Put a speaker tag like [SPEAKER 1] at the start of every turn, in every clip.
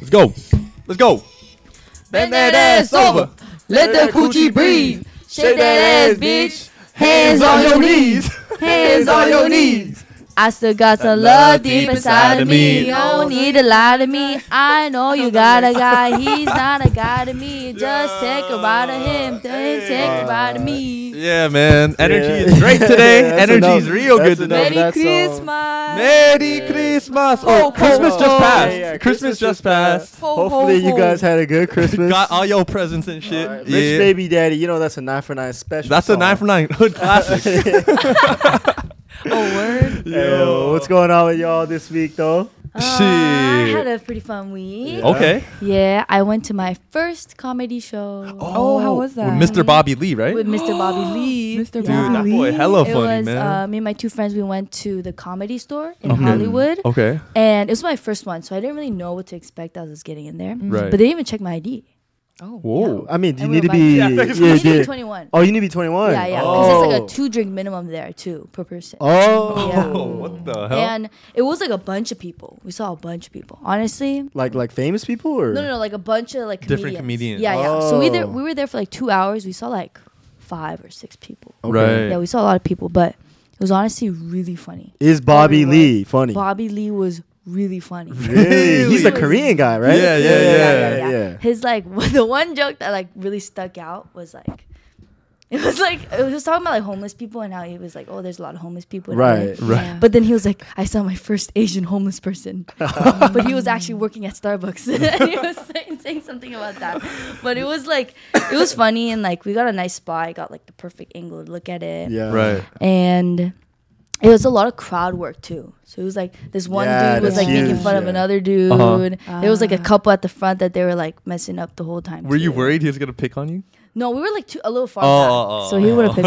[SPEAKER 1] Let's go. Let's go.
[SPEAKER 2] Bend that ass over. Let that coochie breathe. Shake that ass, bitch. Hands on your knees. Hands on your knees. I still got some love deep inside of me. You don't need to lie to me. I know you got a guy. He's not a guy to me. Just take a ride of him. Then take a ride of me.
[SPEAKER 1] Yeah, man. Energy
[SPEAKER 3] Yeah.
[SPEAKER 1] is great today.
[SPEAKER 3] That's
[SPEAKER 1] Energy
[SPEAKER 3] enough.
[SPEAKER 1] is real
[SPEAKER 3] That's
[SPEAKER 1] good today.
[SPEAKER 3] enough.
[SPEAKER 2] Merry
[SPEAKER 3] that song.
[SPEAKER 2] Christmas.
[SPEAKER 1] Merry Christmas. Oh,
[SPEAKER 2] Oh,
[SPEAKER 1] Christmas
[SPEAKER 2] oh,
[SPEAKER 1] just
[SPEAKER 2] oh.
[SPEAKER 1] passed.
[SPEAKER 3] Yeah, yeah,
[SPEAKER 1] Christmas, just passed.
[SPEAKER 2] Ho, ho,
[SPEAKER 3] Hopefully, you
[SPEAKER 2] ho.
[SPEAKER 3] guys had a good Christmas.
[SPEAKER 1] Got all your presents and
[SPEAKER 3] All
[SPEAKER 1] shit.
[SPEAKER 3] right, Rich
[SPEAKER 1] yeah.
[SPEAKER 3] Baby Daddy, you know that's a nine for nine special.
[SPEAKER 1] That's a
[SPEAKER 3] song.
[SPEAKER 1] 9 for 9 hood classic.
[SPEAKER 2] Oh, word.
[SPEAKER 3] Hey, yo, what's going on with y'all this week, though?
[SPEAKER 2] Uh, I
[SPEAKER 1] Shit.
[SPEAKER 2] had a pretty fun week.
[SPEAKER 3] Yeah.
[SPEAKER 1] Okay.
[SPEAKER 2] Yeah, I went to my first comedy show
[SPEAKER 4] Oh, how was that?
[SPEAKER 1] With Mr. Bobby Lee, right?
[SPEAKER 2] with Mr. Bobby Lee.
[SPEAKER 4] Mr.
[SPEAKER 1] Dude,
[SPEAKER 2] Yeah.
[SPEAKER 1] that
[SPEAKER 4] Bobby
[SPEAKER 1] boy
[SPEAKER 4] Lee?
[SPEAKER 1] hella
[SPEAKER 2] It
[SPEAKER 1] Oh, funny,
[SPEAKER 2] was
[SPEAKER 1] man.
[SPEAKER 2] uh, me and my two friends. We went to the comedy store in
[SPEAKER 1] Okay. Oh.
[SPEAKER 2] Hollywood,
[SPEAKER 1] okay.
[SPEAKER 2] and it was my first one, so I didn't really know what to expect as I was getting in there.
[SPEAKER 1] Right.
[SPEAKER 2] But they didn't even check my ID.
[SPEAKER 4] Oh.
[SPEAKER 1] Whoa.
[SPEAKER 3] I mean, do you
[SPEAKER 2] And
[SPEAKER 3] need to
[SPEAKER 2] we're
[SPEAKER 3] be?
[SPEAKER 2] like-
[SPEAKER 3] yeah,
[SPEAKER 2] You need to be
[SPEAKER 3] yeah.
[SPEAKER 2] 21.
[SPEAKER 3] Oh, you need to be 21.
[SPEAKER 2] Yeah, yeah, because
[SPEAKER 3] Oh.
[SPEAKER 2] it's like a two drink minimum there too per person.
[SPEAKER 3] Oh.
[SPEAKER 2] Yeah.
[SPEAKER 1] Oh, what the hell?
[SPEAKER 2] And it was like a bunch of people. We saw a bunch of people. Honestly,
[SPEAKER 3] Like like famous people or?
[SPEAKER 2] No, no, no, like a bunch of like
[SPEAKER 1] Different comedians.
[SPEAKER 2] Yeah, yeah. So we there,
[SPEAKER 3] Oh.
[SPEAKER 2] we were there for like two hours. We saw like five or six people.
[SPEAKER 1] Right.
[SPEAKER 2] Yeah, we saw a lot of people, but it was honestly really funny.
[SPEAKER 3] Is Bobby
[SPEAKER 2] Everyone.
[SPEAKER 3] Lee funny?
[SPEAKER 2] Bobby Lee was really funny.
[SPEAKER 3] Really? He's
[SPEAKER 2] He
[SPEAKER 3] a
[SPEAKER 2] was-
[SPEAKER 3] Korean guy, right?
[SPEAKER 1] Yeah, yeah, yeah,
[SPEAKER 3] yeah.
[SPEAKER 2] His like the one joke that like really stuck out was like. It was like it was just talking about like homeless people and how he was like, oh, there's a lot of homeless people. in LA."
[SPEAKER 3] Right.
[SPEAKER 1] Right.
[SPEAKER 4] Yeah.
[SPEAKER 2] But then he was like, I saw my first Asian homeless person.
[SPEAKER 3] Oh.
[SPEAKER 2] but he was actually working at Starbucks. and he was saying, saying something about that. But it was like, it was funny. And like, we got a nice spot. I got like the perfect angle to look at it.
[SPEAKER 3] Yeah.
[SPEAKER 1] Right.
[SPEAKER 2] And it was a lot of crowd work too. So it was like, this one
[SPEAKER 3] Yeah,
[SPEAKER 2] dude was
[SPEAKER 3] that's
[SPEAKER 2] like making
[SPEAKER 3] huge,
[SPEAKER 2] fun of
[SPEAKER 3] yeah.
[SPEAKER 2] another dude.
[SPEAKER 1] Uh-huh.
[SPEAKER 2] There was like a
[SPEAKER 4] Ah.
[SPEAKER 2] couple at the front that they were like messing up the whole time.
[SPEAKER 1] Were you
[SPEAKER 2] too.
[SPEAKER 1] worried he was gonna pick on you?
[SPEAKER 2] No, we were like two, a little far
[SPEAKER 1] Oh,
[SPEAKER 2] back,
[SPEAKER 1] oh, oh,
[SPEAKER 2] so he
[SPEAKER 1] oh.
[SPEAKER 2] would have picked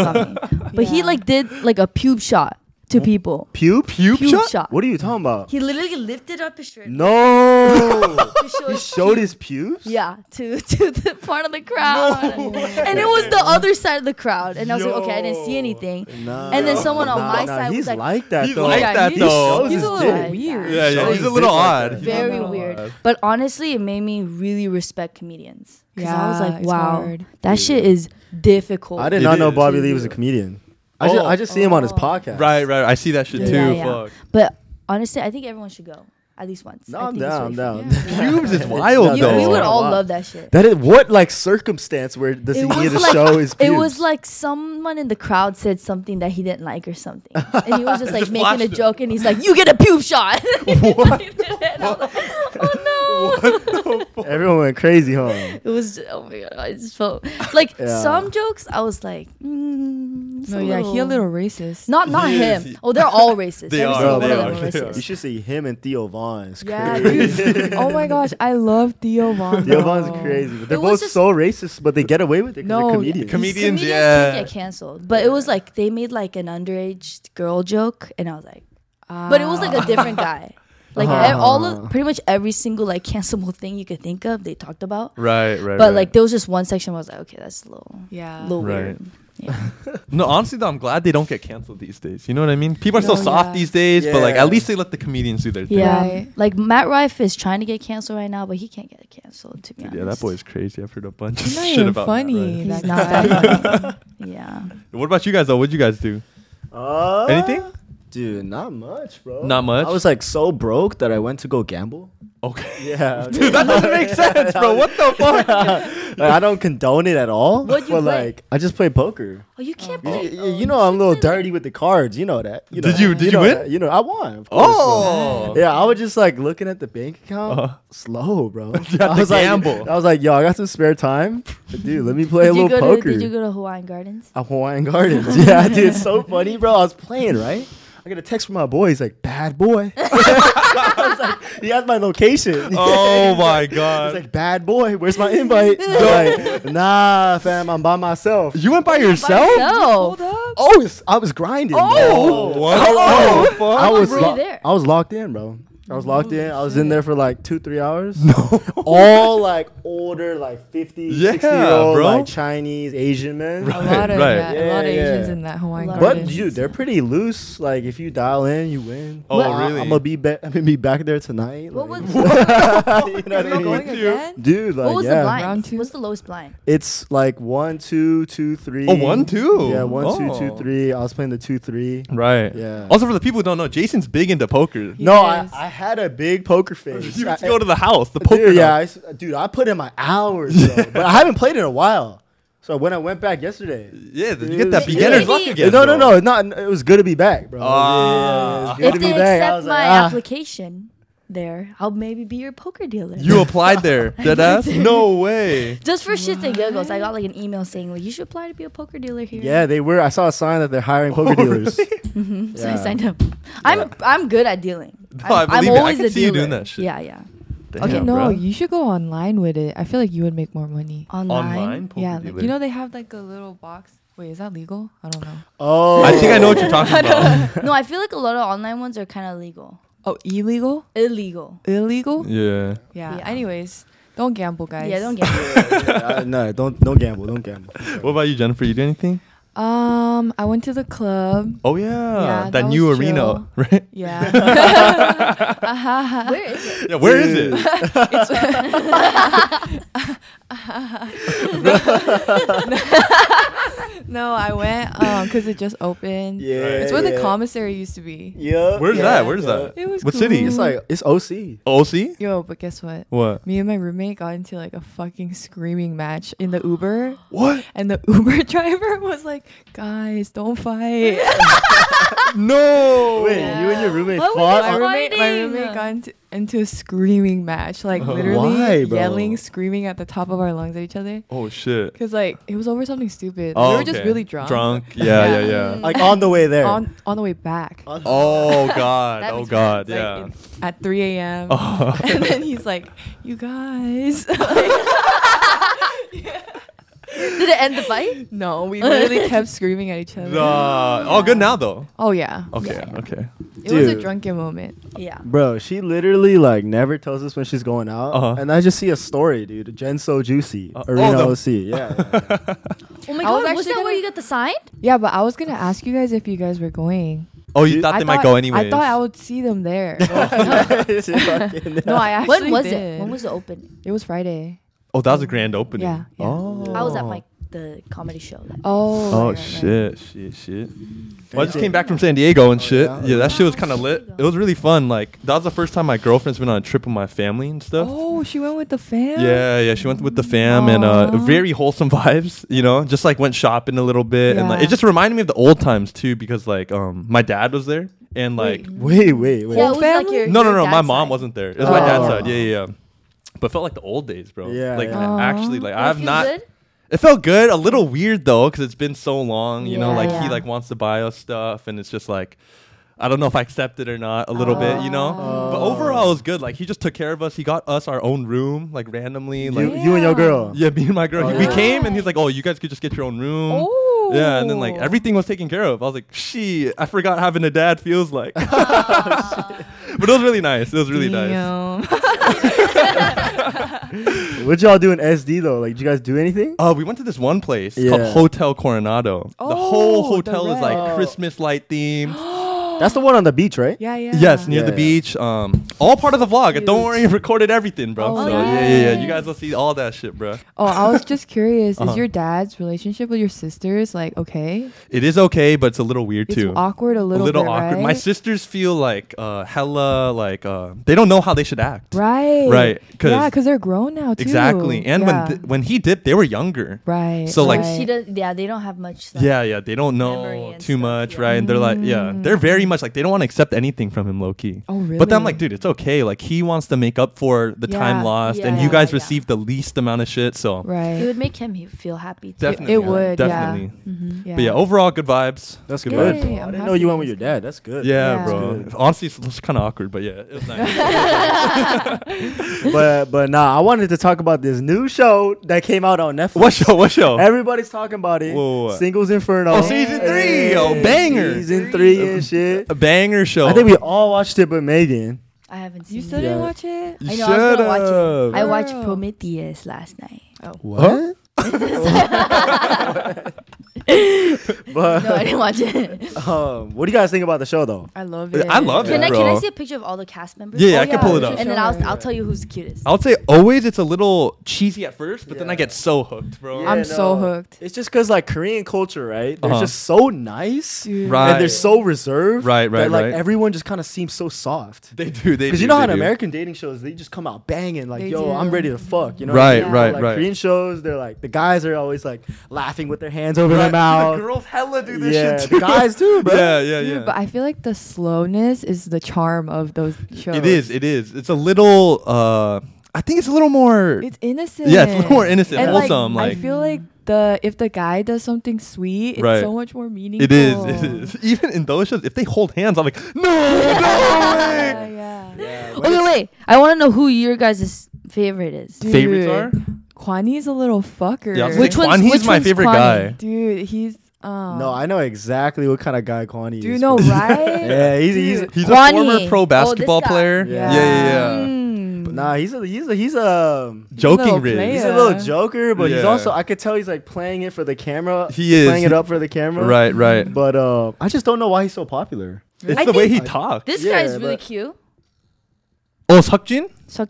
[SPEAKER 2] on me. But he
[SPEAKER 4] Yeah.
[SPEAKER 2] like did like a pube shot to people.
[SPEAKER 3] Pube?
[SPEAKER 1] Pube,
[SPEAKER 2] Pube
[SPEAKER 1] shot?
[SPEAKER 2] shot.
[SPEAKER 3] What are you talking about?
[SPEAKER 2] He literally lifted up his shirt
[SPEAKER 3] No.
[SPEAKER 2] to show
[SPEAKER 3] he
[SPEAKER 2] his
[SPEAKER 3] showed his pubes.
[SPEAKER 2] yeah to to the part of the crowd, and it was the other side of the crowd, and I was like, okay, I didn't see anything.
[SPEAKER 3] Nah.
[SPEAKER 2] And then someone on
[SPEAKER 3] Nah,
[SPEAKER 2] my
[SPEAKER 3] nah,
[SPEAKER 2] side
[SPEAKER 3] he's
[SPEAKER 2] was like,
[SPEAKER 3] like that
[SPEAKER 1] He's
[SPEAKER 3] though.
[SPEAKER 1] like that,
[SPEAKER 3] he
[SPEAKER 1] though.
[SPEAKER 3] shows
[SPEAKER 2] He's
[SPEAKER 3] his
[SPEAKER 2] a little
[SPEAKER 3] dick.
[SPEAKER 2] weird.
[SPEAKER 1] Yeah, yeah.
[SPEAKER 3] Show
[SPEAKER 1] He's
[SPEAKER 3] his
[SPEAKER 1] a little
[SPEAKER 3] dick like
[SPEAKER 1] odd.
[SPEAKER 3] that.
[SPEAKER 1] He's a
[SPEAKER 2] very
[SPEAKER 1] little
[SPEAKER 2] weird.
[SPEAKER 1] odd.
[SPEAKER 2] But honestly, it made me really respect comedians. Cause I was
[SPEAKER 4] Yeah,
[SPEAKER 2] like,
[SPEAKER 4] it's
[SPEAKER 2] wow,
[SPEAKER 4] hard.
[SPEAKER 2] that shit is difficult.
[SPEAKER 3] I did
[SPEAKER 1] It
[SPEAKER 3] not know
[SPEAKER 1] is.
[SPEAKER 3] Bobby Lee was a comedian. I just
[SPEAKER 1] Oh.
[SPEAKER 3] I just see him on his podcast.
[SPEAKER 1] Right, right. I see that shit
[SPEAKER 3] Yeah.
[SPEAKER 1] too.
[SPEAKER 2] Yeah, yeah.
[SPEAKER 1] Fuck.
[SPEAKER 2] But honestly, I think everyone should go at least once.
[SPEAKER 3] No,
[SPEAKER 2] I
[SPEAKER 3] I'm
[SPEAKER 2] think it's
[SPEAKER 3] down. I'm
[SPEAKER 2] really fun.
[SPEAKER 3] down.
[SPEAKER 1] Pubes is wild,
[SPEAKER 3] That's
[SPEAKER 2] You- we
[SPEAKER 1] though.
[SPEAKER 2] would
[SPEAKER 3] wild.
[SPEAKER 2] all love that shit.
[SPEAKER 3] That is what like circumstance where does he get to show his pubes?
[SPEAKER 2] it was like someone in the crowd said something that he didn't like or something, and he was just like
[SPEAKER 1] Just
[SPEAKER 2] making
[SPEAKER 1] flashed
[SPEAKER 2] a
[SPEAKER 1] him.
[SPEAKER 2] joke, and he's like, "You get a pube shot." And I was like, oh no!
[SPEAKER 3] everyone went crazy, huh?
[SPEAKER 2] It was oh my god! I just felt like
[SPEAKER 3] Yeah.
[SPEAKER 2] some jokes. I was like, mm, it's
[SPEAKER 4] No, yeah, he a little racist.
[SPEAKER 2] Not not
[SPEAKER 1] He is.
[SPEAKER 2] him. Oh, they're all racist.
[SPEAKER 1] They
[SPEAKER 2] Every
[SPEAKER 1] are,
[SPEAKER 2] single
[SPEAKER 3] they
[SPEAKER 2] one
[SPEAKER 3] are,
[SPEAKER 2] of them
[SPEAKER 1] they
[SPEAKER 2] are
[SPEAKER 1] are.
[SPEAKER 3] You
[SPEAKER 2] racist.
[SPEAKER 3] should see him and Theo Vaughn. It's
[SPEAKER 2] Yeah,
[SPEAKER 3] crazy.
[SPEAKER 4] oh my gosh, I love Theo Von.
[SPEAKER 3] Theo Vaughn's crazy, but they're
[SPEAKER 2] It was
[SPEAKER 3] both
[SPEAKER 2] just-
[SPEAKER 3] so racist, but they get away with it because
[SPEAKER 4] No,
[SPEAKER 3] they're
[SPEAKER 4] yeah.
[SPEAKER 3] comedians.
[SPEAKER 1] Comedians,
[SPEAKER 2] comedians
[SPEAKER 1] yeah.
[SPEAKER 2] can't get canceled. But it was like they made like an underage girl joke, and I was like, but it was like a different guy. Like e- all of pretty much every single like cancelable thing you could think of, they talked about.
[SPEAKER 1] Right, right.
[SPEAKER 2] But like there was just one section where I was like, okay, that's a little,
[SPEAKER 4] Ah, Yeah.
[SPEAKER 2] little
[SPEAKER 1] Right.
[SPEAKER 2] weird.
[SPEAKER 1] no, honestly, though, I'm glad they don't get canceled these days. You know what I mean? People are so
[SPEAKER 4] No,
[SPEAKER 1] soft
[SPEAKER 4] yeah.
[SPEAKER 1] these days, but like
[SPEAKER 3] Yeah.
[SPEAKER 1] at least they let the comedians do their thing.
[SPEAKER 2] Yeah,
[SPEAKER 4] Right.
[SPEAKER 2] like Matt Rife is trying to get canceled right now, but he can't get canceled. To be
[SPEAKER 1] Dude,
[SPEAKER 2] honest,
[SPEAKER 1] yeah, that boy is crazy. I've heard a bunch of
[SPEAKER 4] He's not
[SPEAKER 1] shit
[SPEAKER 4] even
[SPEAKER 1] about
[SPEAKER 4] funny.
[SPEAKER 1] That,
[SPEAKER 2] He's
[SPEAKER 4] that
[SPEAKER 2] not
[SPEAKER 4] guy.
[SPEAKER 2] that funny. yeah.
[SPEAKER 1] right? What about you guys though? What'd you guys do?
[SPEAKER 3] Uh,
[SPEAKER 1] Anything?
[SPEAKER 3] Dude, not much, bro.
[SPEAKER 1] Not much?
[SPEAKER 3] I was like so broke that I went to go gamble.
[SPEAKER 1] Okay.
[SPEAKER 3] Yeah.
[SPEAKER 1] Dude, that doesn't make sense, bro. What the fuck?
[SPEAKER 3] like, I don't condone it at all.
[SPEAKER 2] What'd you
[SPEAKER 3] but
[SPEAKER 2] play?
[SPEAKER 3] like, I just played poker.
[SPEAKER 2] Oh, you can't.
[SPEAKER 3] You,
[SPEAKER 2] play-
[SPEAKER 3] you-
[SPEAKER 2] oh,
[SPEAKER 3] you know I'm a little
[SPEAKER 2] should play that.
[SPEAKER 3] dirty with the cards. You know that. You know
[SPEAKER 1] Did you-
[SPEAKER 3] that.
[SPEAKER 1] did you
[SPEAKER 3] know
[SPEAKER 1] win?
[SPEAKER 3] that. You know I won. Of course,
[SPEAKER 1] Oh.
[SPEAKER 3] bro. Yeah, I was just like looking at the bank account,
[SPEAKER 1] Uh-huh.
[SPEAKER 3] slow, bro.
[SPEAKER 1] had
[SPEAKER 3] I
[SPEAKER 1] to
[SPEAKER 3] was like,
[SPEAKER 1] gamble.
[SPEAKER 3] I was like, yo, I got some spare time, dude. Let me play a
[SPEAKER 2] Did you
[SPEAKER 3] little
[SPEAKER 2] go To,
[SPEAKER 3] poker.
[SPEAKER 2] did you go to Hawaiian Gardens?
[SPEAKER 3] at Hawaiian Gardens. yeah, dude, it's so funny, bro. I was playing, right? I got a text from my boy. He's like, bad boy. I was like, he has my location.
[SPEAKER 1] Oh my
[SPEAKER 3] He's
[SPEAKER 1] god.
[SPEAKER 3] like, bad boy, where's my invite? I'm like, nah, fam, I'm by myself.
[SPEAKER 1] you went by yourself?
[SPEAKER 2] No.
[SPEAKER 3] Oh, it's, I was grinding. bro.
[SPEAKER 1] Oh, what?
[SPEAKER 3] I was-
[SPEAKER 1] Oh, fuck,
[SPEAKER 3] I was,
[SPEAKER 2] bro.
[SPEAKER 3] lo-
[SPEAKER 2] There.
[SPEAKER 3] I was locked in, bro. I was locked in. I was in there for like two, three hours. No. All like older, like 50,
[SPEAKER 1] Yeah,
[SPEAKER 3] 60 year old,
[SPEAKER 1] bro.
[SPEAKER 3] like Chinese, Asian men.
[SPEAKER 1] Right.
[SPEAKER 4] A lot of
[SPEAKER 1] right.
[SPEAKER 4] that. a
[SPEAKER 3] Yeah,
[SPEAKER 4] lot of
[SPEAKER 3] yeah.
[SPEAKER 4] Asians in that Hawaiian
[SPEAKER 2] But
[SPEAKER 3] But
[SPEAKER 4] garden.
[SPEAKER 3] dude, they're pretty loose. Like if you dial in, you win.
[SPEAKER 1] Oh,
[SPEAKER 3] Well, I-
[SPEAKER 1] really?
[SPEAKER 3] I'm gonna be back. I'm gonna be back there tonight.
[SPEAKER 2] What
[SPEAKER 3] like-
[SPEAKER 2] was-
[SPEAKER 3] you know what I
[SPEAKER 4] You're
[SPEAKER 3] mean?
[SPEAKER 4] going
[SPEAKER 1] Thank you.
[SPEAKER 4] again?
[SPEAKER 3] Dude, like
[SPEAKER 2] What was
[SPEAKER 3] yeah,
[SPEAKER 2] the blind?
[SPEAKER 4] Round two.
[SPEAKER 2] What's the lowest blind?
[SPEAKER 3] it's like one, two, two, three.
[SPEAKER 1] Oh, one, two?
[SPEAKER 3] Yeah, one, two, two, three.
[SPEAKER 1] Oh.
[SPEAKER 3] I was playing the two, three.
[SPEAKER 1] Right.
[SPEAKER 3] Yeah.
[SPEAKER 1] Also, for the people who don't know, Jason's big into poker.
[SPEAKER 4] He
[SPEAKER 3] No, I,
[SPEAKER 4] is.
[SPEAKER 3] I had a big poker face.
[SPEAKER 1] You
[SPEAKER 3] I-
[SPEAKER 1] used to go to the house, the poker.
[SPEAKER 3] dude, yeah,
[SPEAKER 1] house.
[SPEAKER 3] I s- dude, I put in my hours, bro, but I haven't played in a while. So when I went back yesterday,
[SPEAKER 1] yeah. th- You get that
[SPEAKER 3] Dude.
[SPEAKER 1] beginner's
[SPEAKER 2] Maybe-
[SPEAKER 1] luck again.
[SPEAKER 3] no, no,
[SPEAKER 1] bro.
[SPEAKER 3] no, it's not. It was good to be back,
[SPEAKER 1] Ah.
[SPEAKER 3] bro. Yeah, yeah, yeah, it was good
[SPEAKER 2] if
[SPEAKER 3] to
[SPEAKER 2] they
[SPEAKER 3] be back. I
[SPEAKER 2] accept
[SPEAKER 3] was
[SPEAKER 2] my
[SPEAKER 3] like, ah.
[SPEAKER 2] application there, I'll maybe be your poker dealer.
[SPEAKER 1] You applied there, deadass? No way.
[SPEAKER 2] Just for shits and giggles, I got like an email saying like you should apply to be a poker dealer here.
[SPEAKER 3] Yeah, they were. I saw a sign that they're hiring poker
[SPEAKER 1] Oh,
[SPEAKER 3] dealers.
[SPEAKER 2] Mhm, So I
[SPEAKER 3] Yeah.
[SPEAKER 2] signed up. I'm I'm good at dealing.
[SPEAKER 1] No, I
[SPEAKER 2] I'm- I'm
[SPEAKER 1] believe it. I
[SPEAKER 2] always
[SPEAKER 1] can
[SPEAKER 2] a
[SPEAKER 1] see you
[SPEAKER 2] dealer.
[SPEAKER 1] doing that shit.
[SPEAKER 2] Yeah, yeah.
[SPEAKER 4] Okay,
[SPEAKER 1] Damn,
[SPEAKER 4] no,
[SPEAKER 1] bro.
[SPEAKER 4] you should go online with it. I feel like you would make more money.
[SPEAKER 2] Online.
[SPEAKER 1] Online poker
[SPEAKER 4] yeah, like,
[SPEAKER 1] dealer.
[SPEAKER 4] you know they have like a little box. Wait, is that legal? I don't know.
[SPEAKER 3] Oh,
[SPEAKER 1] I think I know what you're talking about.
[SPEAKER 2] no, I feel like a lot of online ones are kind of legal.
[SPEAKER 4] Oh, illegal?
[SPEAKER 2] Illegal.
[SPEAKER 4] Illegal?
[SPEAKER 1] yeah.
[SPEAKER 4] Yeah.
[SPEAKER 2] Yeah.
[SPEAKER 4] Anyways, don't gamble, guys.
[SPEAKER 2] Yeah, don't get me.
[SPEAKER 3] Uh, no, don't don't gamble, don't gamble.
[SPEAKER 1] What about you, Jennifer? You do anything?
[SPEAKER 4] Um, I went to the club.
[SPEAKER 1] Oh yeah,
[SPEAKER 4] Yeah,
[SPEAKER 1] that,
[SPEAKER 4] that
[SPEAKER 1] new
[SPEAKER 4] was
[SPEAKER 1] arena,
[SPEAKER 4] chill.
[SPEAKER 1] right?
[SPEAKER 4] Yeah.
[SPEAKER 2] Where is it?
[SPEAKER 1] Yeah, where is it?
[SPEAKER 4] no, I went um because it just opened.
[SPEAKER 3] Yeah,
[SPEAKER 4] It's where the
[SPEAKER 3] yeah.
[SPEAKER 4] commissary used to be.
[SPEAKER 3] Yeah,
[SPEAKER 1] Where's
[SPEAKER 3] yeah,
[SPEAKER 1] that? Where's
[SPEAKER 3] yeah.
[SPEAKER 1] that?
[SPEAKER 4] It was
[SPEAKER 1] what
[SPEAKER 4] cool.
[SPEAKER 1] city?
[SPEAKER 3] It's like it's OC.
[SPEAKER 1] OC?
[SPEAKER 4] Yo, but guess what?
[SPEAKER 1] What?
[SPEAKER 4] Me and my roommate got into like a fucking screaming match in the Uber.
[SPEAKER 1] What?
[SPEAKER 4] And the Uber driver was like, guys, don't fight.
[SPEAKER 1] No.
[SPEAKER 3] Wait, you and your roommate
[SPEAKER 2] Why would
[SPEAKER 3] fought.
[SPEAKER 2] they
[SPEAKER 4] my
[SPEAKER 3] on-
[SPEAKER 2] fight?
[SPEAKER 4] roommate, my
[SPEAKER 2] fighting.
[SPEAKER 4] roommate got into, into a screaming match, like literally
[SPEAKER 3] Why, bro?
[SPEAKER 4] yelling, screaming at the top of our lungs at each other.
[SPEAKER 1] Oh shit.
[SPEAKER 4] Cause like it was over something stupid.
[SPEAKER 1] Oh,
[SPEAKER 4] we were just
[SPEAKER 1] okay.
[SPEAKER 4] really drunk.
[SPEAKER 1] Drunk. Yeah, yeah,
[SPEAKER 4] Yeah.
[SPEAKER 1] yeah.
[SPEAKER 3] like on the way there.
[SPEAKER 4] On on the way back.
[SPEAKER 3] On-
[SPEAKER 1] Oh god.
[SPEAKER 2] That
[SPEAKER 1] oh
[SPEAKER 2] makes
[SPEAKER 1] god.
[SPEAKER 4] like,
[SPEAKER 1] Yeah.
[SPEAKER 4] in- at 3 a.m.
[SPEAKER 1] Oh.
[SPEAKER 4] and then he's like, "You guys."
[SPEAKER 2] Did it end the fight?
[SPEAKER 4] no, we literally kept screaming at each other.
[SPEAKER 1] Nah. Oh, good now though.
[SPEAKER 4] Oh yeah,
[SPEAKER 1] Okay. Okay.
[SPEAKER 4] it was a
[SPEAKER 3] Dude.
[SPEAKER 4] drunken moment.
[SPEAKER 2] Yeah.
[SPEAKER 3] Bro, she literally like never tells us when she's going out,
[SPEAKER 1] Uh-huh.
[SPEAKER 3] and I just see a story, dude. Jen so juicy,
[SPEAKER 1] Uh, oh,
[SPEAKER 3] arena
[SPEAKER 1] the-
[SPEAKER 3] OC, yeah. yeah, yeah.
[SPEAKER 2] Oh my
[SPEAKER 4] I
[SPEAKER 2] god,
[SPEAKER 4] was
[SPEAKER 2] was
[SPEAKER 4] actually
[SPEAKER 2] that where
[SPEAKER 4] gonna-
[SPEAKER 2] you got the sign?
[SPEAKER 4] Yeah, but I was gonna ask you guys if you guys were going.
[SPEAKER 1] Oh, you thought
[SPEAKER 4] I
[SPEAKER 1] they might go anyways.
[SPEAKER 4] I thought I would see them there.
[SPEAKER 3] She fucking-
[SPEAKER 4] no, I actually
[SPEAKER 2] When was
[SPEAKER 4] did.
[SPEAKER 2] it? When was the opening?
[SPEAKER 4] it? Was Friday.
[SPEAKER 1] oh, that was a grand opening.
[SPEAKER 4] Yeah, yeah.
[SPEAKER 1] Oh.
[SPEAKER 2] I was at my the comedy show. that-
[SPEAKER 4] Oh.
[SPEAKER 1] Oh
[SPEAKER 4] right, right, right.
[SPEAKER 1] shit, shit, shit. Well, I just came back from San Diego and shit.
[SPEAKER 3] yeah?
[SPEAKER 1] yeah? that shit was kind of lit. It was really fun. Like that was the first time my girlfriend's been on a trip with my family and stuff.
[SPEAKER 4] Oh, she went with the fam.
[SPEAKER 1] Yeah, yeah. She went with the fam and uh,
[SPEAKER 4] Aw.
[SPEAKER 1] very wholesome vibes. You know, just like went shopping a little bit and like
[SPEAKER 4] Yeah.
[SPEAKER 1] it just reminded me of the old times too because like um my dad was there and like
[SPEAKER 3] Wait, wait, wait.
[SPEAKER 2] yeah, it was like
[SPEAKER 4] family?
[SPEAKER 2] your,
[SPEAKER 1] no no
[SPEAKER 2] your
[SPEAKER 1] no my
[SPEAKER 2] dad's
[SPEAKER 1] mom
[SPEAKER 2] side.
[SPEAKER 1] wasn't there. It was my dad's
[SPEAKER 3] Oh.
[SPEAKER 1] side. Yeah yeah. yeah. But felt like the old days, bro.
[SPEAKER 3] Yeah,
[SPEAKER 1] Like
[SPEAKER 3] yeah.
[SPEAKER 1] I actually, like
[SPEAKER 2] Did
[SPEAKER 1] I
[SPEAKER 2] it
[SPEAKER 1] have
[SPEAKER 2] feel
[SPEAKER 1] not.
[SPEAKER 2] good?
[SPEAKER 1] It felt good, a little weird though, because it's been so long. You know,
[SPEAKER 2] Yeah.
[SPEAKER 1] like he
[SPEAKER 2] Yeah.
[SPEAKER 1] like wants to buy us stuff, and it's just like, I don't know if I accept it or not. A little bit, you know. But overall, it was good. Like he just took care of us. He got us our own room, like randomly.
[SPEAKER 3] You,
[SPEAKER 1] Like
[SPEAKER 3] you and your girl.
[SPEAKER 1] yeah, me and my girl.
[SPEAKER 3] Oh,
[SPEAKER 1] he, we
[SPEAKER 3] yeah.
[SPEAKER 1] came, and he's like, "Oh, you guys could just get your own room."
[SPEAKER 4] Oh.
[SPEAKER 1] Yeah, and then like everything was taken care of. I was like, "She, I forgot having a dad feels like." but it was really nice. It was really nice.
[SPEAKER 4] nice.
[SPEAKER 3] What y'all do in SD though? Like, did you guys do anything?
[SPEAKER 1] Uh, we went to this one place called
[SPEAKER 3] Yeah.
[SPEAKER 1] Hotel Coronado. the whole
[SPEAKER 4] Oh, the
[SPEAKER 1] hotel is like
[SPEAKER 3] red.
[SPEAKER 1] Christmas light themed.
[SPEAKER 3] That's the one on the beach, right?
[SPEAKER 4] Yeah, yeah.
[SPEAKER 1] Yes, near
[SPEAKER 3] Yeah,
[SPEAKER 1] the
[SPEAKER 3] yeah.
[SPEAKER 1] beach. Um, all part of the vlog. Don't
[SPEAKER 4] Huge.
[SPEAKER 1] worry, I recorded everything, bro.
[SPEAKER 4] Oh,
[SPEAKER 1] so yeah, yeah, yeah.
[SPEAKER 4] nice.
[SPEAKER 1] You guys will see all that shit, bro.
[SPEAKER 4] Oh, I was just curious.
[SPEAKER 1] Uh-huh.
[SPEAKER 4] Is your dad's relationship with your sisters like okay?
[SPEAKER 1] It is okay, but it's a little weird
[SPEAKER 4] It's
[SPEAKER 1] too.
[SPEAKER 4] awkward a
[SPEAKER 1] A
[SPEAKER 4] little,
[SPEAKER 1] little
[SPEAKER 4] bit,
[SPEAKER 1] awkward.
[SPEAKER 4] Right?
[SPEAKER 1] My sisters feel like uh, hella like uh, they don't know how they should act.
[SPEAKER 4] right.
[SPEAKER 1] Right, 'cause-
[SPEAKER 4] yeah, because they're grown now too.
[SPEAKER 1] Exactly. And
[SPEAKER 4] Yeah.
[SPEAKER 1] when th- when he dipped, they were younger.
[SPEAKER 4] right.
[SPEAKER 1] So, like-
[SPEAKER 4] right.
[SPEAKER 2] She does. Yeah, they don't have much. Stuff.
[SPEAKER 1] Yeah, yeah. They don't
[SPEAKER 2] Memory
[SPEAKER 1] know
[SPEAKER 2] and
[SPEAKER 1] too
[SPEAKER 2] stuff,
[SPEAKER 1] much,
[SPEAKER 2] yeah. Mm.
[SPEAKER 1] right? And they're like, yeah, they're very much like they don't want to accept anything from him, low key.
[SPEAKER 4] Oh really?
[SPEAKER 1] But then I'm like, dude, it's okay. Like he wants to make up for the time
[SPEAKER 4] Yeah.
[SPEAKER 1] lost, and
[SPEAKER 2] Yeah,
[SPEAKER 1] you guys
[SPEAKER 2] yeah.
[SPEAKER 1] received the least amount of shit. So
[SPEAKER 4] Right.
[SPEAKER 2] It would make him he- feel happy. Too.
[SPEAKER 1] definitely,
[SPEAKER 4] It would, yeah.
[SPEAKER 1] definitely.
[SPEAKER 4] Mhm.
[SPEAKER 1] But yeah, oh, overall, good vibes.
[SPEAKER 3] That's
[SPEAKER 4] Yay,
[SPEAKER 3] good. bro.
[SPEAKER 4] I'm
[SPEAKER 3] I didn't know
[SPEAKER 4] happy
[SPEAKER 3] you went with
[SPEAKER 4] that's
[SPEAKER 3] your dad. That's good.
[SPEAKER 1] Yeah,
[SPEAKER 4] Yeah.
[SPEAKER 1] bro.
[SPEAKER 3] That's
[SPEAKER 1] Honestly, it's, it's kind of awkward, but yeah, it was nice.
[SPEAKER 3] but but nah, I wanted to talk about this new show that came out on Netflix.
[SPEAKER 1] what show? What show?
[SPEAKER 3] Everybody's talking about it.
[SPEAKER 1] Whoa, what?
[SPEAKER 3] Singles Inferno.
[SPEAKER 1] Oh, season three. Oh, banger.
[SPEAKER 3] Season three and shit.
[SPEAKER 1] A banger show.
[SPEAKER 3] I think we all watched it, but Megan.
[SPEAKER 2] I haven't seen
[SPEAKER 4] You still
[SPEAKER 2] it.
[SPEAKER 4] didn't
[SPEAKER 3] Yeah.
[SPEAKER 4] watch it?
[SPEAKER 1] You
[SPEAKER 2] I know, I was gonna watch it.
[SPEAKER 1] should've.
[SPEAKER 2] I watched
[SPEAKER 4] Girl.
[SPEAKER 2] Prometheus last night.
[SPEAKER 3] What?
[SPEAKER 2] No, I
[SPEAKER 3] but
[SPEAKER 2] didn't watch it.
[SPEAKER 3] um, what do you guys think about the show though?
[SPEAKER 4] I love
[SPEAKER 1] I
[SPEAKER 4] it.
[SPEAKER 1] love
[SPEAKER 2] Can
[SPEAKER 1] it.
[SPEAKER 2] I can I
[SPEAKER 1] bro.
[SPEAKER 2] see a picture of all the cast members?
[SPEAKER 1] Yeah, yeah, Oh, I can yeah, pull it
[SPEAKER 4] up.
[SPEAKER 2] And then I'll
[SPEAKER 4] sure.
[SPEAKER 2] I'll tell you who's cutest.
[SPEAKER 1] I would say always it's a little cheesy at first, but then I
[SPEAKER 3] Yeah.
[SPEAKER 1] get so hooked, bro.
[SPEAKER 4] I'm so hooked.
[SPEAKER 3] It's just because like Korean culture, right? They're
[SPEAKER 1] Uh-huh.
[SPEAKER 3] just so nice,
[SPEAKER 4] Dude.
[SPEAKER 1] Right.
[SPEAKER 3] and they're so reserved,
[SPEAKER 1] Right, right,
[SPEAKER 3] that, like
[SPEAKER 1] right.
[SPEAKER 3] everyone just kind of seems so soft.
[SPEAKER 1] They do. They
[SPEAKER 3] Because
[SPEAKER 1] do.
[SPEAKER 3] you know how in
[SPEAKER 1] they do.
[SPEAKER 3] American dating shows, they just come out banging, like,
[SPEAKER 4] They
[SPEAKER 3] yo,
[SPEAKER 4] do.
[SPEAKER 3] I'm ready to fuck. You know
[SPEAKER 1] Right,
[SPEAKER 3] what I mean?
[SPEAKER 1] right,
[SPEAKER 3] like,
[SPEAKER 1] right.
[SPEAKER 3] Korean shows, they're like, the guys are always like laughing with their hands over
[SPEAKER 1] Right.
[SPEAKER 3] their mouth.
[SPEAKER 1] The girls hella do this
[SPEAKER 3] yeah,
[SPEAKER 1] shit
[SPEAKER 3] the
[SPEAKER 1] too.
[SPEAKER 3] guys too, bro.
[SPEAKER 1] yeah, yeah,
[SPEAKER 4] Dude,
[SPEAKER 1] yeah.
[SPEAKER 4] but I feel like the slowness is the charm of those shows.
[SPEAKER 1] It is. It is. It's a little. uh I think it's a little more.
[SPEAKER 4] It's innocent.
[SPEAKER 1] yeah, it's a little more innocent,
[SPEAKER 4] And like,
[SPEAKER 1] wholesome. Like,
[SPEAKER 4] I feel like the if the guy does something sweet, it's
[SPEAKER 1] Right.
[SPEAKER 4] so much more meaningful.
[SPEAKER 1] it is. It is. Even in those shows, if they hold hands, I'm like, no, no
[SPEAKER 4] Yeah,
[SPEAKER 1] way.
[SPEAKER 4] yeah.
[SPEAKER 2] Okay, wait. I want to know who your guys' favorite is.
[SPEAKER 4] Dude,
[SPEAKER 1] Favorites are.
[SPEAKER 4] Kwani's a little fucker.
[SPEAKER 1] Yeah,
[SPEAKER 2] Which one's-
[SPEAKER 1] He's
[SPEAKER 2] which
[SPEAKER 1] my
[SPEAKER 2] one's
[SPEAKER 1] favorite
[SPEAKER 2] Kwani?
[SPEAKER 1] guy.
[SPEAKER 4] Dude, he's um.
[SPEAKER 3] No, I know exactly what kind of guy Kwani is.
[SPEAKER 4] Do you know
[SPEAKER 3] bro.
[SPEAKER 4] right?
[SPEAKER 3] yeah, he's, he's
[SPEAKER 4] Dude.
[SPEAKER 1] He's
[SPEAKER 2] Kwani.
[SPEAKER 1] a former
[SPEAKER 2] Oh,
[SPEAKER 1] pro
[SPEAKER 2] this
[SPEAKER 1] basketball
[SPEAKER 2] guy.
[SPEAKER 1] player.
[SPEAKER 3] Yeah.
[SPEAKER 1] Yeah, yeah, yeah.
[SPEAKER 4] Mm.
[SPEAKER 3] nah, he's a he's a he's a
[SPEAKER 1] Joking
[SPEAKER 4] little
[SPEAKER 1] Riz.
[SPEAKER 3] he's
[SPEAKER 4] player.
[SPEAKER 3] a little joker, but he's
[SPEAKER 1] Yeah.
[SPEAKER 3] also I could tell he's like playing it for the camera.
[SPEAKER 1] He is.
[SPEAKER 3] playing it
[SPEAKER 1] He-
[SPEAKER 3] up for the camera.
[SPEAKER 1] Right, right.
[SPEAKER 3] But uh, I just don't know why he's so popular.
[SPEAKER 1] It's
[SPEAKER 2] I
[SPEAKER 1] the way he
[SPEAKER 2] think-
[SPEAKER 1] talks.
[SPEAKER 2] This
[SPEAKER 3] Yeah,
[SPEAKER 2] guy is really
[SPEAKER 3] but-
[SPEAKER 2] cute.
[SPEAKER 1] Oh, Seokjin?
[SPEAKER 2] Seok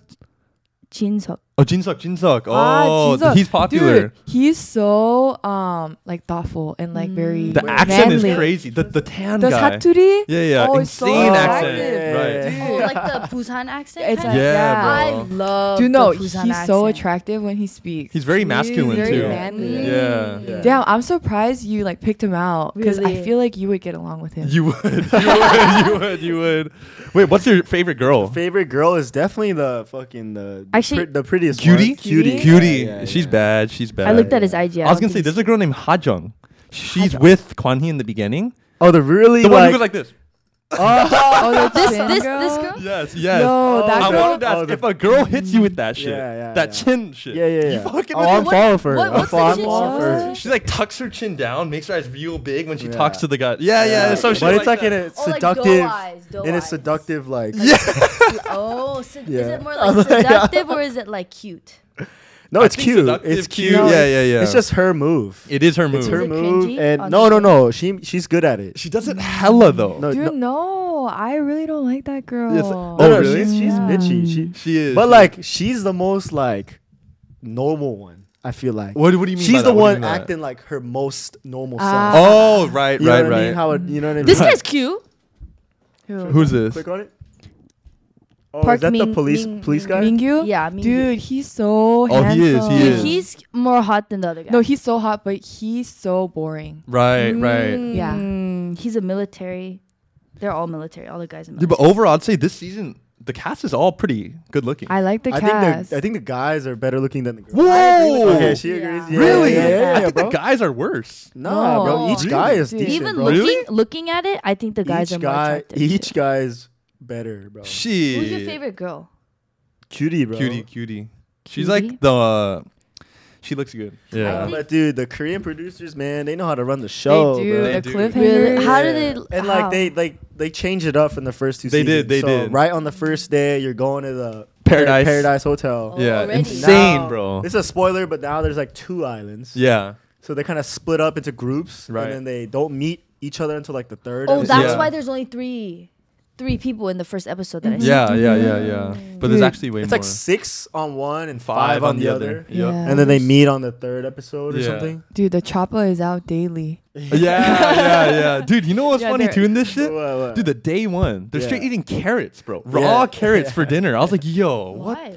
[SPEAKER 2] Jin Seok.
[SPEAKER 1] Oh, Jinseok, Jinseok.
[SPEAKER 4] Ah,
[SPEAKER 1] Oh,
[SPEAKER 4] Jesus.
[SPEAKER 1] he's popular.
[SPEAKER 4] Dude, he's so um like thoughtful and like very
[SPEAKER 1] The accent
[SPEAKER 4] manly.
[SPEAKER 1] is crazy. The the tan
[SPEAKER 4] Does
[SPEAKER 1] guy.
[SPEAKER 4] Hattori?
[SPEAKER 1] Yeah, yeah.
[SPEAKER 4] Oh, it's so
[SPEAKER 1] Insane accent.
[SPEAKER 4] attractive.
[SPEAKER 1] Right.
[SPEAKER 4] Dude.
[SPEAKER 2] Oh, like the Busan accent.
[SPEAKER 4] It's
[SPEAKER 2] kind of?
[SPEAKER 4] like-
[SPEAKER 1] Yeah,
[SPEAKER 2] I
[SPEAKER 1] bro.
[SPEAKER 2] love.
[SPEAKER 4] Do you know
[SPEAKER 2] the
[SPEAKER 4] he's
[SPEAKER 2] Busan
[SPEAKER 4] so
[SPEAKER 2] accent.
[SPEAKER 4] attractive when he speaks?
[SPEAKER 1] He's very masculine,
[SPEAKER 4] very
[SPEAKER 1] too.
[SPEAKER 4] Manly.
[SPEAKER 1] Yeah.
[SPEAKER 3] Yeah.
[SPEAKER 4] Damn, I'm surprised you like picked him out because I
[SPEAKER 2] Really?
[SPEAKER 4] feel like you would get along with him.
[SPEAKER 1] You would. You would. You would. You would. Wait, what's your favorite girl?
[SPEAKER 3] Favorite girl is definitely the fucking the
[SPEAKER 2] Actually-
[SPEAKER 3] pre- the prettiest
[SPEAKER 1] Cutie?
[SPEAKER 3] one.
[SPEAKER 4] Cutie?
[SPEAKER 1] Cutie.
[SPEAKER 3] Yeah, yeah,
[SPEAKER 1] She's
[SPEAKER 3] yeah.
[SPEAKER 1] bad. She's bad.
[SPEAKER 2] I looked at his IG.
[SPEAKER 1] I was gonna say there's a girl named Ha Jung. She's with Kwan Hee in the beginning.
[SPEAKER 3] Oh, the really
[SPEAKER 1] The one who
[SPEAKER 3] like,
[SPEAKER 1] goes like this.
[SPEAKER 4] oh, the
[SPEAKER 2] This-
[SPEAKER 4] chin
[SPEAKER 2] this- this girl?
[SPEAKER 1] Yes.
[SPEAKER 4] No,
[SPEAKER 1] Yes.
[SPEAKER 4] that
[SPEAKER 1] I
[SPEAKER 4] girl.
[SPEAKER 1] wanted to ask
[SPEAKER 3] Oh, the-
[SPEAKER 1] if a girl hits you with that shit,
[SPEAKER 3] Yeah, yeah,
[SPEAKER 1] that
[SPEAKER 3] yeah.
[SPEAKER 1] chin shit.
[SPEAKER 3] yeah, yeah,
[SPEAKER 1] You
[SPEAKER 3] yeah.
[SPEAKER 1] fucking.
[SPEAKER 3] oh, I'm
[SPEAKER 2] What-
[SPEAKER 3] falling for her.
[SPEAKER 2] what-
[SPEAKER 3] I'm
[SPEAKER 2] what's the
[SPEAKER 3] falling
[SPEAKER 2] shit
[SPEAKER 3] for her.
[SPEAKER 4] she-
[SPEAKER 1] she like tucks her chin down, makes her eyes real big when she
[SPEAKER 3] Yeah.
[SPEAKER 1] talks to the guy. Yeah, yeah. So
[SPEAKER 3] but it's like in a
[SPEAKER 2] Oh, like
[SPEAKER 3] seductive,
[SPEAKER 2] doe eyes, doe
[SPEAKER 3] in a
[SPEAKER 2] eyes.
[SPEAKER 3] seductive like.
[SPEAKER 2] Oh, sed- is
[SPEAKER 3] Yeah.
[SPEAKER 2] it more
[SPEAKER 3] I was
[SPEAKER 2] like
[SPEAKER 3] like, yeah.
[SPEAKER 2] seductive or is it like cute?
[SPEAKER 3] No,
[SPEAKER 1] I
[SPEAKER 3] it's
[SPEAKER 1] think
[SPEAKER 3] cute.
[SPEAKER 1] seductive,
[SPEAKER 3] It's
[SPEAKER 1] cute.
[SPEAKER 3] cute.
[SPEAKER 1] Yeah, yeah, yeah.
[SPEAKER 3] It's just her move.
[SPEAKER 1] it is her move.
[SPEAKER 3] It's her
[SPEAKER 2] it
[SPEAKER 3] move,
[SPEAKER 2] cringy? Oh,
[SPEAKER 3] and no,
[SPEAKER 2] no.
[SPEAKER 3] no, no. She she's good at it.
[SPEAKER 1] She does it hella though.
[SPEAKER 3] No,
[SPEAKER 4] Dude,
[SPEAKER 3] no,
[SPEAKER 4] no. I really don't like that girl.
[SPEAKER 1] Uh, Yes,
[SPEAKER 3] no,
[SPEAKER 1] Oh,
[SPEAKER 3] no,
[SPEAKER 1] really?
[SPEAKER 3] She's, she's
[SPEAKER 4] Yeah.
[SPEAKER 3] bitchy. She,
[SPEAKER 1] She is.
[SPEAKER 3] but like she's the most like normal one. I feel like
[SPEAKER 1] what, what do you mean? by
[SPEAKER 3] she's
[SPEAKER 1] that?
[SPEAKER 3] the
[SPEAKER 1] What do you mean
[SPEAKER 3] one
[SPEAKER 1] by that?
[SPEAKER 3] acting like her most normal
[SPEAKER 4] Ah.
[SPEAKER 3] self.
[SPEAKER 1] Oh, right,
[SPEAKER 3] you know
[SPEAKER 1] right,
[SPEAKER 3] what I
[SPEAKER 1] right.
[SPEAKER 3] mean? How it, you know what I mean?
[SPEAKER 2] This
[SPEAKER 1] Right.
[SPEAKER 2] guy's cute.
[SPEAKER 4] Who?
[SPEAKER 1] Who's this?
[SPEAKER 3] Click on it. Oh,
[SPEAKER 2] Park
[SPEAKER 3] is that the
[SPEAKER 2] Min-
[SPEAKER 3] police
[SPEAKER 2] Min-
[SPEAKER 3] police guy?
[SPEAKER 4] Mingyu?
[SPEAKER 2] Yeah, Mingyu.
[SPEAKER 4] Dude, he's so
[SPEAKER 1] Oh, he is, he
[SPEAKER 4] handsome.
[SPEAKER 1] is.
[SPEAKER 2] Dude, he's more hot than the other guy.
[SPEAKER 4] No, he's so hot, but he's so boring.
[SPEAKER 1] Right, right.
[SPEAKER 2] Mm, yeah. He's a military. They're all military. All the guys are
[SPEAKER 1] Yeah, but
[SPEAKER 2] military.
[SPEAKER 1] overall, I'd say this season the cast is all pretty good looking.
[SPEAKER 4] I like the
[SPEAKER 3] I think
[SPEAKER 4] cast.
[SPEAKER 3] the I think the guys are better looking than the girls.
[SPEAKER 1] Whoa!
[SPEAKER 3] Okay, she
[SPEAKER 2] Yeah.
[SPEAKER 3] agrees. Yeah,
[SPEAKER 1] really?
[SPEAKER 3] Yeah, yeah,
[SPEAKER 1] I
[SPEAKER 3] yeah,
[SPEAKER 1] think
[SPEAKER 3] bro.
[SPEAKER 1] the guys are worse.
[SPEAKER 3] Nah, bro.
[SPEAKER 2] No.
[SPEAKER 3] Each guy is
[SPEAKER 4] Really?
[SPEAKER 3] decent,
[SPEAKER 2] Even
[SPEAKER 3] bro.
[SPEAKER 2] looking
[SPEAKER 1] Really?
[SPEAKER 2] looking at it, I think the guys
[SPEAKER 3] each
[SPEAKER 2] are more
[SPEAKER 3] guy,
[SPEAKER 2] attractive.
[SPEAKER 3] each
[SPEAKER 2] too.
[SPEAKER 3] guy's better, bro.
[SPEAKER 1] She.
[SPEAKER 2] Who's your favorite girl?
[SPEAKER 3] Cutie, bro.
[SPEAKER 1] Cutie, cutie. She's
[SPEAKER 2] Cutie?
[SPEAKER 1] like the. uh, She looks good.
[SPEAKER 2] Yeah.
[SPEAKER 3] But dude, the Korean producers, man, they know how to run the show.
[SPEAKER 4] they do
[SPEAKER 3] bro.
[SPEAKER 1] They
[SPEAKER 4] the
[SPEAKER 1] do.
[SPEAKER 4] cliffhangers.
[SPEAKER 2] Really? How do
[SPEAKER 3] Yeah.
[SPEAKER 2] they-
[SPEAKER 3] And
[SPEAKER 2] how?
[SPEAKER 3] like they like they change it up from the first two.
[SPEAKER 1] They did,
[SPEAKER 3] seasons.
[SPEAKER 1] they
[SPEAKER 3] So,
[SPEAKER 1] did.
[SPEAKER 3] Right on the first day, you're going to the
[SPEAKER 1] Paradise.
[SPEAKER 3] Paradise Hotel.
[SPEAKER 2] Oh,
[SPEAKER 1] Yeah,
[SPEAKER 2] already?
[SPEAKER 1] insane,
[SPEAKER 3] Now-
[SPEAKER 1] bro.
[SPEAKER 3] It's a spoiler, but now there's like two islands.
[SPEAKER 1] Yeah,
[SPEAKER 3] So they kind of split up into groups,
[SPEAKER 1] Right.
[SPEAKER 3] and then they don't meet each other until like the third.
[SPEAKER 2] Oh,
[SPEAKER 3] episode.
[SPEAKER 2] that's
[SPEAKER 1] Yeah.
[SPEAKER 2] why there's only three, three people in the first episode that I saw.
[SPEAKER 1] yeah, yeah, yeah, yeah. But there's
[SPEAKER 4] Dude,
[SPEAKER 1] actually way
[SPEAKER 3] It's
[SPEAKER 1] more.
[SPEAKER 3] like six on one and five, on, the other.
[SPEAKER 1] Yep.
[SPEAKER 4] Yeah.
[SPEAKER 3] And then they meet on the third episode or
[SPEAKER 1] Yeah.
[SPEAKER 3] something.
[SPEAKER 4] Dude, the choppa is out daily.
[SPEAKER 1] yeah, yeah, yeah. Dude, you know what's
[SPEAKER 4] Yeah,
[SPEAKER 1] funny
[SPEAKER 4] they're-
[SPEAKER 1] too in this shit?
[SPEAKER 3] What, what?
[SPEAKER 1] Dude, the day one, they're straight
[SPEAKER 3] Yeah.
[SPEAKER 1] eating carrots, bro. Raw
[SPEAKER 3] Yeah.
[SPEAKER 1] carrots for dinner. I was like, yo, what?
[SPEAKER 2] Why?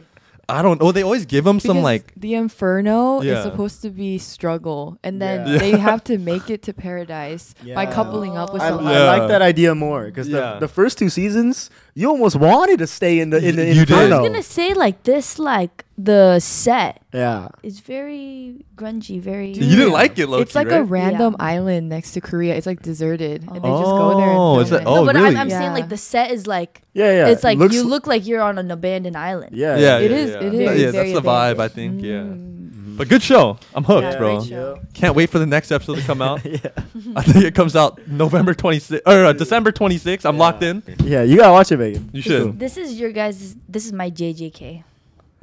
[SPEAKER 1] I don't know. They always give them some
[SPEAKER 4] Because
[SPEAKER 1] like.
[SPEAKER 4] the inferno
[SPEAKER 1] Yeah.
[SPEAKER 4] is supposed to be struggle, and then
[SPEAKER 3] Yeah.
[SPEAKER 4] they have to make it to paradise by
[SPEAKER 3] Yeah.
[SPEAKER 4] coupling up with
[SPEAKER 3] I,
[SPEAKER 4] someone.
[SPEAKER 3] I
[SPEAKER 1] Yeah.
[SPEAKER 3] like that idea more because
[SPEAKER 1] Yeah.
[SPEAKER 3] the, the first two seasons, you almost wanted to stay in the in the
[SPEAKER 1] You did. I was
[SPEAKER 2] I
[SPEAKER 3] inferno.
[SPEAKER 2] was gonna say like this, like the set
[SPEAKER 3] yeah,
[SPEAKER 2] is very grungy, very.
[SPEAKER 1] You didn't like it, Loki,
[SPEAKER 4] it's like
[SPEAKER 1] right?
[SPEAKER 4] a random
[SPEAKER 2] Yeah.
[SPEAKER 4] island next to Korea. It's like deserted, and they
[SPEAKER 1] Oh.
[SPEAKER 4] just go there. And
[SPEAKER 1] Oh,
[SPEAKER 4] film
[SPEAKER 1] is that-
[SPEAKER 4] it.
[SPEAKER 1] oh,
[SPEAKER 2] no, but
[SPEAKER 1] really?
[SPEAKER 2] I'm, I'm saying
[SPEAKER 4] Yeah.
[SPEAKER 2] like the set is like
[SPEAKER 3] yeah, yeah.
[SPEAKER 2] it's like
[SPEAKER 3] Looks-
[SPEAKER 2] you look like you're on an abandoned island.
[SPEAKER 3] Yeah,
[SPEAKER 1] yeah,
[SPEAKER 4] It
[SPEAKER 1] yeah,
[SPEAKER 4] is-
[SPEAKER 1] Yeah.
[SPEAKER 4] it
[SPEAKER 1] Yeah,
[SPEAKER 4] is
[SPEAKER 1] yeah that's
[SPEAKER 2] very
[SPEAKER 1] the
[SPEAKER 2] Mm-hmm.
[SPEAKER 1] vibe.
[SPEAKER 2] abandoned.
[SPEAKER 1] I think. Yeah.
[SPEAKER 4] Mm.
[SPEAKER 1] But good show. I'm hooked,
[SPEAKER 4] Yeah,
[SPEAKER 1] bro.
[SPEAKER 4] great show.
[SPEAKER 1] Can't wait for the next episode to come out.
[SPEAKER 3] yeah.
[SPEAKER 1] I think it comes out November 26th or uh, December 26th. I'm locked in.
[SPEAKER 3] Yeah, you gotta watch it, Megan.
[SPEAKER 1] You
[SPEAKER 3] It's
[SPEAKER 1] should.
[SPEAKER 3] cool.
[SPEAKER 2] This is your guys. This is my JJK.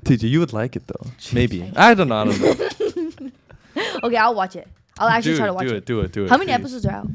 [SPEAKER 1] TJ, you would like it though. Maybe. I don't know. I don't know.
[SPEAKER 2] Okay, I'll watch it. I'll actually
[SPEAKER 1] do
[SPEAKER 2] try to watch
[SPEAKER 1] do it.
[SPEAKER 2] it.
[SPEAKER 1] Do it. Do it.
[SPEAKER 2] How many
[SPEAKER 1] please.
[SPEAKER 2] episodes are out?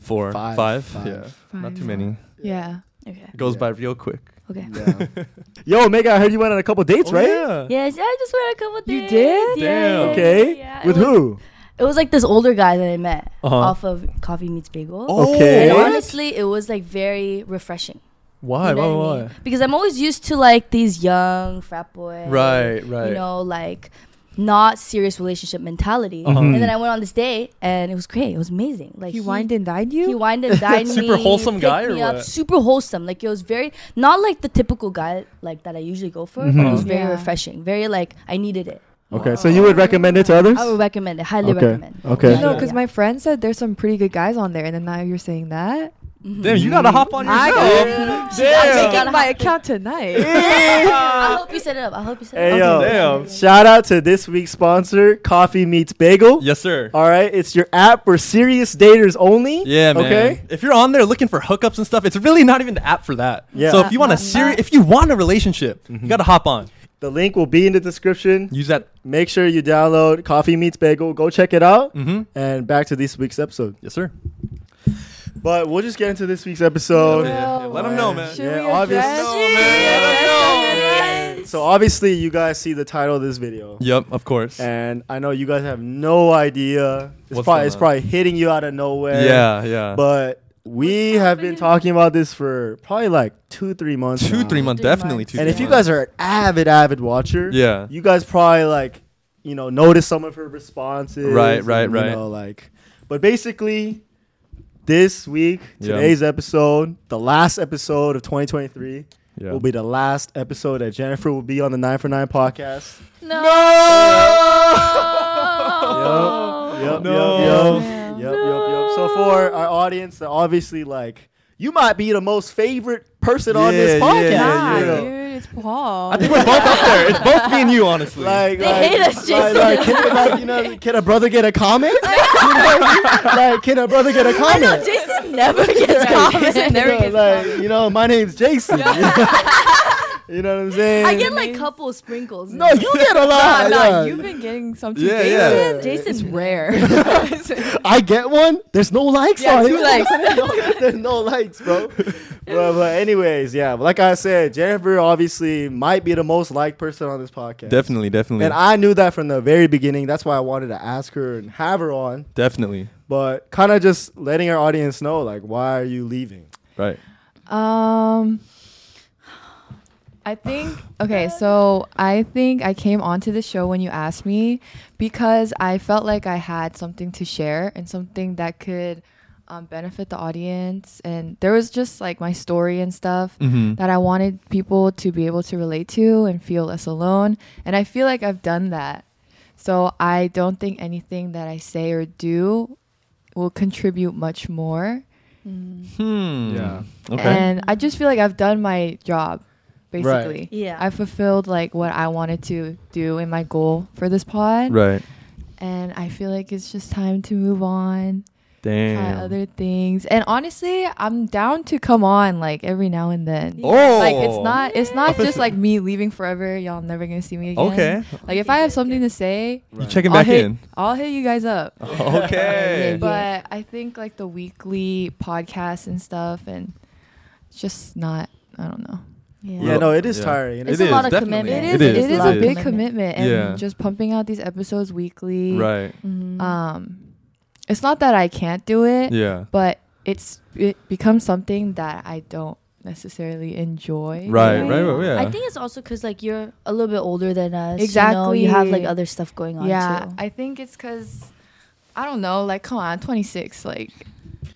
[SPEAKER 1] Four.
[SPEAKER 3] Five,
[SPEAKER 1] Five?
[SPEAKER 3] five.
[SPEAKER 1] Yeah. Not
[SPEAKER 4] Five.
[SPEAKER 1] too many.
[SPEAKER 4] Yeah.
[SPEAKER 2] Okay.
[SPEAKER 1] It goes
[SPEAKER 3] Yeah.
[SPEAKER 1] by real quick.
[SPEAKER 2] Okay.
[SPEAKER 3] Yeah. Yo, Megan, I heard you went on a couple dates, right?
[SPEAKER 1] Oh, Yeah.
[SPEAKER 2] Yes, I just went a couple days.
[SPEAKER 4] You did?
[SPEAKER 2] Yeah, yeah,
[SPEAKER 1] Damn.
[SPEAKER 2] yeah,
[SPEAKER 3] Okay.
[SPEAKER 2] Oh, yeah. It
[SPEAKER 3] With
[SPEAKER 2] was-
[SPEAKER 3] who?
[SPEAKER 2] It was like this older guy that I met
[SPEAKER 1] Uh-huh.
[SPEAKER 2] off of Coffee Meets Bagel.
[SPEAKER 3] Oh, Okay.
[SPEAKER 2] And
[SPEAKER 3] What?
[SPEAKER 2] honestly, it was like very refreshing.
[SPEAKER 1] Why?
[SPEAKER 2] You know what I
[SPEAKER 1] why?
[SPEAKER 2] mean?
[SPEAKER 1] Why?
[SPEAKER 2] Because I'm always used to like these young frat boy,
[SPEAKER 1] Right. Right.
[SPEAKER 2] You know, like not serious relationship mentality.
[SPEAKER 1] Uh-huh.
[SPEAKER 2] And then I went on this date, and it was great. It was amazing. Like
[SPEAKER 4] He wined and dined you?
[SPEAKER 2] He wined and dined
[SPEAKER 1] Super
[SPEAKER 2] me.
[SPEAKER 1] wholesome
[SPEAKER 2] picked
[SPEAKER 1] guy or
[SPEAKER 2] me up,
[SPEAKER 1] what?
[SPEAKER 2] Super wholesome. Like it was very not like the typical guy like that I usually go for. But it
[SPEAKER 1] Uh-huh.
[SPEAKER 2] was very
[SPEAKER 4] Yeah.
[SPEAKER 2] refreshing. Very like I needed it.
[SPEAKER 3] Okay, so you would recommend it to others?
[SPEAKER 2] I would recommend it. Highly
[SPEAKER 3] Okay.
[SPEAKER 2] recommend.
[SPEAKER 3] Okay.
[SPEAKER 4] You know, because
[SPEAKER 2] Yeah.
[SPEAKER 4] my friend said there's some pretty good guys on there, and then now you're saying that.
[SPEAKER 1] Damn, you gotta hop on
[SPEAKER 4] I
[SPEAKER 1] yourself.
[SPEAKER 4] got
[SPEAKER 1] Damn.
[SPEAKER 4] I'm making my account tonight.
[SPEAKER 2] I hope you set it up. I hope you set it
[SPEAKER 3] Hey
[SPEAKER 2] up.
[SPEAKER 3] yo,
[SPEAKER 1] Damn.
[SPEAKER 3] shout out to this week's sponsor, Coffee Meets Bagel.
[SPEAKER 1] Yes, sir.
[SPEAKER 3] All right, it's your app for serious daters only.
[SPEAKER 1] Yeah, man.
[SPEAKER 3] Okay.
[SPEAKER 1] If you're on there looking for hookups and stuff, it's really not even the app for that.
[SPEAKER 3] Yeah.
[SPEAKER 1] So if you want a
[SPEAKER 4] Not-
[SPEAKER 1] serious,
[SPEAKER 4] not-
[SPEAKER 1] if you want a relationship, you gotta hop on.
[SPEAKER 3] The link will be in the description.
[SPEAKER 1] Mm-hmm. Use that.
[SPEAKER 3] Make sure you download Coffee Meets Bagel. Go check it out.
[SPEAKER 1] Mm-hmm.
[SPEAKER 3] And back to this week's episode.
[SPEAKER 1] Yes, sir.
[SPEAKER 3] But we'll just get into this week's episode.
[SPEAKER 1] Oh, Yeah, yeah. Let them know, man.
[SPEAKER 4] Should
[SPEAKER 3] Yeah,
[SPEAKER 4] we
[SPEAKER 3] obviously.
[SPEAKER 4] address-
[SPEAKER 1] No, man.
[SPEAKER 3] So obviously, you guys see the title of this video,
[SPEAKER 1] Yep, of course.
[SPEAKER 3] and I know you guys have no idea. It's
[SPEAKER 1] What's
[SPEAKER 3] probably
[SPEAKER 1] going
[SPEAKER 3] it's
[SPEAKER 1] on?
[SPEAKER 3] probably hitting you out of nowhere.
[SPEAKER 1] yeah, yeah.
[SPEAKER 3] But we have been talking about this for probably like two, three months.
[SPEAKER 1] two,
[SPEAKER 3] now.
[SPEAKER 1] three months,
[SPEAKER 4] Three
[SPEAKER 1] definitely
[SPEAKER 4] months.
[SPEAKER 1] two.
[SPEAKER 3] And
[SPEAKER 1] three
[SPEAKER 3] if you
[SPEAKER 1] months.
[SPEAKER 3] guys are an avid, avid watcher,
[SPEAKER 1] yeah,
[SPEAKER 3] you guys probably like you know notice some of her responses
[SPEAKER 1] Right, right,
[SPEAKER 3] and,
[SPEAKER 1] right.
[SPEAKER 3] you know like but basically this week
[SPEAKER 1] Yeah.
[SPEAKER 3] today's episode the last episode of 2023
[SPEAKER 1] yeah.
[SPEAKER 3] will be the last episode that jennifer will be on the 9 for 9 podcast
[SPEAKER 2] No.
[SPEAKER 3] yep,
[SPEAKER 1] No.
[SPEAKER 3] yep, yep, yep, yep, yep. so for our audience that obviously like you might be the most favorite person on this
[SPEAKER 1] Yeah, yeah,
[SPEAKER 3] podcast
[SPEAKER 4] Nah,
[SPEAKER 1] yeah,
[SPEAKER 3] you know?
[SPEAKER 4] dude, it's Paul.
[SPEAKER 1] I think we're both up there. It's both me and you, honestly.
[SPEAKER 3] Like,
[SPEAKER 2] They
[SPEAKER 3] like,
[SPEAKER 2] hate us,
[SPEAKER 3] like-
[SPEAKER 2] Jason.
[SPEAKER 3] Like, can, like, you know, can a brother get a comment? You know what I mean? like, can a brother get a
[SPEAKER 2] I know
[SPEAKER 3] comment?
[SPEAKER 2] Jason never gets comments.
[SPEAKER 4] Jason
[SPEAKER 3] you know,
[SPEAKER 4] never gets
[SPEAKER 3] like, you know, my name's Jason. you know what I'm saying?
[SPEAKER 2] I get like couple sprinkles.
[SPEAKER 3] no, you get a
[SPEAKER 4] Nah,
[SPEAKER 3] lot.
[SPEAKER 4] nah,
[SPEAKER 3] yeah.
[SPEAKER 4] you've been getting something.
[SPEAKER 1] Yeah,
[SPEAKER 4] Jason.
[SPEAKER 1] yeah.
[SPEAKER 4] Jason's rare.
[SPEAKER 3] I get one. There's no likes
[SPEAKER 4] Yeah,
[SPEAKER 3] on
[SPEAKER 4] two
[SPEAKER 3] it.
[SPEAKER 4] likes.
[SPEAKER 3] No, there's no likes, bro. but, but anyways, yeah. But like I said, Jennifer obviously might be the most liked person on this podcast.
[SPEAKER 1] definitely, definitely,
[SPEAKER 3] And I knew that from the very beginning. That's why I wanted to ask her and have her on.
[SPEAKER 1] definitely,
[SPEAKER 3] but kind of just letting our audience know like why are you leaving
[SPEAKER 1] right.
[SPEAKER 4] Um, I think okay. So I think I came onto the show when you asked me because I felt like I had something to share and something that could um, benefit the audience. And there was just like my story and stuff
[SPEAKER 1] Mhm.
[SPEAKER 4] that I wanted people to be able to relate to and feel less alone. And I feel like I've done that. So I don't think anything that I say or do will contribute much more.
[SPEAKER 2] Mm.
[SPEAKER 1] Hmm.
[SPEAKER 3] Yeah.
[SPEAKER 1] Okay.
[SPEAKER 4] And I just feel like I've done my job, basically.
[SPEAKER 2] Yeah.
[SPEAKER 4] I fulfilled like what I wanted to do and my goal for this pod.
[SPEAKER 1] right.
[SPEAKER 4] And I feel like it's just time to move on, try
[SPEAKER 1] Damn.
[SPEAKER 4] other things. And honestly, I'm down to come on like every now and then.
[SPEAKER 1] oh.
[SPEAKER 4] Like it's not it's not just
[SPEAKER 1] Official.
[SPEAKER 4] like me leaving forever, y'all never gonna see me again.
[SPEAKER 1] Okay.
[SPEAKER 4] Like if I have something to say,
[SPEAKER 1] You checking
[SPEAKER 4] I'll
[SPEAKER 1] back
[SPEAKER 4] hit,
[SPEAKER 1] in?
[SPEAKER 4] I'll hit you guys up.
[SPEAKER 1] Okay.
[SPEAKER 2] Yeah.
[SPEAKER 4] But I think like the weekly podcasts and stuff, and it's just not. I don't know.
[SPEAKER 2] Yeah.
[SPEAKER 3] yeah
[SPEAKER 1] Well,
[SPEAKER 3] no it is
[SPEAKER 1] yeah.
[SPEAKER 3] tiring it
[SPEAKER 2] It's
[SPEAKER 3] is
[SPEAKER 2] a lot of
[SPEAKER 1] definitely.
[SPEAKER 2] commitment.
[SPEAKER 4] It is. It is,
[SPEAKER 2] It is
[SPEAKER 4] a
[SPEAKER 2] it
[SPEAKER 4] big
[SPEAKER 2] is.
[SPEAKER 4] commitment, and
[SPEAKER 1] Yeah.
[SPEAKER 4] just pumping out these episodes weekly.
[SPEAKER 1] Right.
[SPEAKER 2] Mm-hmm.
[SPEAKER 4] Um, it's not that I can't do it,
[SPEAKER 1] Yeah.
[SPEAKER 4] but it's it becomes something that I don't necessarily enjoy.
[SPEAKER 1] Right.
[SPEAKER 4] doing.
[SPEAKER 1] Right. right yeah.
[SPEAKER 2] I think it's also because like you're a little bit older than us.
[SPEAKER 4] Exactly.
[SPEAKER 2] You, know, you have like other stuff going on.
[SPEAKER 4] Yeah.
[SPEAKER 2] Too.
[SPEAKER 4] I think it's because I don't know. Like, come on, 26. Like,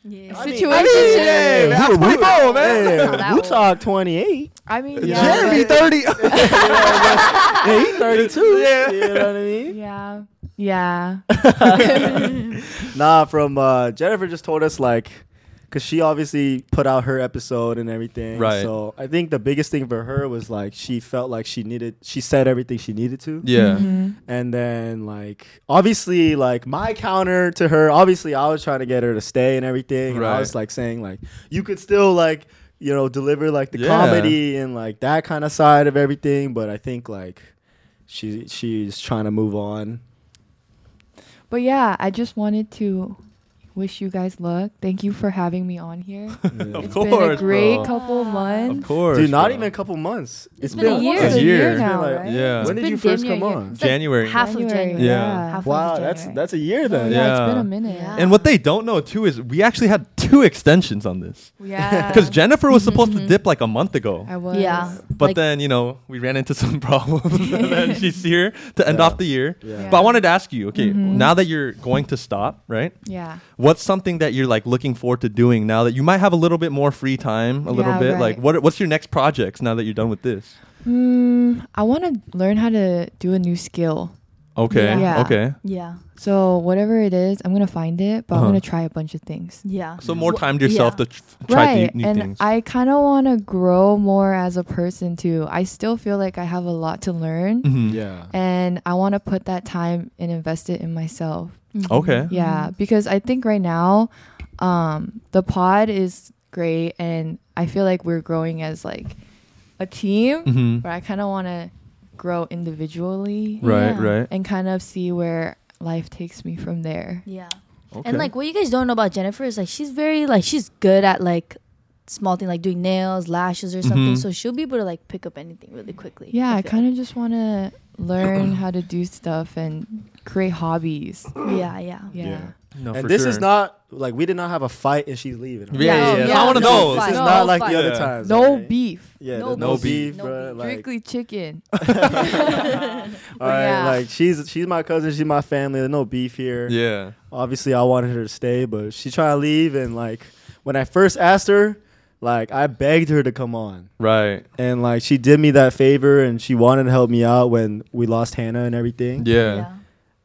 [SPEAKER 2] yeah.
[SPEAKER 4] I
[SPEAKER 3] mean-
[SPEAKER 4] situation.
[SPEAKER 3] Hey,
[SPEAKER 1] Yeah.
[SPEAKER 3] that's
[SPEAKER 1] Who- who-
[SPEAKER 3] 24, man.
[SPEAKER 2] Wow.
[SPEAKER 3] Wu Talk 28.
[SPEAKER 4] I mean,
[SPEAKER 3] Yeah.
[SPEAKER 4] yeah.
[SPEAKER 3] Jeremy
[SPEAKER 4] but-
[SPEAKER 1] thirty.
[SPEAKER 3] Yeah, he's 32.
[SPEAKER 1] Yeah.
[SPEAKER 3] You know what I mean?
[SPEAKER 4] Yeah. Yeah.
[SPEAKER 3] Nah, from uh, Jennifer just told us, like, because she obviously put out her episode and everything.
[SPEAKER 1] Right.
[SPEAKER 3] So I think the biggest thing for her was like she felt like she needed, she said everything she needed to.
[SPEAKER 1] Yeah.
[SPEAKER 4] Mm-hmm.
[SPEAKER 3] And then like obviously like my counter to her, obviously I was trying to get her to stay and everything. And I
[SPEAKER 1] Right.
[SPEAKER 3] was like saying like you could still like you know deliver like the
[SPEAKER 1] Yeah.
[SPEAKER 3] comedy and like that kind of side of everything, but I think like she she's trying to move on.
[SPEAKER 4] But yeah, I just wanted to wish you guys luck. Thank you for having me on here.
[SPEAKER 1] Of
[SPEAKER 4] It's
[SPEAKER 1] course.
[SPEAKER 4] been a great
[SPEAKER 1] bro.
[SPEAKER 4] couple
[SPEAKER 1] Of
[SPEAKER 4] months.
[SPEAKER 1] course.
[SPEAKER 3] Dude, not
[SPEAKER 1] bro.
[SPEAKER 3] even a couple months.
[SPEAKER 2] It's been a
[SPEAKER 4] almost
[SPEAKER 2] year.
[SPEAKER 1] A year.
[SPEAKER 4] now,
[SPEAKER 3] It's been
[SPEAKER 4] right?
[SPEAKER 3] like-
[SPEAKER 1] Yeah.
[SPEAKER 3] When did
[SPEAKER 2] Been
[SPEAKER 3] you first
[SPEAKER 2] damn
[SPEAKER 3] come
[SPEAKER 2] near a year.
[SPEAKER 3] on?
[SPEAKER 2] It's like
[SPEAKER 1] January.
[SPEAKER 2] half of
[SPEAKER 4] January,
[SPEAKER 2] January.
[SPEAKER 4] yeah.
[SPEAKER 2] Half
[SPEAKER 3] Wow,
[SPEAKER 2] of
[SPEAKER 3] that's
[SPEAKER 2] January.
[SPEAKER 3] that's a year
[SPEAKER 4] Oh,
[SPEAKER 3] then.
[SPEAKER 4] yeah, it's been
[SPEAKER 1] Yeah.
[SPEAKER 4] a minute.
[SPEAKER 2] Yeah.
[SPEAKER 1] And what they don't know too is we actually had two extensions on this.
[SPEAKER 4] Yeah. Mm-hmm.
[SPEAKER 1] Because Jennifer was supposed to dip like a month ago.
[SPEAKER 4] I was.
[SPEAKER 2] Yeah.
[SPEAKER 1] But
[SPEAKER 2] Like-
[SPEAKER 1] then, you know, we ran into some problems. and then she's here to end
[SPEAKER 3] Yeah.
[SPEAKER 1] off the year.
[SPEAKER 3] Yeah.
[SPEAKER 1] But I wanted to ask you, okay,
[SPEAKER 4] Mm-hmm.
[SPEAKER 1] now that you're going to stop, right?
[SPEAKER 4] Yeah.
[SPEAKER 1] What's something that you're like looking forward to doing now that you might have a little bit more free time, a little
[SPEAKER 4] Yeah,
[SPEAKER 1] bit?
[SPEAKER 4] right.
[SPEAKER 1] Like what what's your next projects now that you're done with this?
[SPEAKER 4] Hmm. I want to learn how to do a new skill.
[SPEAKER 1] Okay.
[SPEAKER 4] Yeah.
[SPEAKER 1] Okay.
[SPEAKER 2] Yeah.
[SPEAKER 4] So whatever it is, I'm gonna find it, but
[SPEAKER 1] Uh-huh.
[SPEAKER 4] I'm gonna try a bunch of things.
[SPEAKER 2] Yeah.
[SPEAKER 1] So more
[SPEAKER 2] Wh-
[SPEAKER 1] time to yourself to
[SPEAKER 2] yeah.
[SPEAKER 1] tr- try
[SPEAKER 4] right.
[SPEAKER 1] the new
[SPEAKER 4] and
[SPEAKER 1] things.
[SPEAKER 4] I kind of want to grow more as a person too. I still feel like I have a lot to learn,
[SPEAKER 1] Mhm.
[SPEAKER 3] Yeah.
[SPEAKER 4] and I want to put that time and invest it in myself.
[SPEAKER 2] Mm-hmm.
[SPEAKER 1] Okay.
[SPEAKER 4] Yeah, because I think right now, um, the pod is great, and I feel like we're growing as like a team.
[SPEAKER 1] Mhm.
[SPEAKER 4] But I kind of want to grow individually
[SPEAKER 1] Right,
[SPEAKER 2] Yeah.
[SPEAKER 1] right.
[SPEAKER 4] and kind of see where life takes me from there.
[SPEAKER 2] Yeah.
[SPEAKER 1] Okay.
[SPEAKER 2] And like what you guys don't know about Jennifer is like she's very like she's good at like small things like doing nails, lashes or
[SPEAKER 1] Mhm.
[SPEAKER 2] something. So she'll be able to like pick up anything really quickly.
[SPEAKER 4] Yeah, I
[SPEAKER 2] feel.
[SPEAKER 4] kind of just want to learn how to do stuff and create hobbies.
[SPEAKER 2] Yeah, yeah.
[SPEAKER 4] Yeah.
[SPEAKER 3] Yeah.
[SPEAKER 1] no,
[SPEAKER 3] and
[SPEAKER 1] for
[SPEAKER 3] this
[SPEAKER 1] sure.
[SPEAKER 3] is not like we did not have a fight and she's leaving. right?
[SPEAKER 1] Yeah, yeah,
[SPEAKER 2] No,
[SPEAKER 1] yeah.
[SPEAKER 2] yeah.
[SPEAKER 1] Not one of
[SPEAKER 2] No
[SPEAKER 1] those.
[SPEAKER 2] fight.
[SPEAKER 3] This is
[SPEAKER 2] No
[SPEAKER 3] not like the
[SPEAKER 2] fight.
[SPEAKER 3] other
[SPEAKER 1] Yeah.
[SPEAKER 3] times.
[SPEAKER 4] No
[SPEAKER 3] right?
[SPEAKER 4] beef.
[SPEAKER 3] Yeah,
[SPEAKER 2] No
[SPEAKER 3] there's
[SPEAKER 1] no
[SPEAKER 3] no
[SPEAKER 1] beef.
[SPEAKER 3] beef,
[SPEAKER 2] No
[SPEAKER 3] bruh,
[SPEAKER 2] beef.
[SPEAKER 3] Like,
[SPEAKER 4] Strictly chicken.
[SPEAKER 3] all right,
[SPEAKER 4] Yeah.
[SPEAKER 3] like she's she's my cousin, she's my family. There's no beef here.
[SPEAKER 1] Yeah.
[SPEAKER 3] Obviously, I wanted her to stay, but she trying to leave. And like when I first asked her, like I begged her to come on,
[SPEAKER 1] Right.
[SPEAKER 3] and like she did me that favor, and she wanted to help me out when we lost Hannah and everything.
[SPEAKER 1] Yeah.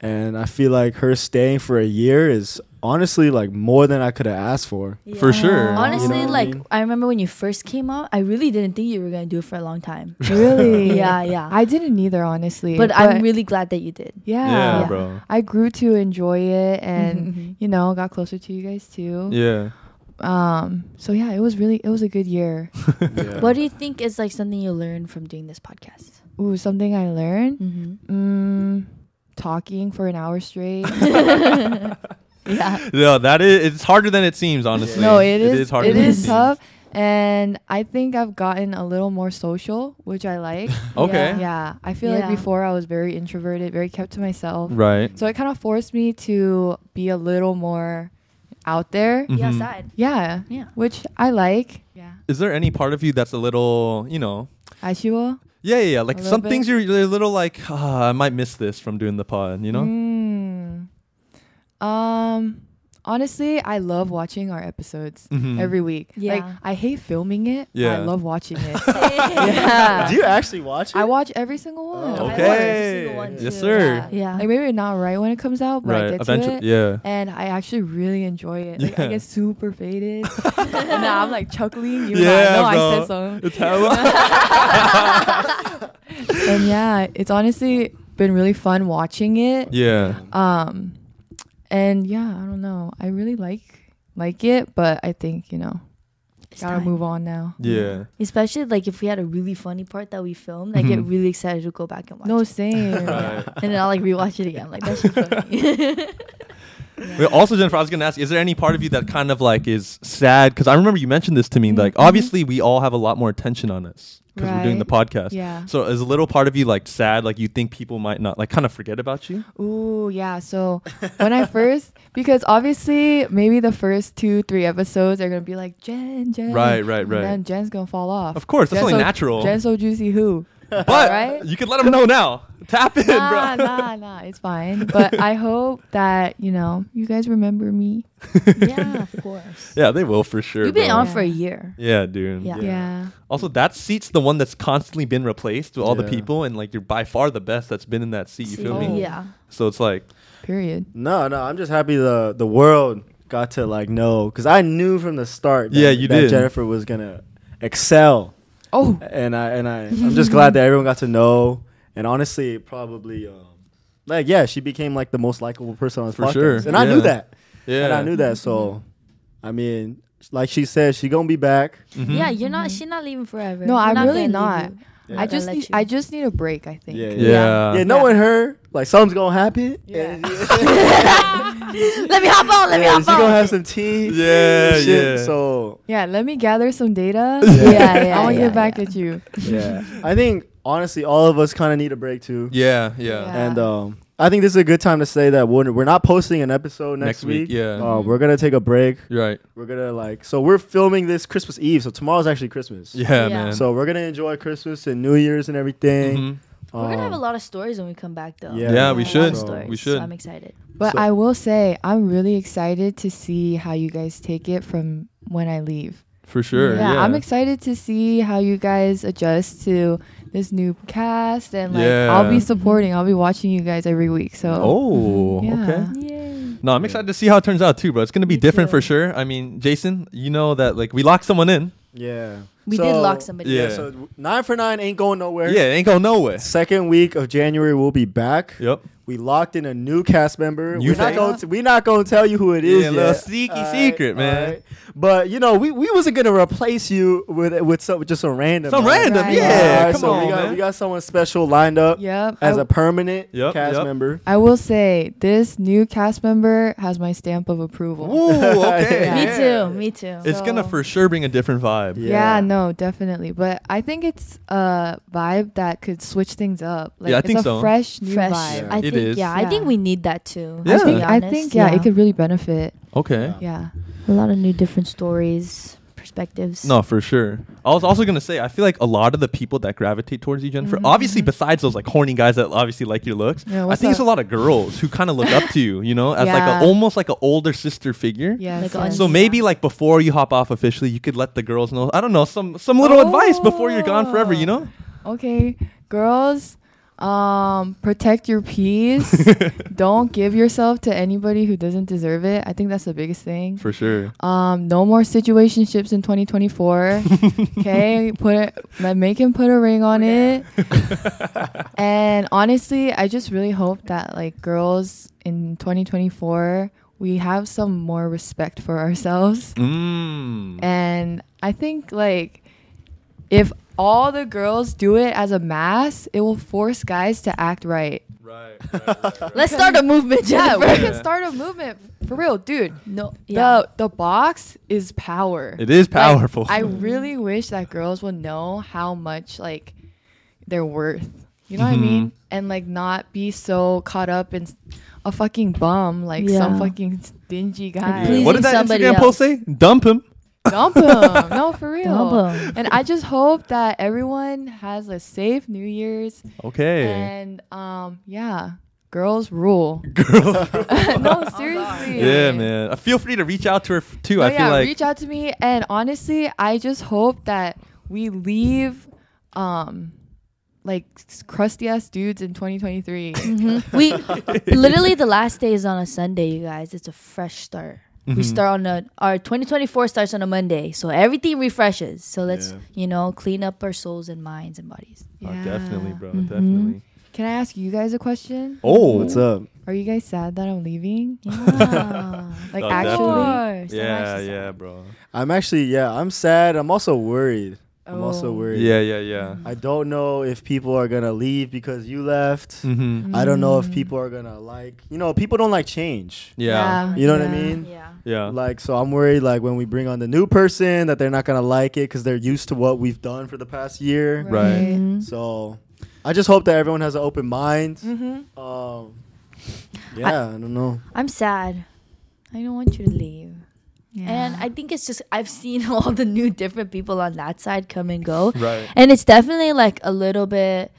[SPEAKER 3] And I feel like her staying for a year is honestly like more than I could have asked for.
[SPEAKER 2] Yeah.
[SPEAKER 1] For sure.
[SPEAKER 2] Honestly,
[SPEAKER 3] You know what I
[SPEAKER 2] like
[SPEAKER 3] mean?
[SPEAKER 2] I remember when you first came out, I really didn't think you were gonna do it for a long time.
[SPEAKER 4] really?
[SPEAKER 2] yeah, yeah.
[SPEAKER 4] I didn't either, honestly.
[SPEAKER 2] but, I'm really glad that you did.
[SPEAKER 4] Yeah.
[SPEAKER 1] yeah,
[SPEAKER 2] Yeah.
[SPEAKER 1] bro.
[SPEAKER 4] I grew to enjoy it and
[SPEAKER 2] Mhm, mhm.
[SPEAKER 4] you know, got closer to you guys too.
[SPEAKER 1] Yeah.
[SPEAKER 4] Um so yeah, it was really it was a good year.
[SPEAKER 2] What do you think is like something you learned from doing this podcast?
[SPEAKER 4] Ooh, something I learned.
[SPEAKER 2] Mm-hmm.
[SPEAKER 4] Mm, talking for an hour straight.
[SPEAKER 2] Yeah.
[SPEAKER 1] No, that is it's harder than it seems, honestly.
[SPEAKER 4] no, it is.
[SPEAKER 1] It is harder
[SPEAKER 4] it
[SPEAKER 1] than it
[SPEAKER 4] is
[SPEAKER 1] seems.
[SPEAKER 4] tough, and I think I've gotten a little more social, which I like.
[SPEAKER 1] Okay.
[SPEAKER 4] yeah, I feel
[SPEAKER 2] Yeah.
[SPEAKER 4] like before I was very introverted, very kept to myself.
[SPEAKER 1] Right.
[SPEAKER 4] So it kind of forced me to be a little more out there.
[SPEAKER 2] Yeah.
[SPEAKER 1] Mhm.
[SPEAKER 2] Outside.
[SPEAKER 4] Yeah,
[SPEAKER 2] Yeah.
[SPEAKER 4] which I like.
[SPEAKER 2] Yeah.
[SPEAKER 1] Is there any part of you that's a little, you know,
[SPEAKER 4] As you will.
[SPEAKER 1] yeah, yeah, yeah. like
[SPEAKER 4] A
[SPEAKER 1] some
[SPEAKER 4] little bit.
[SPEAKER 1] things you're, you're a little like, ah, I might miss this from doing the pod, you know?
[SPEAKER 4] Mm. Um. Honestly, I love watching our episodes
[SPEAKER 1] Mhm.
[SPEAKER 4] every week. Like
[SPEAKER 2] Yeah.
[SPEAKER 4] I hate filming it. but I
[SPEAKER 1] Yeah.
[SPEAKER 4] love watching it.
[SPEAKER 2] yeah.
[SPEAKER 4] yeah.
[SPEAKER 3] Do you actually watch it?
[SPEAKER 4] I watch every single one.
[SPEAKER 2] I
[SPEAKER 1] Oh, Okay.
[SPEAKER 2] watch every single one,
[SPEAKER 1] Yes,
[SPEAKER 2] too.
[SPEAKER 1] sir.
[SPEAKER 2] Yeah. yeah.
[SPEAKER 4] Like maybe not right when it comes out, but I
[SPEAKER 1] right.
[SPEAKER 4] get
[SPEAKER 1] Eventually.
[SPEAKER 4] to it.
[SPEAKER 1] Yeah.
[SPEAKER 4] And I actually really enjoy it. Like
[SPEAKER 1] Yeah.
[SPEAKER 4] I get super faded. and now I'm like chuckling. You
[SPEAKER 1] Yeah,
[SPEAKER 4] know, I know I
[SPEAKER 1] bro.
[SPEAKER 4] said so.
[SPEAKER 1] It's hella.
[SPEAKER 4] And yeah, it's honestly been really fun watching it.
[SPEAKER 1] yeah.
[SPEAKER 4] Um, and yeah, I don't know. I really like like it, but I think you know
[SPEAKER 2] It's
[SPEAKER 4] gotta
[SPEAKER 2] time.
[SPEAKER 4] move on now.
[SPEAKER 1] Yeah.
[SPEAKER 2] Especially like if we had a really funny part that we filmed, I get
[SPEAKER 1] Mhm.
[SPEAKER 2] really excited to go back and watch.
[SPEAKER 4] No,
[SPEAKER 2] it.
[SPEAKER 4] same.
[SPEAKER 1] Right.
[SPEAKER 2] and then I'll like rewatch it again. Like that's funny.
[SPEAKER 1] Wait, also, Jennifer, I was gonna ask: Is there any part of you that kind of like is sad? Because I remember you mentioned this to me.
[SPEAKER 2] Mm-hmm.
[SPEAKER 1] Like, obviously, we all have a lot more attention on us because we're doing the podcast.
[SPEAKER 4] Yeah.
[SPEAKER 1] So, is a little part of you like sad? Like, you think people might not like kind of forget about you?
[SPEAKER 4] Ooh, yeah. So when I first, because obviously maybe the first two, three episodes are gonna be like Jen, Jen,
[SPEAKER 1] Right, right,
[SPEAKER 4] and
[SPEAKER 1] right.
[SPEAKER 4] Then Jen's gonna fall off.
[SPEAKER 1] Of course, that's
[SPEAKER 4] Jen's
[SPEAKER 1] only
[SPEAKER 4] so-
[SPEAKER 1] natural.
[SPEAKER 4] Jen's so juicy. Who?
[SPEAKER 1] but
[SPEAKER 4] right?
[SPEAKER 1] you could let them know now. Tap in,
[SPEAKER 4] Nah,
[SPEAKER 1] bro.
[SPEAKER 4] nah, nah. It's fine. But I hope that you know you guys remember me.
[SPEAKER 2] yeah, of course.
[SPEAKER 1] Yeah, they will for sure.
[SPEAKER 2] You've been
[SPEAKER 1] bro.
[SPEAKER 2] on
[SPEAKER 4] Yeah.
[SPEAKER 2] for a year.
[SPEAKER 1] Yeah, dude.
[SPEAKER 2] Yeah.
[SPEAKER 4] Yeah.
[SPEAKER 1] Also, that seat's the one that's constantly been replaced with all the
[SPEAKER 3] Yeah.
[SPEAKER 1] people, and like you're by far the best that's been in that seat. You feel
[SPEAKER 4] Oh.
[SPEAKER 1] me?
[SPEAKER 2] Yeah.
[SPEAKER 1] So it's like,
[SPEAKER 4] Period.
[SPEAKER 3] No, no, I'm just happy the the world got to like know because I knew from the start. That,
[SPEAKER 1] Yeah, you
[SPEAKER 3] that
[SPEAKER 1] did.
[SPEAKER 3] Jennifer was gonna excel,
[SPEAKER 4] Oh,
[SPEAKER 3] and I and I I'm just glad that everyone got to know. And honestly, probably um, like yeah, she became like the most likable person on this
[SPEAKER 1] For
[SPEAKER 3] podcast,
[SPEAKER 1] sure,
[SPEAKER 3] and I knew
[SPEAKER 1] yeah.
[SPEAKER 3] that,
[SPEAKER 1] Yeah.
[SPEAKER 3] and I knew that. So, I mean, like she said, she gonna be back.
[SPEAKER 1] Mhm.
[SPEAKER 2] Yeah, you're not. She's not leaving forever.
[SPEAKER 4] Mm-hmm. No,
[SPEAKER 2] We're
[SPEAKER 4] I'm really
[SPEAKER 2] gonna leave
[SPEAKER 4] not.
[SPEAKER 2] you.
[SPEAKER 3] Yeah.
[SPEAKER 4] I
[SPEAKER 2] I'll
[SPEAKER 4] just
[SPEAKER 2] let
[SPEAKER 4] need,
[SPEAKER 2] you.
[SPEAKER 4] I just need a break. I think.
[SPEAKER 3] Yeah, yeah.
[SPEAKER 1] Yeah.
[SPEAKER 3] Yeah, knowing her, like something's gonna happen.
[SPEAKER 4] Yeah.
[SPEAKER 2] let me hop on. Let me
[SPEAKER 3] Yeah,
[SPEAKER 2] hop on.
[SPEAKER 3] she gonna have some tea.
[SPEAKER 1] Yeah,
[SPEAKER 3] shit,
[SPEAKER 1] yeah.
[SPEAKER 3] So
[SPEAKER 4] Yeah, Let me gather some data.
[SPEAKER 2] Yeah,
[SPEAKER 4] I
[SPEAKER 2] yeah,
[SPEAKER 4] want to
[SPEAKER 2] yeah,
[SPEAKER 4] get back
[SPEAKER 2] yeah.
[SPEAKER 4] at you.
[SPEAKER 3] yeah, I think honestly, all of us kind of need a break too.
[SPEAKER 1] Yeah, yeah.
[SPEAKER 4] Yeah.
[SPEAKER 3] And um, I think this is a good time to say that we're, we're not posting an episode
[SPEAKER 1] Next
[SPEAKER 3] next,
[SPEAKER 1] week, yeah.
[SPEAKER 3] Uh, we're gonna take a break.
[SPEAKER 1] You're right.
[SPEAKER 3] We're gonna like so we're filming this Christmas Eve, so tomorrow's actually Christmas.
[SPEAKER 1] Yeah,
[SPEAKER 2] Yeah.
[SPEAKER 1] man.
[SPEAKER 3] So we're gonna enjoy Christmas and New Year's and everything.
[SPEAKER 1] Mhm.
[SPEAKER 2] We're gonna have
[SPEAKER 3] Um,
[SPEAKER 2] a lot of stories when we come back, though.
[SPEAKER 3] Yeah.
[SPEAKER 1] Yeah, we
[SPEAKER 2] A lot
[SPEAKER 1] should.
[SPEAKER 2] of
[SPEAKER 3] So-
[SPEAKER 2] stories,
[SPEAKER 1] We
[SPEAKER 2] so
[SPEAKER 1] should.
[SPEAKER 2] I'm excited.
[SPEAKER 4] But
[SPEAKER 3] So-
[SPEAKER 4] I will say, I'm really excited to see how you guys take it from when I leave.
[SPEAKER 1] For sure.
[SPEAKER 4] Yeah,
[SPEAKER 1] Yeah,
[SPEAKER 4] I'm excited to see how you guys adjust to this new cast, and like I'll
[SPEAKER 1] Yeah.
[SPEAKER 4] be supporting. I'll be watching you guys every week. So
[SPEAKER 1] Oh,
[SPEAKER 4] Mhm, yeah.
[SPEAKER 1] okay.
[SPEAKER 2] Yay.
[SPEAKER 1] No, I'm excited to see how it turns out too, bro. It's gonna be
[SPEAKER 2] Me
[SPEAKER 1] different
[SPEAKER 2] too.
[SPEAKER 1] for sure. I mean, Jason, you know that like we locked someone in.
[SPEAKER 3] yeah.
[SPEAKER 2] We
[SPEAKER 3] So-
[SPEAKER 2] did lock somebody.
[SPEAKER 1] Yeah.
[SPEAKER 3] Yeah. So w- nine for nine ain't going nowhere.
[SPEAKER 1] Yeah, it ain't going nowhere.
[SPEAKER 3] Second week of January, we'll be back.
[SPEAKER 1] Yep.
[SPEAKER 3] We locked in a new cast member.
[SPEAKER 1] You
[SPEAKER 3] we're not
[SPEAKER 1] think?
[SPEAKER 3] going to, we're not going to tell you who it is.
[SPEAKER 1] Yeah, little
[SPEAKER 3] yet.
[SPEAKER 1] sneaky
[SPEAKER 3] All
[SPEAKER 1] secret,
[SPEAKER 3] all
[SPEAKER 1] man.
[SPEAKER 3] But you know, we, we wasn't gonna replace you with with some just some random.
[SPEAKER 1] Some
[SPEAKER 3] all right?
[SPEAKER 1] random,
[SPEAKER 4] Right.
[SPEAKER 1] yeah.
[SPEAKER 3] All right,
[SPEAKER 1] come
[SPEAKER 3] so
[SPEAKER 1] on,
[SPEAKER 3] we got
[SPEAKER 1] man.
[SPEAKER 3] we got someone special lined up
[SPEAKER 4] Yep.
[SPEAKER 3] as
[SPEAKER 4] I-
[SPEAKER 3] a permanent
[SPEAKER 1] Yep,
[SPEAKER 3] cast
[SPEAKER 1] yep.
[SPEAKER 3] member.
[SPEAKER 4] I will say this new cast member has my stamp of approval.
[SPEAKER 1] Ooh, okay.
[SPEAKER 2] Me
[SPEAKER 1] yeah.
[SPEAKER 2] too. Me too.
[SPEAKER 1] It's gonna
[SPEAKER 4] So-
[SPEAKER 1] for sure bring a different vibe.
[SPEAKER 3] Yeah.
[SPEAKER 4] Yeah. no, definitely. But I think it's a vibe that could switch things up. Like
[SPEAKER 1] I
[SPEAKER 4] it's
[SPEAKER 1] think
[SPEAKER 4] a
[SPEAKER 1] so.
[SPEAKER 4] fresh new
[SPEAKER 2] Fresh.
[SPEAKER 4] vibe.
[SPEAKER 2] I
[SPEAKER 1] It
[SPEAKER 2] think.
[SPEAKER 1] is.
[SPEAKER 2] Yeah, I think
[SPEAKER 4] Yeah.
[SPEAKER 2] we need that too.
[SPEAKER 1] Yeah.
[SPEAKER 4] I
[SPEAKER 2] to be
[SPEAKER 4] think, I
[SPEAKER 2] honest.
[SPEAKER 4] think yeah, it could really benefit.
[SPEAKER 1] Okay.
[SPEAKER 4] Yeah.
[SPEAKER 2] A lot of new, different stories, perspectives.
[SPEAKER 1] No, for sure. I was also gonna say, I feel like a lot of the people that gravitate towards you, Jennifer, obviously besides those like horny guys that obviously like your looks,
[SPEAKER 4] Mm-hmm. Yeah,
[SPEAKER 1] I
[SPEAKER 4] what's
[SPEAKER 1] think it's a
[SPEAKER 4] up?
[SPEAKER 1] lot of girls who kind of look up to you, you know, as like
[SPEAKER 4] Yeah.
[SPEAKER 1] a, almost like an older sister figure.
[SPEAKER 4] Yes,
[SPEAKER 2] Like
[SPEAKER 4] yes.
[SPEAKER 2] on-
[SPEAKER 1] So maybe like before you hop off officially, you could let the girls know. I don't know some some little advice before you're gone forever. You know,
[SPEAKER 4] Oh. Okay, girls, um, protect your peace. Don't give yourself to anybody who doesn't deserve it. I think that's the biggest thing.
[SPEAKER 1] for sure.
[SPEAKER 4] Um, no more situationships in 2024. Okay, put it, like, make him put a ring on it. and honestly, I just really hope that like girls in 2024, we have some more respect for ourselves.
[SPEAKER 1] Mm.
[SPEAKER 4] And I think like if all the girls do it as a mass, it will force guys to act right.
[SPEAKER 1] Right. right, right, right.
[SPEAKER 2] Let's start a movement,
[SPEAKER 4] Yeah, we
[SPEAKER 2] Jennifer.
[SPEAKER 4] can start a movement for real, dude.
[SPEAKER 2] No. Yeah.
[SPEAKER 4] The the box is power.
[SPEAKER 1] It is
[SPEAKER 4] Like,
[SPEAKER 1] powerful.
[SPEAKER 4] I really wish that girls would know how much like they're worth. You know what I
[SPEAKER 1] Mhm.
[SPEAKER 4] mean? And like not be so caught up in s- a fucking bum, like some
[SPEAKER 2] Yeah.
[SPEAKER 4] fucking stingy
[SPEAKER 1] Yeah.
[SPEAKER 4] guy.
[SPEAKER 2] pleasing
[SPEAKER 1] What did that
[SPEAKER 2] somebody
[SPEAKER 1] Instagram post
[SPEAKER 2] else.
[SPEAKER 1] say? Dump him.
[SPEAKER 4] Dump him. No, for real.
[SPEAKER 2] Dump 'em.
[SPEAKER 4] And I just hope that everyone has a safe New Year's.
[SPEAKER 1] Okay.
[SPEAKER 4] And um, yeah, girls rule.
[SPEAKER 1] Girl.
[SPEAKER 4] no, seriously.
[SPEAKER 1] yeah, man. Uh, Feel free to reach out to her f- too.
[SPEAKER 4] No,
[SPEAKER 1] I feel
[SPEAKER 4] Oh, yeah,
[SPEAKER 1] like
[SPEAKER 4] reach out to me. And honestly, I just hope that we leave, um, like crusty ass dudes in 2023.
[SPEAKER 2] Mhm. we literally the last day is on a Sunday, you guys. It's a fresh start. We start on a our 2024 starts on a Monday, so everything refreshes. So let's
[SPEAKER 3] Yeah.
[SPEAKER 2] you know clean up our souls and minds and bodies.
[SPEAKER 1] Oh,
[SPEAKER 4] Yeah.
[SPEAKER 1] definitely, bro. Definitely.
[SPEAKER 4] Can I ask you guys a question?
[SPEAKER 1] Oh,
[SPEAKER 3] What's up?
[SPEAKER 4] Are you guys sad that I'm leaving?
[SPEAKER 2] Yeah.
[SPEAKER 4] Like
[SPEAKER 1] Oh,
[SPEAKER 4] actually?
[SPEAKER 2] Of course. I'm
[SPEAKER 1] Yeah,
[SPEAKER 2] actually
[SPEAKER 1] yeah,
[SPEAKER 2] sorry.
[SPEAKER 1] bro.
[SPEAKER 3] I'm actually yeah. I'm sad. I'm also worried. I'm also
[SPEAKER 4] Oh.
[SPEAKER 3] worried.
[SPEAKER 1] Yeah, yeah, yeah.
[SPEAKER 3] I don't know if people are gonna leave because you left.
[SPEAKER 1] Mm-hmm.
[SPEAKER 3] I don't
[SPEAKER 4] Mm.
[SPEAKER 3] know if people are gonna like. You know, people don't like change.
[SPEAKER 1] Yeah.
[SPEAKER 3] You know what I mean?
[SPEAKER 2] Yeah.
[SPEAKER 1] Yeah.
[SPEAKER 3] Like, so I'm worried, like, when we bring on the new person, that they're not gonna like it because they're used to what we've done for the past year.
[SPEAKER 1] Right.
[SPEAKER 3] So, I just hope that everyone has an open mind.
[SPEAKER 4] Mm-hmm.
[SPEAKER 3] Um, yeah, I, don't know.
[SPEAKER 2] I'm sad. I don't want you to leave. And I think it's just I've seen all the new different people on that side come and go.
[SPEAKER 1] Right.
[SPEAKER 2] And it's definitely like a little bit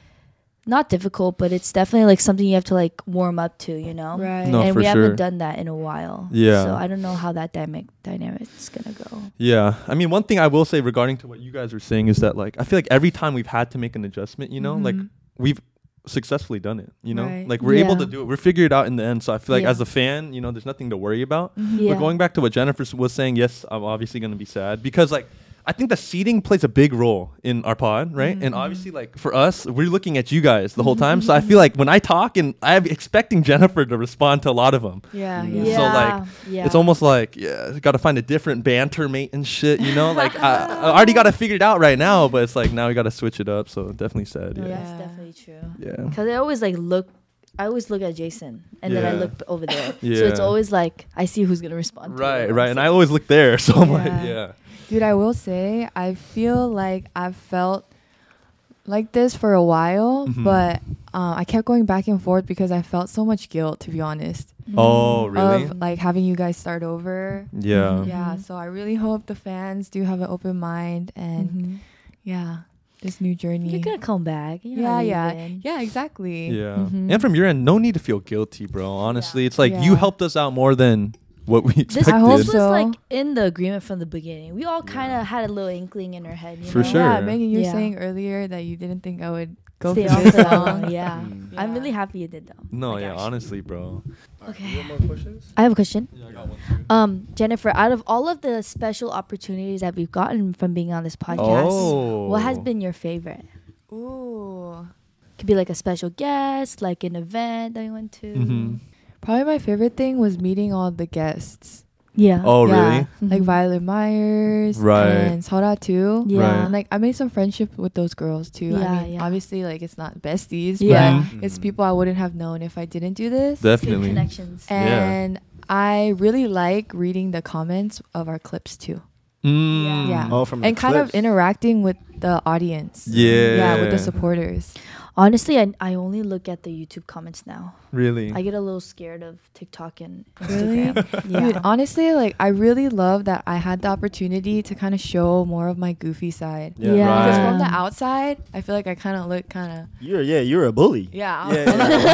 [SPEAKER 2] not difficult, but it's definitely like something you have to like warm up to, you know?
[SPEAKER 4] Right.
[SPEAKER 1] No,
[SPEAKER 2] and
[SPEAKER 1] for
[SPEAKER 2] we
[SPEAKER 1] sure.
[SPEAKER 2] haven't done that in a while.
[SPEAKER 1] Yeah.
[SPEAKER 2] So I don't know how that dynamic dynamic's gonna go.
[SPEAKER 1] Yeah. I mean, one thing I will say regarding to what you guys are saying is that like I feel like every time we've had to make an adjustment, you know, like we've successfully done it. You know,
[SPEAKER 4] Right.
[SPEAKER 1] like we're able
[SPEAKER 2] Yeah.
[SPEAKER 1] to do it. We're figured it out in the end. So I feel like
[SPEAKER 2] Yeah.
[SPEAKER 1] as a fan, you know, there's nothing to worry about.
[SPEAKER 4] Mm-hmm.
[SPEAKER 2] Yeah.
[SPEAKER 1] But going back to what Jennifer s- was saying, yes, I'm obviously going to be sad because like I think the seating plays a big role in our pod, right? And obviously, like for us, we're looking at you guys the whole time. so I feel like when I talk, and I'm expecting Jennifer to respond to a lot of them.
[SPEAKER 4] Yeah,
[SPEAKER 3] Mm.
[SPEAKER 4] yeah.
[SPEAKER 1] Mm-hmm. So like
[SPEAKER 2] Yeah.
[SPEAKER 1] it's almost like yeah, got to find a different banter mate and shit, you know? Like I, I already got to figure it out right now, but it's like now we got to switch it up. So definitely sad.
[SPEAKER 2] No,
[SPEAKER 1] Yeah.
[SPEAKER 2] That's
[SPEAKER 4] Yeah.
[SPEAKER 2] definitely true.
[SPEAKER 1] Yeah.
[SPEAKER 2] Because I always like look. I always look at Jason, and then I
[SPEAKER 1] Yeah.
[SPEAKER 2] look b- over there. So it's
[SPEAKER 1] Yeah.
[SPEAKER 2] always like I see who's gonna respond. to
[SPEAKER 1] Right,
[SPEAKER 2] it.
[SPEAKER 1] right. And I always look there, so I'm like,
[SPEAKER 4] Yeah.
[SPEAKER 1] yeah.
[SPEAKER 4] Dude, I will say I feel like I've felt like this for a while,
[SPEAKER 1] Mhm.
[SPEAKER 4] but uh, I kept going back and forth because I felt so much guilt, to be honest,
[SPEAKER 1] Oh, really?
[SPEAKER 4] Mm-hmm. of Mm-hmm. like having you guys start over.
[SPEAKER 1] yeah.
[SPEAKER 4] Yeah,
[SPEAKER 2] Mhm.
[SPEAKER 4] so I really hope the fans do have an open mind and
[SPEAKER 2] Mhm.
[SPEAKER 4] yeah, this new journey.
[SPEAKER 2] You're gonna come back. You're
[SPEAKER 4] Mm-hmm. yeah,
[SPEAKER 2] not
[SPEAKER 4] yeah,
[SPEAKER 2] leaving.
[SPEAKER 4] yeah, exactly.
[SPEAKER 1] Yeah.
[SPEAKER 2] Mhm.
[SPEAKER 1] And from your end, no need to feel guilty, bro. Honestly, it's like you
[SPEAKER 4] Mm-hmm. Yeah.
[SPEAKER 1] helped us out more than what we
[SPEAKER 2] This,
[SPEAKER 1] expected.
[SPEAKER 4] I hope
[SPEAKER 2] this was
[SPEAKER 4] so.
[SPEAKER 2] like in the agreement from the beginning. We all kind of had a little inkling in our head. You
[SPEAKER 1] For
[SPEAKER 2] know?
[SPEAKER 1] sure.
[SPEAKER 4] Yeah, Megan, you were
[SPEAKER 2] Yeah.
[SPEAKER 4] saying earlier that you didn't think I would go
[SPEAKER 2] Stay
[SPEAKER 4] for
[SPEAKER 2] on
[SPEAKER 4] this
[SPEAKER 2] for that
[SPEAKER 4] long.
[SPEAKER 2] long. Yeah.
[SPEAKER 3] Mm.
[SPEAKER 2] I'm
[SPEAKER 4] Yeah.
[SPEAKER 2] really happy you did that.
[SPEAKER 4] Oh
[SPEAKER 1] No,
[SPEAKER 2] Like,
[SPEAKER 1] yeah,
[SPEAKER 2] actually.
[SPEAKER 1] honestly, bro.
[SPEAKER 2] Okay. you have
[SPEAKER 3] more questions?
[SPEAKER 2] I have a question.
[SPEAKER 1] Yeah, I got one too.
[SPEAKER 2] Um, Jennifer, out of all of the special opportunities that we've gotten from being on this podcast,
[SPEAKER 1] Oh.
[SPEAKER 2] what has been your favorite?
[SPEAKER 4] Ooh.
[SPEAKER 2] Could be like a special guest, like an event that we went to.
[SPEAKER 1] Mhm.
[SPEAKER 4] Probably my favorite thing was meeting all the guests.
[SPEAKER 2] Yeah.
[SPEAKER 1] Oh,
[SPEAKER 4] Yeah,
[SPEAKER 1] really?
[SPEAKER 4] Like
[SPEAKER 2] Mhm.
[SPEAKER 4] Violet Myers
[SPEAKER 1] Right.
[SPEAKER 4] and Sora too.
[SPEAKER 2] Yeah.
[SPEAKER 1] Right.
[SPEAKER 4] And like I made some friendship with those girls too.
[SPEAKER 2] Yeah,
[SPEAKER 4] I mean,
[SPEAKER 2] yeah.
[SPEAKER 4] obviously like it's not besties,
[SPEAKER 2] Yeah.
[SPEAKER 1] Mm.
[SPEAKER 4] but it's people I wouldn't have known if I didn't do this.
[SPEAKER 2] Good
[SPEAKER 1] Mm-hmm. Definitely.
[SPEAKER 2] connections.
[SPEAKER 4] and I really like reading the comments of our clips too.
[SPEAKER 1] Mm.
[SPEAKER 4] Yeah.
[SPEAKER 3] Oh, from the
[SPEAKER 4] and kind
[SPEAKER 3] clips.
[SPEAKER 4] of interacting with the audience.
[SPEAKER 1] Yeah.
[SPEAKER 4] Yeah, with the supporters.
[SPEAKER 2] Honestly, I, I only look at the YouTube comments now.
[SPEAKER 1] Really?
[SPEAKER 2] I get a little scared of TikTok and
[SPEAKER 4] Really?
[SPEAKER 2] Instagram.
[SPEAKER 4] Dude,
[SPEAKER 2] yeah.
[SPEAKER 4] honestly, like I really love that I had the opportunity to kind of show more of my goofy side.
[SPEAKER 1] Yeah,
[SPEAKER 2] Yeah.
[SPEAKER 1] right.
[SPEAKER 4] Because from the outside, I feel like I kind of look kind of
[SPEAKER 3] You're yeah, you're a bully.
[SPEAKER 4] yeah.
[SPEAKER 3] Yeah,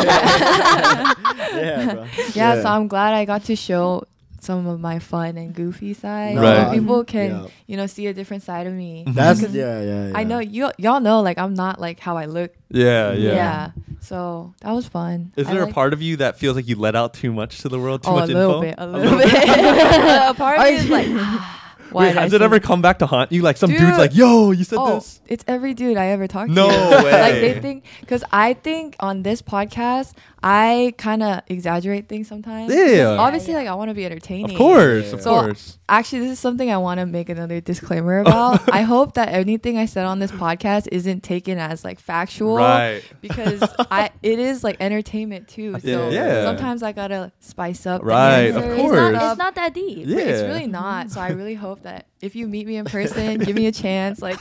[SPEAKER 3] yeah. yeah, bro.
[SPEAKER 4] yeah, so I'm glad I got to show some of my fun and goofy side.
[SPEAKER 3] No,
[SPEAKER 1] Right.
[SPEAKER 4] So people can,
[SPEAKER 3] yeah.
[SPEAKER 4] you know, see a different side of me.
[SPEAKER 3] That's yeah, yeah, yeah.
[SPEAKER 4] I know you y'all know like I'm not like how I look.
[SPEAKER 1] yeah, yeah.
[SPEAKER 4] Yeah. So that was fun.
[SPEAKER 1] Is
[SPEAKER 4] I
[SPEAKER 1] there a
[SPEAKER 4] like-
[SPEAKER 1] part of you that feels like you let out too much to the world? Too
[SPEAKER 4] Oh, a
[SPEAKER 1] much info?
[SPEAKER 4] little bit, a little bit. a part of me is like, "Ah, why
[SPEAKER 1] Wait,
[SPEAKER 4] did I
[SPEAKER 1] has it
[SPEAKER 4] say
[SPEAKER 1] ever
[SPEAKER 4] that?
[SPEAKER 1] come back to haunt you? Like some dude's
[SPEAKER 4] Dude.
[SPEAKER 1] like, "Yo, you said
[SPEAKER 4] Oh,
[SPEAKER 1] this."
[SPEAKER 4] it's every dude I ever talked
[SPEAKER 1] No
[SPEAKER 4] to. like
[SPEAKER 1] way.
[SPEAKER 4] they think, because I think on this podcast I kind of exaggerate things sometimes.
[SPEAKER 1] Yeah.
[SPEAKER 4] Because Obviously,
[SPEAKER 2] Yeah,
[SPEAKER 4] like I want to be entertaining.
[SPEAKER 1] Of course, of
[SPEAKER 3] Yeah.
[SPEAKER 4] So,
[SPEAKER 1] course.
[SPEAKER 4] Actually, this is something I want to make another disclaimer about. I hope that anything I said on this podcast isn't taken as like factual,
[SPEAKER 1] Right.
[SPEAKER 4] Because I it is like entertainment too. So
[SPEAKER 1] Yeah.
[SPEAKER 4] sometimes I gotta spice up. the
[SPEAKER 1] Right,
[SPEAKER 2] It's
[SPEAKER 1] of
[SPEAKER 4] answer.
[SPEAKER 2] not-
[SPEAKER 1] course.
[SPEAKER 2] It's not, it's not that deep.
[SPEAKER 1] Yeah.
[SPEAKER 4] It's really not. So I really hope that if you meet me in person, give me a chance. Like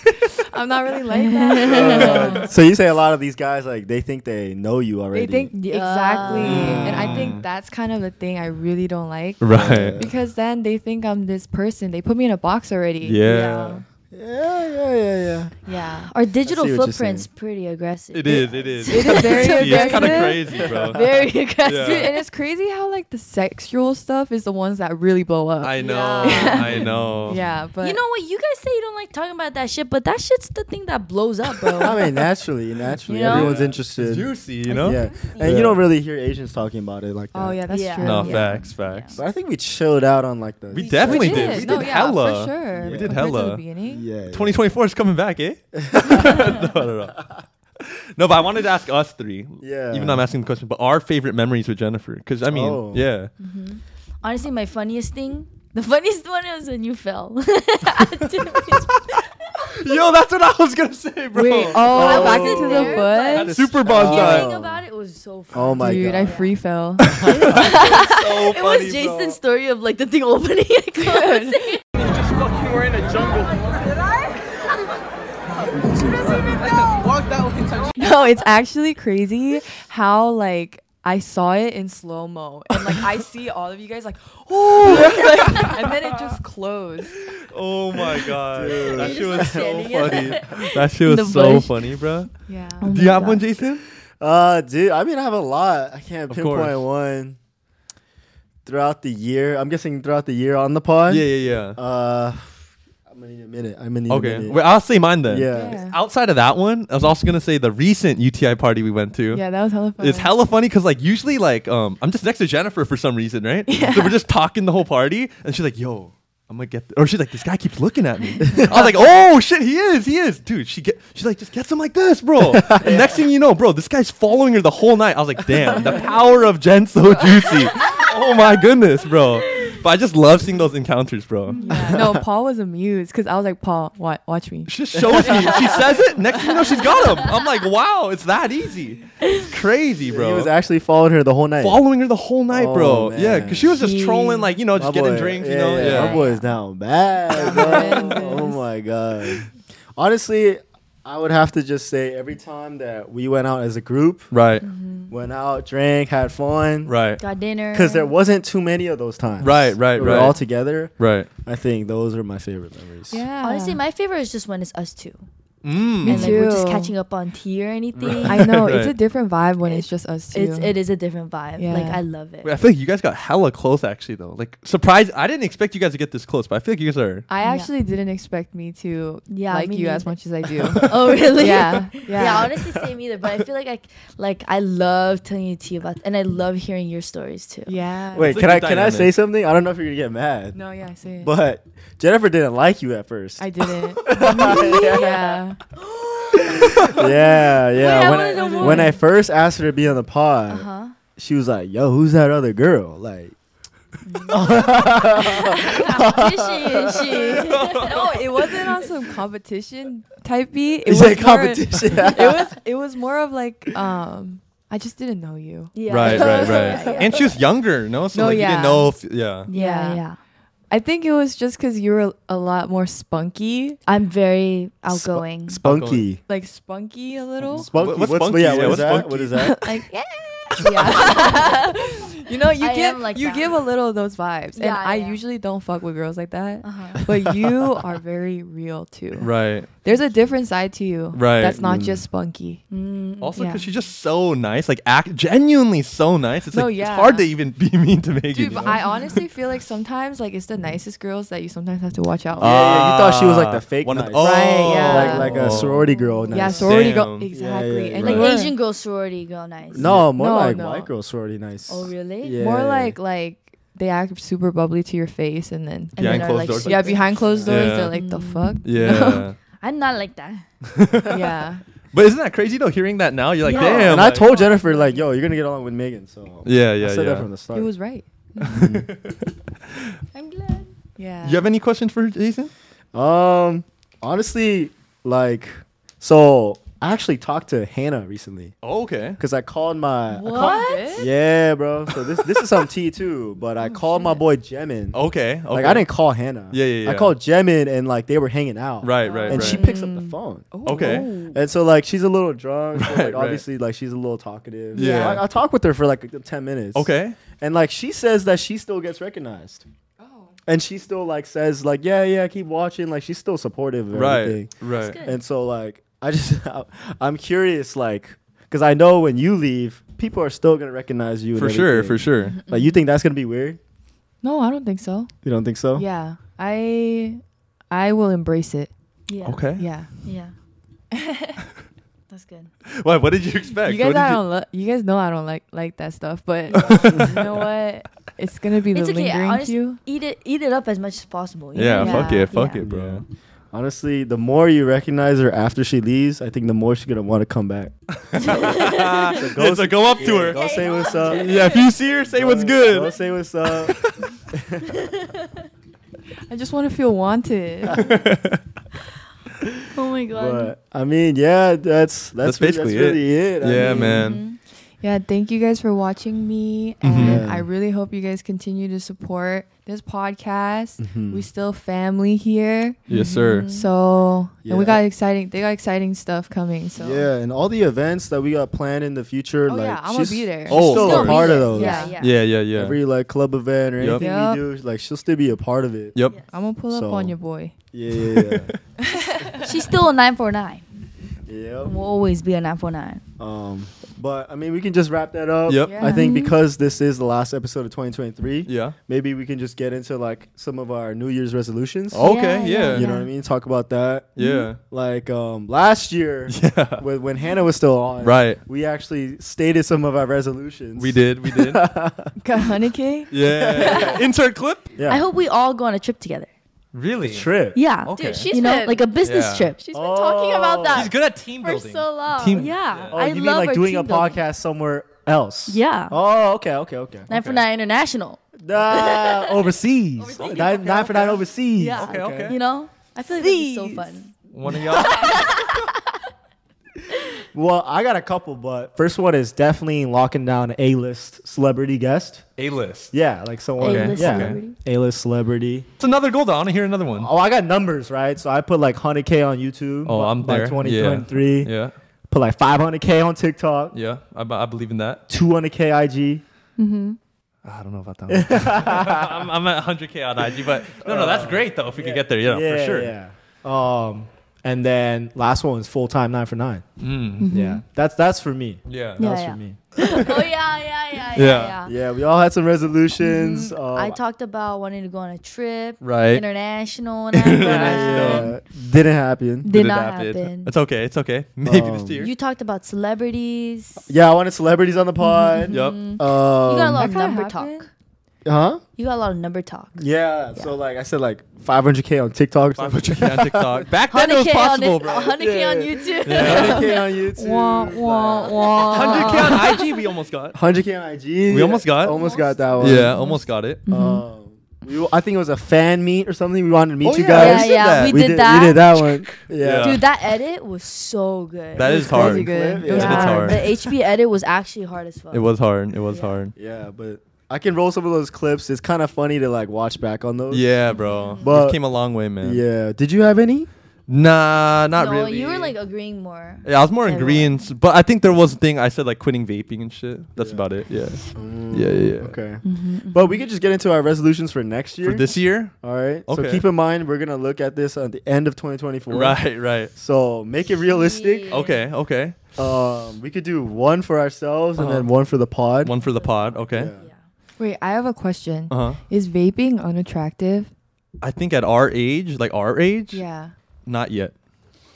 [SPEAKER 4] I'm not really like
[SPEAKER 1] Oh,
[SPEAKER 4] that.
[SPEAKER 3] Uh, so you say a lot of these guys like they think they know you already.
[SPEAKER 4] They think
[SPEAKER 2] Yeah.
[SPEAKER 4] exactly, and I
[SPEAKER 1] Mm.
[SPEAKER 4] think that's kind of the thing I really don't like
[SPEAKER 1] Right.
[SPEAKER 4] because then they think I'm this person. They put me in a box already.
[SPEAKER 1] Yeah.
[SPEAKER 3] Yeah, yeah, yeah, yeah.
[SPEAKER 4] yeah.
[SPEAKER 2] Our digital
[SPEAKER 3] I see what you're
[SPEAKER 2] footprint's pretty aggressive.
[SPEAKER 1] It is. It is.
[SPEAKER 4] It is very
[SPEAKER 1] It's kind of
[SPEAKER 4] aggressive.
[SPEAKER 1] crazy, bro.
[SPEAKER 2] Very aggressive.
[SPEAKER 4] Dude,
[SPEAKER 1] Yeah.
[SPEAKER 4] and it's crazy how like the sexual stuff is the ones that really blow up.
[SPEAKER 1] I know.
[SPEAKER 2] Yeah.
[SPEAKER 1] I know.
[SPEAKER 4] yeah, but
[SPEAKER 2] you know what? You guys say you don't like talking about that shit, but that shit's the thing that blows up, bro.
[SPEAKER 3] I mean, naturally, naturally,
[SPEAKER 2] You know?
[SPEAKER 3] everyone's
[SPEAKER 1] It's
[SPEAKER 3] interested.
[SPEAKER 1] juicy, you know.
[SPEAKER 3] Yeah, and you don't really hear Asians talking about it like that.
[SPEAKER 4] oh yeah, that's
[SPEAKER 2] Yeah.
[SPEAKER 4] true.
[SPEAKER 1] No
[SPEAKER 2] Yeah.
[SPEAKER 1] facts, facts.
[SPEAKER 3] But I think we chilled out on like the.
[SPEAKER 1] We definitely did. We
[SPEAKER 4] no,
[SPEAKER 1] did
[SPEAKER 4] yeah,
[SPEAKER 1] hella.
[SPEAKER 4] for sure.
[SPEAKER 3] We did
[SPEAKER 4] Compared to
[SPEAKER 1] hella.
[SPEAKER 4] the beginning.
[SPEAKER 3] Yeah.
[SPEAKER 1] 2024 is coming back, eh? no, no, no. No, but I wanted to ask us three.
[SPEAKER 3] Yeah.
[SPEAKER 1] Even though I'm asking the question, but our favorite memories with Jennifer. Because, I mean,
[SPEAKER 3] Oh.
[SPEAKER 1] yeah.
[SPEAKER 2] Honestly, my funniest thing, the funniest one was when you fell. I didn't miss-
[SPEAKER 1] Yo, that's what I was going to say, bro.
[SPEAKER 4] Wait, oh,
[SPEAKER 3] Oh.
[SPEAKER 4] back to
[SPEAKER 2] There,
[SPEAKER 4] the butt.
[SPEAKER 1] Super Bon
[SPEAKER 3] Oh.
[SPEAKER 2] Hearing
[SPEAKER 1] time.
[SPEAKER 2] about it was so funny.
[SPEAKER 3] Oh my
[SPEAKER 4] Dude,
[SPEAKER 3] god.
[SPEAKER 4] I free fell.
[SPEAKER 1] So
[SPEAKER 2] It
[SPEAKER 1] funny,
[SPEAKER 2] was
[SPEAKER 1] bro.
[SPEAKER 2] Jason's story of like the thing opening and closing.
[SPEAKER 4] no, it's actually crazy how like I saw it in slow mo, and like I see all of you guys like, oh, like, and then it just closed.
[SPEAKER 1] Oh, my God.
[SPEAKER 3] Dude.
[SPEAKER 1] That
[SPEAKER 2] You're
[SPEAKER 1] shit
[SPEAKER 2] just
[SPEAKER 1] was so
[SPEAKER 2] standing in
[SPEAKER 1] funny. That shit
[SPEAKER 2] in the
[SPEAKER 1] was so
[SPEAKER 2] bush. Oh
[SPEAKER 1] funny, bro.
[SPEAKER 4] Yeah.
[SPEAKER 1] Do you have one, Jason?
[SPEAKER 3] Uh, dude, I mean, I have a lot. I can't
[SPEAKER 1] Of
[SPEAKER 3] pinpoint
[SPEAKER 1] course.
[SPEAKER 3] one. Throughout the year, I'm guessing throughout the year on the pod.
[SPEAKER 1] Yeah, yeah, yeah.
[SPEAKER 3] Uh, I'm gonna need a minute. I'm gonna need a
[SPEAKER 1] Okay,
[SPEAKER 3] minute.
[SPEAKER 1] well, I'll say mine then.
[SPEAKER 3] Yeah.
[SPEAKER 4] Yeah.
[SPEAKER 1] Outside of that one, I was also gonna say the recent UTI party we went to.
[SPEAKER 4] Yeah, that was hella fun.
[SPEAKER 1] It's hella funny because like usually like um I'm just next to Jennifer for some reason, right? So we're just talking the whole party, and she's like, "Yo, I'm gonna get," th-. or she's like, "This guy keeps looking at me." I was like, "Oh shit, he is, he is, dude." She get, she's like, "Just get him like this, bro." And next thing you know, bro, this guy's following her the whole night. I was like, "Damn, the power of Jen so juicy." oh my goodness, bro. But I just love seeing those encounters, bro.
[SPEAKER 4] Yeah. no, Paul was amused because I was like, Paul, wa- watch me.
[SPEAKER 1] She just shows me. She says it. Next thing you know, she's got him. I'm like, wow, it's that easy. It's crazy, bro
[SPEAKER 3] He was actually following her the whole night.
[SPEAKER 1] following her the whole night,
[SPEAKER 3] Oh,
[SPEAKER 1] bro.
[SPEAKER 3] man.
[SPEAKER 1] Yeah, because she was just
[SPEAKER 4] Jeez.
[SPEAKER 1] trolling, like you know, just
[SPEAKER 3] My
[SPEAKER 1] getting
[SPEAKER 3] boy-
[SPEAKER 1] drinks, you
[SPEAKER 3] yeah,
[SPEAKER 1] know. Yeah.
[SPEAKER 3] my boy's down bad. bro. oh
[SPEAKER 4] Horrendous.
[SPEAKER 3] my god. Honestly, I would have to just say every time that we went out as a group,
[SPEAKER 1] Right,
[SPEAKER 3] went out, drank, had fun,
[SPEAKER 1] right,
[SPEAKER 2] Got dinner.
[SPEAKER 3] because there wasn't too many of those times.
[SPEAKER 1] Right, right,
[SPEAKER 3] We were
[SPEAKER 1] right.
[SPEAKER 3] All together.
[SPEAKER 1] right.
[SPEAKER 3] I think those are my favorite memories.
[SPEAKER 4] Yeah.
[SPEAKER 2] Honestly, my favorite is just when it's us two.
[SPEAKER 1] Mm.
[SPEAKER 2] and like we're just
[SPEAKER 4] too.
[SPEAKER 2] catching up on tea or anything.
[SPEAKER 4] I know it's a
[SPEAKER 1] Right.
[SPEAKER 4] different vibe when it's just us two.
[SPEAKER 2] It's it is a different vibe.
[SPEAKER 4] Yeah.
[SPEAKER 2] Like I love it.
[SPEAKER 1] Wait, I feel like you guys got hella close, actually, though. Like, surprise! I didn't expect you guys to get this close, but I feel like you guys are.
[SPEAKER 4] I
[SPEAKER 2] Yeah.
[SPEAKER 4] actually didn't expect me to
[SPEAKER 2] Yeah,
[SPEAKER 4] like
[SPEAKER 2] me
[SPEAKER 4] you as
[SPEAKER 2] neither.
[SPEAKER 4] much as I do.
[SPEAKER 2] Oh really?
[SPEAKER 4] yeah, yeah.
[SPEAKER 2] Yeah. honestly, same either. But I feel like I, like I love telling you tea about, and I love hearing your stories too.
[SPEAKER 4] Yeah.
[SPEAKER 3] Wait,
[SPEAKER 1] It's a
[SPEAKER 3] can I
[SPEAKER 1] good
[SPEAKER 3] can I say
[SPEAKER 1] dynamic.
[SPEAKER 3] something? I don't know if you're gonna get mad,
[SPEAKER 4] No, yeah, I see. it.
[SPEAKER 3] but Jennifer didn't like you at first.
[SPEAKER 4] I didn't. yeah.
[SPEAKER 3] Yeah. yeah, yeah.
[SPEAKER 2] I
[SPEAKER 3] when,
[SPEAKER 2] wanna know
[SPEAKER 3] I,
[SPEAKER 2] more.
[SPEAKER 3] when I first asked her to be on the pod,
[SPEAKER 2] Uh
[SPEAKER 4] Uh-huh.
[SPEAKER 2] huh.
[SPEAKER 3] she was like, "Yo, who's that other girl?" Like,
[SPEAKER 2] Competition shit.
[SPEAKER 4] no, it wasn't on some competition type beat. It
[SPEAKER 3] it's
[SPEAKER 4] was
[SPEAKER 3] like
[SPEAKER 4] more-
[SPEAKER 3] competition.
[SPEAKER 4] it was it was more of like um I just didn't know you.
[SPEAKER 2] Yeah.
[SPEAKER 1] Right, right,
[SPEAKER 2] Yeah,
[SPEAKER 1] right.
[SPEAKER 2] yeah.
[SPEAKER 1] And she was younger, no? So
[SPEAKER 4] No,
[SPEAKER 1] like, you
[SPEAKER 4] yeah.
[SPEAKER 1] didn't know if yeah.
[SPEAKER 2] yeah,
[SPEAKER 4] Yeah.
[SPEAKER 2] yeah.
[SPEAKER 4] I think it was just because you were a lot more spunky,
[SPEAKER 2] I'm very outgoing.
[SPEAKER 3] spunky.
[SPEAKER 4] like spunky a little.
[SPEAKER 3] Spunky.
[SPEAKER 1] What's
[SPEAKER 3] What's,
[SPEAKER 1] spunky?
[SPEAKER 3] yeah,
[SPEAKER 1] Yeah,
[SPEAKER 3] what is
[SPEAKER 1] what's
[SPEAKER 3] that?
[SPEAKER 1] spunky?
[SPEAKER 3] What is that?
[SPEAKER 4] like yeah. yeah. you know, you
[SPEAKER 2] I
[SPEAKER 4] give
[SPEAKER 2] am like
[SPEAKER 4] you
[SPEAKER 2] that.
[SPEAKER 4] give a little of those vibes, and
[SPEAKER 2] Yeah,
[SPEAKER 4] I
[SPEAKER 2] yeah.
[SPEAKER 4] usually don't fuck with girls like that.
[SPEAKER 2] Uh-huh.
[SPEAKER 4] But you are very real too.
[SPEAKER 1] Right.
[SPEAKER 4] There's a different side to you.
[SPEAKER 1] Right.
[SPEAKER 4] That's not
[SPEAKER 3] Mm.
[SPEAKER 4] just spunky.
[SPEAKER 1] Also,
[SPEAKER 4] Yeah.
[SPEAKER 1] because she's just so nice, like act genuinely so nice. It's
[SPEAKER 4] No,
[SPEAKER 1] like
[SPEAKER 4] yeah.
[SPEAKER 1] it's hard to even be mean to Megan.
[SPEAKER 4] Dude,
[SPEAKER 1] you
[SPEAKER 4] but
[SPEAKER 1] know?
[SPEAKER 4] I honestly feel like sometimes like it's the nicest girls that you sometimes have to watch out.
[SPEAKER 3] Yeah, yeah, you thought she was, like, the
[SPEAKER 1] Ah,
[SPEAKER 3] fake
[SPEAKER 1] one of
[SPEAKER 3] nice.
[SPEAKER 4] Right,
[SPEAKER 1] oh.
[SPEAKER 4] yeah.
[SPEAKER 3] Like like a sorority girl.
[SPEAKER 4] Yeah,
[SPEAKER 3] Nice.
[SPEAKER 4] sorority girl.
[SPEAKER 1] Damn.
[SPEAKER 4] Exactly.
[SPEAKER 3] Yeah, yeah,
[SPEAKER 4] and
[SPEAKER 3] yeah.
[SPEAKER 4] you
[SPEAKER 2] like
[SPEAKER 4] were-
[SPEAKER 2] Asian girl sorority girl nice.
[SPEAKER 3] No, more
[SPEAKER 4] No,
[SPEAKER 3] like
[SPEAKER 4] no.
[SPEAKER 3] white girl sorority nice.
[SPEAKER 2] Oh really?
[SPEAKER 3] Yeah.
[SPEAKER 4] more like like they act super bubbly to your face, and then
[SPEAKER 1] Behind
[SPEAKER 2] And then are,
[SPEAKER 1] closed
[SPEAKER 2] like,
[SPEAKER 1] doors.
[SPEAKER 4] yeah,
[SPEAKER 2] secret.
[SPEAKER 4] behind closed doors
[SPEAKER 1] Yeah.
[SPEAKER 4] they're like the
[SPEAKER 2] Mm.
[SPEAKER 4] fuck.
[SPEAKER 1] Yeah.
[SPEAKER 2] I'm not like that.
[SPEAKER 4] yeah.
[SPEAKER 1] but isn't that crazy though? Hearing that now, you're like,
[SPEAKER 2] Yeah.
[SPEAKER 1] damn.
[SPEAKER 3] And I
[SPEAKER 1] like-
[SPEAKER 3] told Jennifer like, "Yo, you're gonna get along with Megan." So
[SPEAKER 1] Yeah, yeah,
[SPEAKER 3] I said
[SPEAKER 1] yeah.
[SPEAKER 3] that from the
[SPEAKER 4] He
[SPEAKER 3] start.
[SPEAKER 4] was right.
[SPEAKER 2] I'm glad.
[SPEAKER 4] Yeah.
[SPEAKER 1] You have any questions for Jason?
[SPEAKER 3] Um, honestly, like, so I actually talked to Hannah recently
[SPEAKER 1] Oh, okay.
[SPEAKER 3] because I called my. I called-
[SPEAKER 2] What?
[SPEAKER 3] yeah, bro. So this this is some tea too, but I called my boy Jemin.
[SPEAKER 1] Okay. Oh, okay.
[SPEAKER 3] Like I didn't call Hannah.
[SPEAKER 1] Yeah, yeah,
[SPEAKER 3] I
[SPEAKER 1] yeah.
[SPEAKER 3] called Jemin and like they were hanging out.
[SPEAKER 1] Right, right,
[SPEAKER 3] And
[SPEAKER 1] right.
[SPEAKER 3] she picks up the phone.
[SPEAKER 1] okay.
[SPEAKER 3] And so like she's a little drunk. so,
[SPEAKER 1] Right,
[SPEAKER 3] like
[SPEAKER 1] right.
[SPEAKER 3] obviously like she's a little talkative.
[SPEAKER 1] Yeah.
[SPEAKER 3] So, I, I talked with her for like a good ten minutes.
[SPEAKER 1] Okay.
[SPEAKER 3] And like she says that she still gets recognized. And she still like says like yeah yeah keep watching like she's still supportive of everything.
[SPEAKER 1] Right. Right.
[SPEAKER 2] good.
[SPEAKER 3] And so like I just I'm curious like because I know when you leave people are still gonna recognize you and
[SPEAKER 1] For sure. For
[SPEAKER 3] everything.
[SPEAKER 1] sure.
[SPEAKER 3] Like you think that's gonna be weird?
[SPEAKER 4] No, I don't think so.
[SPEAKER 3] You don't think so?
[SPEAKER 4] Yeah. I I will embrace it.
[SPEAKER 2] Yeah.
[SPEAKER 1] Okay.
[SPEAKER 4] Yeah.
[SPEAKER 2] Yeah. That's good.
[SPEAKER 1] Why? What did you expect?
[SPEAKER 4] You guys
[SPEAKER 1] What did
[SPEAKER 4] I
[SPEAKER 1] you-
[SPEAKER 4] don't lo- you guys know I don't like like that stuff, but you know what? It's gonna be the
[SPEAKER 2] It's okay.
[SPEAKER 4] lingering
[SPEAKER 2] Honestly,
[SPEAKER 4] cue.
[SPEAKER 2] eat it, eat it up as much as possible. you
[SPEAKER 1] yeah,
[SPEAKER 2] know?
[SPEAKER 1] Fuck it. Fuck
[SPEAKER 2] Yeah.
[SPEAKER 1] it, bro.
[SPEAKER 3] Honestly, the more you recognize her after she leaves, I think the more she's gonna want to come back. go-
[SPEAKER 1] Yeah, so go up to her.
[SPEAKER 3] Go say what's up.
[SPEAKER 1] Yeah. If you see her, say what's
[SPEAKER 3] Go
[SPEAKER 1] good.
[SPEAKER 3] say what's up.
[SPEAKER 4] I just want to feel wanted.
[SPEAKER 2] Oh my god.
[SPEAKER 3] but I mean, yeah, that's that's,
[SPEAKER 1] That's
[SPEAKER 3] re-
[SPEAKER 1] basically
[SPEAKER 3] that's really it. I
[SPEAKER 1] Yeah,
[SPEAKER 3] mean,
[SPEAKER 1] man.
[SPEAKER 4] Yeah, thank you guys for watching me.
[SPEAKER 3] Mm-hmm.
[SPEAKER 4] And I really hope you guys continue to support this podcast.
[SPEAKER 3] Mm-hmm.
[SPEAKER 4] We still family here.
[SPEAKER 1] Yes, sir.
[SPEAKER 4] So and we
[SPEAKER 3] Yeah.
[SPEAKER 4] got exciting they got exciting stuff coming. So
[SPEAKER 3] Yeah, and all the events that we got planned in the future,
[SPEAKER 4] Oh,
[SPEAKER 3] like
[SPEAKER 4] yeah, I'ma
[SPEAKER 3] she's-
[SPEAKER 4] be there.
[SPEAKER 3] She's
[SPEAKER 1] Oh,
[SPEAKER 3] still
[SPEAKER 1] of
[SPEAKER 3] a
[SPEAKER 1] course.
[SPEAKER 3] part of those.
[SPEAKER 4] Yeah.
[SPEAKER 2] Yeah. Yeah.
[SPEAKER 1] Yeah. Yeah. Yeah.
[SPEAKER 3] Every like club event or
[SPEAKER 1] Yep.
[SPEAKER 3] anything
[SPEAKER 4] Yup.
[SPEAKER 3] we do, like she'll still be a part of it.
[SPEAKER 1] Yep.
[SPEAKER 4] I'm gonna pull up
[SPEAKER 3] So-
[SPEAKER 4] on your boy.
[SPEAKER 3] Yeah, yeah, yeah.
[SPEAKER 2] She's still a nine four nine.
[SPEAKER 3] yep.
[SPEAKER 2] Will always be a nine four nine.
[SPEAKER 3] Um, But I mean, we can just wrap that up.
[SPEAKER 1] Yep.
[SPEAKER 4] Yeah.
[SPEAKER 3] I think
[SPEAKER 4] Mhm.
[SPEAKER 3] because this is the last episode of 2023,
[SPEAKER 1] Yeah.
[SPEAKER 3] maybe we can just get into like some of our New Year's resolutions.
[SPEAKER 1] Okay.
[SPEAKER 2] Yeah,
[SPEAKER 1] Yeah.
[SPEAKER 3] You know what I mean? Talk about that.
[SPEAKER 1] Yeah.
[SPEAKER 3] Like um, last year,
[SPEAKER 1] Yeah.
[SPEAKER 3] when, when Hannah was still on,
[SPEAKER 1] Right.
[SPEAKER 3] we actually stated some of our resolutions.
[SPEAKER 1] We did. We did. yeah.
[SPEAKER 4] Got honey cake?
[SPEAKER 1] yeah. Insert clip.
[SPEAKER 3] Yeah.
[SPEAKER 2] I hope we all go on a trip together.
[SPEAKER 1] Really?
[SPEAKER 3] Trip.
[SPEAKER 2] Yeah.
[SPEAKER 5] Dude,
[SPEAKER 1] Okay.
[SPEAKER 5] she's
[SPEAKER 2] you know,
[SPEAKER 5] been,
[SPEAKER 2] like a business
[SPEAKER 1] Yeah.
[SPEAKER 2] trip.
[SPEAKER 5] she's been talking about
[SPEAKER 3] Oh.
[SPEAKER 5] that
[SPEAKER 1] She's good at team
[SPEAKER 5] for
[SPEAKER 1] building.
[SPEAKER 5] so long.
[SPEAKER 1] Team-
[SPEAKER 2] Yeah.
[SPEAKER 1] Yeah.
[SPEAKER 3] Oh,
[SPEAKER 2] I
[SPEAKER 3] you mean
[SPEAKER 2] love
[SPEAKER 3] like
[SPEAKER 2] our
[SPEAKER 3] doing
[SPEAKER 2] team
[SPEAKER 3] a
[SPEAKER 2] building.
[SPEAKER 3] podcast somewhere else?
[SPEAKER 2] Yeah.
[SPEAKER 3] Oh, okay, okay, okay.
[SPEAKER 2] Nine for nine international.
[SPEAKER 3] Nah, overseas.
[SPEAKER 1] Overseas.
[SPEAKER 3] Nine,
[SPEAKER 1] Okay,
[SPEAKER 3] nine for nine
[SPEAKER 1] okay.
[SPEAKER 3] overseas.
[SPEAKER 2] Yeah.
[SPEAKER 1] Okay, okay.
[SPEAKER 2] You know? I feel like that'd be so fun.
[SPEAKER 1] One of y'all.
[SPEAKER 3] Well, I got a couple, but first one is definitely locking down a list celebrity guest.
[SPEAKER 1] A list.
[SPEAKER 3] Yeah, like someone.
[SPEAKER 2] A-list
[SPEAKER 3] yeah.
[SPEAKER 2] celebrity.
[SPEAKER 3] A list celebrity.
[SPEAKER 1] It's another goal. though. I want to hear another one.
[SPEAKER 3] Oh, I got numbers right, so I put like hundred k on YouTube.
[SPEAKER 1] Oh,
[SPEAKER 3] by-
[SPEAKER 1] I'm
[SPEAKER 3] by
[SPEAKER 1] there.
[SPEAKER 3] Twenty
[SPEAKER 1] Yeah.
[SPEAKER 3] twenty three.
[SPEAKER 1] Yeah.
[SPEAKER 3] Put like five hundred k on TikTok.
[SPEAKER 1] Yeah. I, I believe in that.
[SPEAKER 3] Two hundred k IG.
[SPEAKER 1] I don't know about that one. I'm, I'm at 100K on IG, but no, no, that's great though if we could get there. Yeah, for sure.
[SPEAKER 3] Yeah. Um, and then last one is full time nine for nine.
[SPEAKER 1] Mm.
[SPEAKER 3] Yeah, that's that's for me.
[SPEAKER 1] Yeah.
[SPEAKER 2] Mm-hmm. Yeah. Uh,
[SPEAKER 3] That's for me.
[SPEAKER 5] oh yeah, yeah, yeah, yeah.
[SPEAKER 1] Yeah.
[SPEAKER 5] yeah.
[SPEAKER 3] Yeah, we all had some resolutions. Um,
[SPEAKER 2] mm-hmm. I talked about wanting to go on a trip.
[SPEAKER 1] Right.
[SPEAKER 2] International. and all that.
[SPEAKER 3] yeah, didn't happen.
[SPEAKER 2] Did,
[SPEAKER 1] it
[SPEAKER 2] not
[SPEAKER 1] happen.
[SPEAKER 2] happen.
[SPEAKER 1] It's okay. It's okay. Maybe this
[SPEAKER 3] Um,
[SPEAKER 1] year.
[SPEAKER 2] You talked about celebrities.
[SPEAKER 3] Yeah, I wanted celebrities on the pod.
[SPEAKER 1] Yep.
[SPEAKER 2] mm. you got a lot of
[SPEAKER 3] Um,
[SPEAKER 4] kinda
[SPEAKER 2] number
[SPEAKER 4] happened.
[SPEAKER 2] talk.
[SPEAKER 3] huh?
[SPEAKER 2] You got a lot of number talk.
[SPEAKER 3] Yeah, So like I said, like 500k on TikTok. Or something.
[SPEAKER 1] 500K on TikTok. Back then it was
[SPEAKER 2] 100K on,
[SPEAKER 1] possible,
[SPEAKER 2] it,
[SPEAKER 1] bro.
[SPEAKER 2] 100K on
[SPEAKER 3] Yeah.
[SPEAKER 2] YouTube.
[SPEAKER 3] 100k on YouTube.
[SPEAKER 4] Wah, wah, wah.
[SPEAKER 1] 100K on IG we almost got.
[SPEAKER 3] 100k on IG.
[SPEAKER 1] We almost got-
[SPEAKER 3] Almost got that one.
[SPEAKER 1] Oh, Yeah, almost got it.
[SPEAKER 3] Um, we, I think it was a fan meet or something. We wanted to meet
[SPEAKER 1] Oh,
[SPEAKER 3] you
[SPEAKER 1] yeah.
[SPEAKER 3] guys.
[SPEAKER 2] yeah, yeah,
[SPEAKER 1] that.
[SPEAKER 2] we,
[SPEAKER 3] We
[SPEAKER 2] did,
[SPEAKER 3] We
[SPEAKER 2] that.
[SPEAKER 3] did that one. Yeah.
[SPEAKER 1] Yeah.
[SPEAKER 2] Dude, that edit was so good.
[SPEAKER 1] That is hard.
[SPEAKER 4] crazy good.
[SPEAKER 3] Clip,
[SPEAKER 4] It was
[SPEAKER 1] yeah. It's hard.
[SPEAKER 2] The HB edit was actually hard as fuck.
[SPEAKER 1] It was hard. It was
[SPEAKER 2] Yeah.
[SPEAKER 1] hard.
[SPEAKER 3] Yeah, but I can roll some of those clips. It's kind of funny to like watch back on those.
[SPEAKER 1] Yeah, bro.
[SPEAKER 3] But-
[SPEAKER 1] We've came a long way, man.
[SPEAKER 3] Yeah. Did you have any?
[SPEAKER 1] Nah, not
[SPEAKER 2] no,
[SPEAKER 1] really.
[SPEAKER 2] you were like agreeing more.
[SPEAKER 1] Yeah, I was more in
[SPEAKER 2] Yeah,
[SPEAKER 1] greens, but I think there was a thing I said like quitting vaping and shit. That's
[SPEAKER 3] Yeah.
[SPEAKER 1] about it. Yeah. Yeah, yeah, yeah.
[SPEAKER 3] Okay.
[SPEAKER 4] Mm-hmm.
[SPEAKER 3] But we could just get into our resolutions for next year.
[SPEAKER 1] For this year?
[SPEAKER 3] All right. So
[SPEAKER 1] Okay.
[SPEAKER 3] keep in mind, we're going to look at this at the end of 2024.
[SPEAKER 1] Right, right.
[SPEAKER 3] So make it realistic.
[SPEAKER 2] Yeah.
[SPEAKER 1] Okay, okay.
[SPEAKER 3] Um, we could do one for ourselves and
[SPEAKER 1] Uh-huh.
[SPEAKER 3] then one for the pod.
[SPEAKER 1] One for the pod, okay.
[SPEAKER 3] Yeah.
[SPEAKER 4] Wait, I have a question.
[SPEAKER 3] Uh.
[SPEAKER 1] Uh-huh.
[SPEAKER 4] Is vaping unattractive?
[SPEAKER 1] I think at our age, like our age,
[SPEAKER 4] Yeah.
[SPEAKER 1] not yet.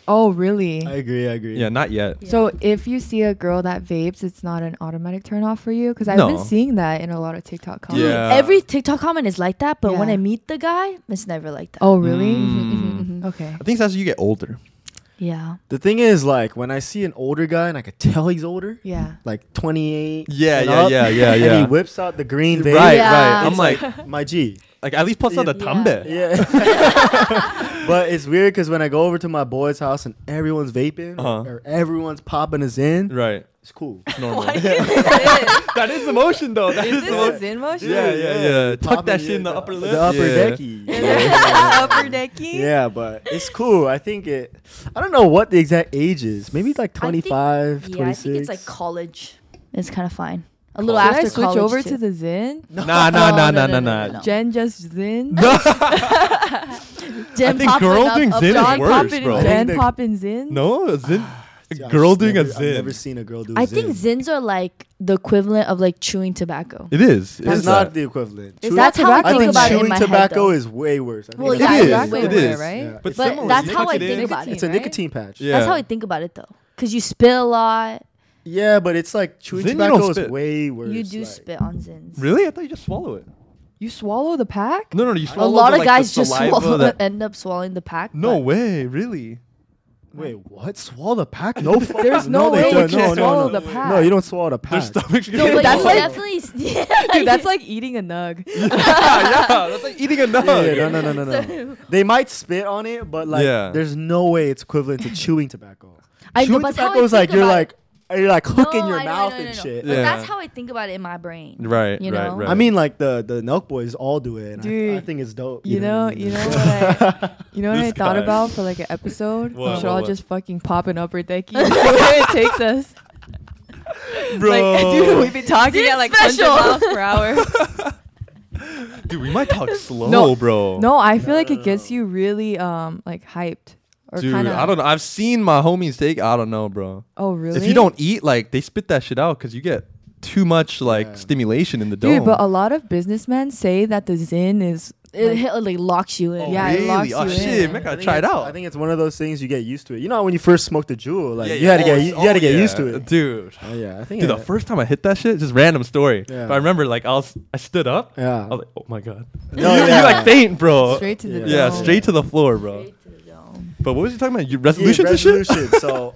[SPEAKER 4] Oh, really?
[SPEAKER 3] I agree. I agree.
[SPEAKER 1] Yeah, not yet.
[SPEAKER 2] Yeah.
[SPEAKER 4] So if you see a girl that vapes, it's not an automatic turnoff for you because I've
[SPEAKER 1] No.
[SPEAKER 4] been seeing that in a lot of TikTok
[SPEAKER 1] Dude,
[SPEAKER 4] comments.
[SPEAKER 1] Yeah.
[SPEAKER 2] Every TikTok comment is like that, but when
[SPEAKER 4] Yeah.
[SPEAKER 2] I meet the guy, it's never like that.
[SPEAKER 4] Oh, really? Mm-hmm.
[SPEAKER 1] Mm.
[SPEAKER 4] Okay.
[SPEAKER 1] I think that's as you get older.
[SPEAKER 2] Yeah.
[SPEAKER 3] The thing is, like, when I see an older guy and I could tell he's older,
[SPEAKER 4] Yeah.
[SPEAKER 3] like 28.
[SPEAKER 1] Yeah,
[SPEAKER 3] and
[SPEAKER 1] yeah,
[SPEAKER 3] up,
[SPEAKER 1] yeah, yeah,
[SPEAKER 3] and
[SPEAKER 1] yeah.
[SPEAKER 3] he whips out the green vape.
[SPEAKER 1] Right,
[SPEAKER 2] Yeah.
[SPEAKER 1] right. I'm
[SPEAKER 2] It's
[SPEAKER 1] like,
[SPEAKER 3] My G.
[SPEAKER 1] like at least plus out the
[SPEAKER 2] Yeah.
[SPEAKER 1] tambe.
[SPEAKER 3] Yeah. but it's weird because when I go over to my boy's house and everyone's vaping
[SPEAKER 1] Uh-huh.
[SPEAKER 3] or everyone's popping us in,
[SPEAKER 1] Right.
[SPEAKER 3] it's cool.
[SPEAKER 1] It's normal.
[SPEAKER 5] Why is this?
[SPEAKER 1] that is the motion though. That
[SPEAKER 4] Is
[SPEAKER 1] is, the
[SPEAKER 4] this a
[SPEAKER 1] motion.
[SPEAKER 4] Zen motion?
[SPEAKER 1] Yeah, yeah, yeah. Tuck
[SPEAKER 3] Popping
[SPEAKER 1] that shit in the upper lip.
[SPEAKER 3] The upper
[SPEAKER 1] Yeah.
[SPEAKER 3] decky.
[SPEAKER 4] Upper decky?
[SPEAKER 3] Yeah, but it's cool. I think it. I don't know what the exact age is. Maybe like 25,
[SPEAKER 2] yeah,
[SPEAKER 3] 26.
[SPEAKER 2] I think it's like college. It's kind of fine. A
[SPEAKER 4] Should
[SPEAKER 2] little
[SPEAKER 4] I
[SPEAKER 2] after
[SPEAKER 4] switch
[SPEAKER 2] college.
[SPEAKER 4] over
[SPEAKER 2] too.
[SPEAKER 4] to the Zen?
[SPEAKER 1] Nah, nah,
[SPEAKER 2] No,
[SPEAKER 1] nah,
[SPEAKER 2] no,
[SPEAKER 1] nah, nah,
[SPEAKER 2] no, no,
[SPEAKER 1] nah.
[SPEAKER 2] no.
[SPEAKER 4] Jen just Zen?
[SPEAKER 2] Jim
[SPEAKER 1] I think
[SPEAKER 2] popping
[SPEAKER 1] girl
[SPEAKER 2] up-
[SPEAKER 1] doing
[SPEAKER 2] up
[SPEAKER 1] Zen is
[SPEAKER 2] top.
[SPEAKER 4] John
[SPEAKER 1] worse,
[SPEAKER 4] popping
[SPEAKER 1] bro.
[SPEAKER 4] and Jen
[SPEAKER 3] I think
[SPEAKER 4] popping Zin?
[SPEAKER 1] No, a zin.
[SPEAKER 3] Yeah,
[SPEAKER 1] A
[SPEAKER 3] I've
[SPEAKER 1] girl
[SPEAKER 3] just
[SPEAKER 1] doing
[SPEAKER 3] never,
[SPEAKER 1] a
[SPEAKER 3] I've
[SPEAKER 1] zin.
[SPEAKER 3] never seen a girl do. a
[SPEAKER 2] I think
[SPEAKER 3] zin.
[SPEAKER 2] zins are like the equivalent of like chewing tobacco.
[SPEAKER 1] It is. It
[SPEAKER 3] It's
[SPEAKER 1] is
[SPEAKER 3] not
[SPEAKER 1] that.
[SPEAKER 3] the equivalent.
[SPEAKER 4] Is
[SPEAKER 3] Chew-
[SPEAKER 4] that
[SPEAKER 2] That's how I
[SPEAKER 4] tobacco?
[SPEAKER 3] I
[SPEAKER 2] think
[SPEAKER 3] think
[SPEAKER 2] about it in
[SPEAKER 3] chewing
[SPEAKER 2] my
[SPEAKER 3] tobacco
[SPEAKER 2] head,
[SPEAKER 3] is way worse. I think
[SPEAKER 2] Well,
[SPEAKER 3] it's
[SPEAKER 2] yeah,
[SPEAKER 3] way
[SPEAKER 1] it is.
[SPEAKER 2] exactly.
[SPEAKER 1] It
[SPEAKER 2] Way
[SPEAKER 1] is.
[SPEAKER 4] worse, right?
[SPEAKER 3] Yeah,
[SPEAKER 1] But,
[SPEAKER 3] it's
[SPEAKER 2] But
[SPEAKER 1] similar.
[SPEAKER 2] that's how I
[SPEAKER 1] Nicotine
[SPEAKER 2] think
[SPEAKER 1] is-
[SPEAKER 2] about it.
[SPEAKER 3] It's a
[SPEAKER 4] Right?
[SPEAKER 3] nicotine patch.
[SPEAKER 1] Yeah.
[SPEAKER 2] though. That's how I think about it though, because you spit a lot.
[SPEAKER 3] Yeah, but it's like chewing
[SPEAKER 1] Then you don't
[SPEAKER 3] tobacco is
[SPEAKER 1] spit.
[SPEAKER 3] way worse.
[SPEAKER 2] You do
[SPEAKER 3] like-
[SPEAKER 2] spit on zins.
[SPEAKER 1] Really? I thought you just swallow it.
[SPEAKER 4] You swallow the pack?
[SPEAKER 1] No, no, no. You
[SPEAKER 2] A
[SPEAKER 1] swallow
[SPEAKER 2] lot
[SPEAKER 1] the,
[SPEAKER 2] of
[SPEAKER 1] like,
[SPEAKER 2] guys
[SPEAKER 1] the
[SPEAKER 2] just
[SPEAKER 1] saliva
[SPEAKER 2] swallow
[SPEAKER 1] that-
[SPEAKER 2] end up swallowing the pack.
[SPEAKER 1] No
[SPEAKER 2] but-
[SPEAKER 1] way. Really?
[SPEAKER 3] Wait, what? Swallow the pack? No, fuck-
[SPEAKER 4] There's no,
[SPEAKER 3] they
[SPEAKER 4] way you
[SPEAKER 3] don't.
[SPEAKER 4] can
[SPEAKER 3] no,
[SPEAKER 4] swallow
[SPEAKER 3] no, no.
[SPEAKER 4] the pack.
[SPEAKER 3] No, you don't swallow the pack.
[SPEAKER 1] Their stomachs.
[SPEAKER 2] No, but
[SPEAKER 4] That's
[SPEAKER 2] you
[SPEAKER 4] like-
[SPEAKER 2] definitely.
[SPEAKER 4] Dude, that's like eating a nug.
[SPEAKER 1] yeah, yeah, that's like eating a nug.
[SPEAKER 3] yeah, yeah, no, no, no, no, no. they might spit on it, but like,
[SPEAKER 1] Yeah.
[SPEAKER 3] there's no way it's equivalent to chewing tobacco.
[SPEAKER 2] I know,
[SPEAKER 3] chewing
[SPEAKER 2] but that's how I
[SPEAKER 3] tobacco is like
[SPEAKER 2] think
[SPEAKER 3] you're
[SPEAKER 2] about
[SPEAKER 3] like you're like
[SPEAKER 2] it.
[SPEAKER 3] hooking
[SPEAKER 2] No,
[SPEAKER 3] your
[SPEAKER 2] I know, I
[SPEAKER 3] mouth
[SPEAKER 2] know, I
[SPEAKER 3] and
[SPEAKER 2] know.
[SPEAKER 3] shit.
[SPEAKER 2] But that's
[SPEAKER 1] Yeah.
[SPEAKER 2] how I think about it in my brain.
[SPEAKER 1] Right,
[SPEAKER 2] You
[SPEAKER 1] right,
[SPEAKER 2] know?
[SPEAKER 1] right.
[SPEAKER 3] I mean, like the the Nelk boys all do it, and I, I
[SPEAKER 4] Dude,
[SPEAKER 3] think it's dope.
[SPEAKER 4] You know,
[SPEAKER 3] what
[SPEAKER 1] Mm.
[SPEAKER 3] I mean?
[SPEAKER 4] you know what I, you know what I
[SPEAKER 1] This
[SPEAKER 4] thought
[SPEAKER 1] guy.
[SPEAKER 4] about for like an episode?
[SPEAKER 1] What,
[SPEAKER 4] Should
[SPEAKER 1] what,
[SPEAKER 4] all
[SPEAKER 1] what?
[SPEAKER 4] just fucking pop an upper decky? See where it takes us.
[SPEAKER 1] bro,
[SPEAKER 4] Like, dude, we've been talking
[SPEAKER 2] Dude,
[SPEAKER 4] at like
[SPEAKER 2] special.
[SPEAKER 4] 100 miles per hour.
[SPEAKER 1] dude, we might talk slow,
[SPEAKER 4] No,
[SPEAKER 1] bro.
[SPEAKER 4] No, I feel like it gets you really um like hyped or Or
[SPEAKER 1] Dude,
[SPEAKER 4] kind
[SPEAKER 1] I don't know. I've seen my homies take. I don't know, bro.
[SPEAKER 4] Oh really?
[SPEAKER 1] If you don't eat, like they spit that shit out because you get too much like
[SPEAKER 3] Yeah.
[SPEAKER 1] stimulation in the
[SPEAKER 4] Dude,
[SPEAKER 1] dome.
[SPEAKER 4] but a lot of businessmen say that the Zin is.
[SPEAKER 2] It hit, like locks you in.
[SPEAKER 1] Oh,
[SPEAKER 4] yeah, it
[SPEAKER 1] really?
[SPEAKER 4] locks
[SPEAKER 1] oh
[SPEAKER 4] you
[SPEAKER 1] shit,
[SPEAKER 4] in.
[SPEAKER 1] man, I
[SPEAKER 3] I
[SPEAKER 1] gotta
[SPEAKER 3] think
[SPEAKER 1] try it
[SPEAKER 3] it's-
[SPEAKER 1] out.
[SPEAKER 3] I think it's one of those things you get used to it. You know how when you first smoked the jewel, like
[SPEAKER 1] Yeah,
[SPEAKER 3] you
[SPEAKER 1] yeah.
[SPEAKER 3] had to
[SPEAKER 1] Oh,
[SPEAKER 3] get
[SPEAKER 1] it's-
[SPEAKER 3] you, you had to
[SPEAKER 1] oh,
[SPEAKER 3] get
[SPEAKER 1] yeah.
[SPEAKER 3] used to it.
[SPEAKER 1] dude.
[SPEAKER 3] Oh, yeah, I think
[SPEAKER 1] Dude,
[SPEAKER 3] I-
[SPEAKER 1] the first time I hit that shit, just random story.
[SPEAKER 3] Yeah.
[SPEAKER 1] But I remember, like, I was, I stood up.
[SPEAKER 3] Yeah.
[SPEAKER 1] I was like, oh my god.
[SPEAKER 3] No,
[SPEAKER 1] you,
[SPEAKER 3] yeah.
[SPEAKER 1] you like faint, bro.
[SPEAKER 4] Straight to the
[SPEAKER 1] Uh, yeah,
[SPEAKER 4] dome.
[SPEAKER 1] straight to the floor, bro.
[SPEAKER 2] Straight to the dome.
[SPEAKER 1] But what was he talking about? Your
[SPEAKER 3] Yeah,
[SPEAKER 1] resolutions and shit.
[SPEAKER 3] resolutions, so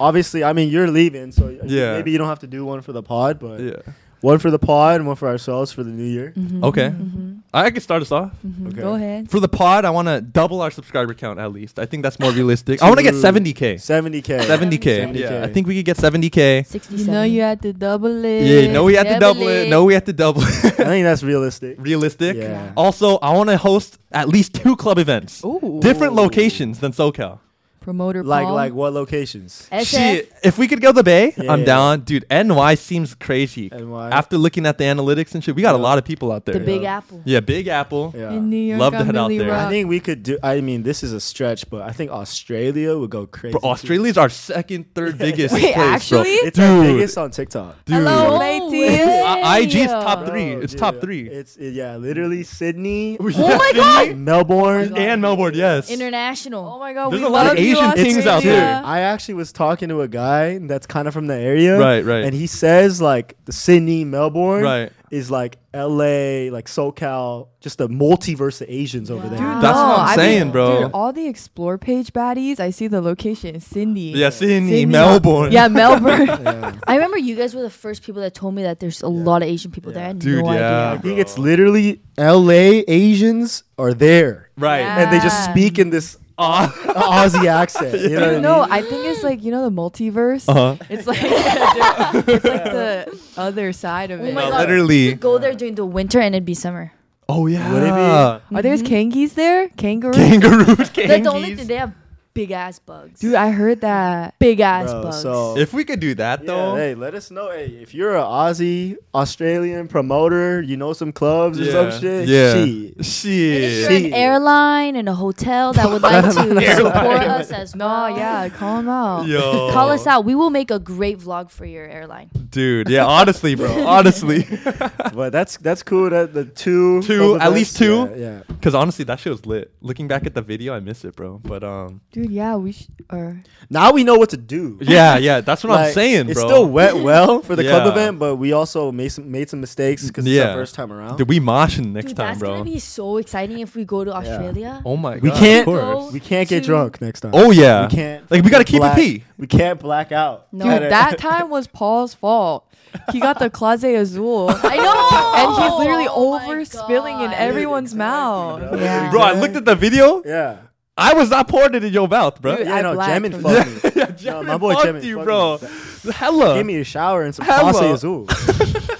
[SPEAKER 3] obviously, I mean, you're leaving, so
[SPEAKER 1] Yeah.
[SPEAKER 3] yeah. maybe you don't have to do one for the pod, but
[SPEAKER 1] yeah.
[SPEAKER 3] one for the pod and one for ourselves for the new year.
[SPEAKER 4] Mm-hmm,
[SPEAKER 1] Okay. I I can start us off.
[SPEAKER 3] Okay.
[SPEAKER 4] Go ahead.
[SPEAKER 1] For the pod, I want to double our subscriber count at least. I think that's more realistic. I want to get
[SPEAKER 3] Dude.
[SPEAKER 1] 70K.
[SPEAKER 3] 70k.
[SPEAKER 1] 70K.
[SPEAKER 3] 70K.
[SPEAKER 1] Yeah, I think we could get 70K.
[SPEAKER 4] You
[SPEAKER 2] 67.
[SPEAKER 4] know you had to double it.
[SPEAKER 1] Yeah, no, we have to
[SPEAKER 2] Double
[SPEAKER 1] double it.
[SPEAKER 2] it.
[SPEAKER 1] No, we have to double it.
[SPEAKER 3] I think that's realistic.
[SPEAKER 1] realistic.
[SPEAKER 3] Yeah.
[SPEAKER 1] Also, I want to host at least two club events,
[SPEAKER 4] Ooh.
[SPEAKER 1] different
[SPEAKER 3] Ooh.
[SPEAKER 1] locations than SoCal.
[SPEAKER 4] Promoter
[SPEAKER 3] Like
[SPEAKER 4] Paul.
[SPEAKER 3] like what locations?
[SPEAKER 2] SF.
[SPEAKER 1] Shit, if we could go to the Bay, I'm
[SPEAKER 3] Yeah.
[SPEAKER 1] down, dude. NY seems crazy.
[SPEAKER 3] NY.
[SPEAKER 1] After looking at the analytics and shit, we got a
[SPEAKER 3] Yeah.
[SPEAKER 1] lot of people out there.
[SPEAKER 2] The Big
[SPEAKER 3] Yeah.
[SPEAKER 2] Apple.
[SPEAKER 1] yeah, Big Apple.
[SPEAKER 3] Yeah.
[SPEAKER 4] in New York.
[SPEAKER 1] Love to
[SPEAKER 4] I'm
[SPEAKER 1] head out
[SPEAKER 4] really
[SPEAKER 1] there. I
[SPEAKER 3] I
[SPEAKER 4] rock.
[SPEAKER 3] think we could do. I mean, this is a stretch, but I think Australia would go crazy.
[SPEAKER 1] Bro,
[SPEAKER 3] too.
[SPEAKER 1] Australia's our second, third biggest.
[SPEAKER 4] Wait,
[SPEAKER 1] place, bro.
[SPEAKER 4] actually?
[SPEAKER 3] it's our
[SPEAKER 1] Dude.
[SPEAKER 3] biggest on TikTok.
[SPEAKER 1] Dude.
[SPEAKER 4] Hello,
[SPEAKER 2] No
[SPEAKER 4] ladies.
[SPEAKER 2] way.
[SPEAKER 1] I- IG's top three.
[SPEAKER 3] Bro,
[SPEAKER 1] It's
[SPEAKER 3] dude,
[SPEAKER 1] top three.
[SPEAKER 3] It's yeah, literally Sydney,
[SPEAKER 1] Oh my god!
[SPEAKER 3] Melbourne.
[SPEAKER 1] And Melbourne, yes.
[SPEAKER 2] International.
[SPEAKER 4] Oh my god,
[SPEAKER 1] There's
[SPEAKER 4] we
[SPEAKER 1] a lot of
[SPEAKER 4] love you,
[SPEAKER 1] Asian things
[SPEAKER 4] Australia.
[SPEAKER 1] out there.
[SPEAKER 3] I actually was talking to a guy that's kind of from the area,
[SPEAKER 1] Right, right.
[SPEAKER 3] And he says like the Sydney, Melbourne,
[SPEAKER 1] Right.
[SPEAKER 3] is like L.A., like SoCal, just a multiverse of Asians over there.
[SPEAKER 1] Dude, That's what I'm
[SPEAKER 4] I
[SPEAKER 1] saying,
[SPEAKER 4] mean,
[SPEAKER 1] bro.
[SPEAKER 4] Dude, all the explore page baddies, I see the location, Cindy.
[SPEAKER 1] Yeah, Sydney,
[SPEAKER 4] Sydney.
[SPEAKER 1] Melbourne.
[SPEAKER 4] Yeah, Melbourne.
[SPEAKER 3] Yeah.
[SPEAKER 2] I remember you guys were the first people that told me that there's a lot of Asian people there. I had
[SPEAKER 1] Dude,
[SPEAKER 2] no
[SPEAKER 1] yeah.
[SPEAKER 3] I
[SPEAKER 2] idea.
[SPEAKER 3] think it's literally L.A. Asians are there,
[SPEAKER 1] Right.
[SPEAKER 2] Yeah.
[SPEAKER 3] and they just
[SPEAKER 2] Ah.
[SPEAKER 3] speak in this
[SPEAKER 1] Ah.
[SPEAKER 3] Aussie accent. You know what I
[SPEAKER 4] Dude,
[SPEAKER 3] mean?
[SPEAKER 4] no, I think it's like you know the multiverse.
[SPEAKER 1] Uh-huh.
[SPEAKER 4] It's like it's like the other side of
[SPEAKER 2] Oh
[SPEAKER 4] it.
[SPEAKER 2] my
[SPEAKER 1] No,
[SPEAKER 2] god.
[SPEAKER 1] literally.
[SPEAKER 2] You could go there during the winter and it'd be summer.
[SPEAKER 1] Oh yeah.
[SPEAKER 3] Would it
[SPEAKER 4] Are there
[SPEAKER 2] Mhm.
[SPEAKER 4] kangies there? Kangaroos?
[SPEAKER 1] Kangaroos,
[SPEAKER 2] Like the only thing
[SPEAKER 1] kangies.
[SPEAKER 2] they have big ass bugs.
[SPEAKER 4] Dude, I heard that.
[SPEAKER 2] big ass
[SPEAKER 3] Bro,
[SPEAKER 2] bugs.
[SPEAKER 3] so-
[SPEAKER 1] If we could do that
[SPEAKER 3] Yeah,
[SPEAKER 1] though,
[SPEAKER 3] hey, let us know. Hey, if you're an Aussie, Australian promoter, you know some clubs or some shit.
[SPEAKER 1] Yeah.
[SPEAKER 3] shit.
[SPEAKER 2] If
[SPEAKER 1] Shit.
[SPEAKER 2] you're an
[SPEAKER 3] Shit.
[SPEAKER 2] airline and a hotel that would like to support
[SPEAKER 1] Airline.
[SPEAKER 2] us as
[SPEAKER 4] No,
[SPEAKER 2] well.
[SPEAKER 4] yeah, call them out.
[SPEAKER 1] Yo.
[SPEAKER 2] Call us out. We will make a great vlog for your airline.
[SPEAKER 1] dude. Yeah, honestly, bro. Honestly,
[SPEAKER 3] But that's that's cool. That the two,
[SPEAKER 1] Two,
[SPEAKER 3] club
[SPEAKER 1] at
[SPEAKER 3] events,
[SPEAKER 1] least two?
[SPEAKER 3] Yeah, yeah.
[SPEAKER 1] because honestly, that shit was lit. Looking back at the video, I miss it, bro. But um,
[SPEAKER 4] Dude, yeah, we should. Or
[SPEAKER 3] Now we know what to do.
[SPEAKER 1] yeah, yeah. That's what I'm
[SPEAKER 3] Like,
[SPEAKER 1] saying, bro.
[SPEAKER 3] It's still wet well for the
[SPEAKER 1] Yeah.
[SPEAKER 3] club event, but we also made some made some mistakes because it's
[SPEAKER 1] Yeah.
[SPEAKER 3] our first time around.
[SPEAKER 1] Dude, we moshing next
[SPEAKER 2] Dude,
[SPEAKER 1] time,
[SPEAKER 2] that's
[SPEAKER 1] bro.
[SPEAKER 2] gonna be so exciting if we go to Australia.
[SPEAKER 1] oh my god.
[SPEAKER 3] We
[SPEAKER 1] Of
[SPEAKER 3] can't-
[SPEAKER 1] course.
[SPEAKER 3] we can't get
[SPEAKER 2] Dude.
[SPEAKER 3] drunk next time.
[SPEAKER 1] Oh yeah.
[SPEAKER 3] we can't.
[SPEAKER 1] Like we gotta keep
[SPEAKER 3] black,
[SPEAKER 1] it p.
[SPEAKER 3] We can't black out.
[SPEAKER 2] No.
[SPEAKER 4] dude,
[SPEAKER 3] Gotta-
[SPEAKER 4] that time was Paul's fault. He got the Clase Azul.
[SPEAKER 2] I know.
[SPEAKER 4] and he's literally
[SPEAKER 2] Oh my
[SPEAKER 4] over spilling in
[SPEAKER 2] God.
[SPEAKER 4] everyone's
[SPEAKER 3] Exactly,
[SPEAKER 4] mouth.
[SPEAKER 3] bro.
[SPEAKER 2] Yeah.
[SPEAKER 1] Bro, I looked at the video.
[SPEAKER 3] Yeah.
[SPEAKER 1] I was not pouring it in your mouth, bro.
[SPEAKER 4] Dude,
[SPEAKER 3] Yeah,
[SPEAKER 4] I
[SPEAKER 3] no,
[SPEAKER 4] blacked
[SPEAKER 3] Jamin
[SPEAKER 4] from
[SPEAKER 3] fucked me.
[SPEAKER 1] yeah,
[SPEAKER 3] No,
[SPEAKER 1] Jeremy
[SPEAKER 3] my boy
[SPEAKER 1] fucked
[SPEAKER 3] Jamin
[SPEAKER 1] you,
[SPEAKER 3] fucked
[SPEAKER 1] bro.
[SPEAKER 3] me.
[SPEAKER 1] Hella.
[SPEAKER 3] Give me a shower and some
[SPEAKER 1] Hello.
[SPEAKER 3] Clase Azul.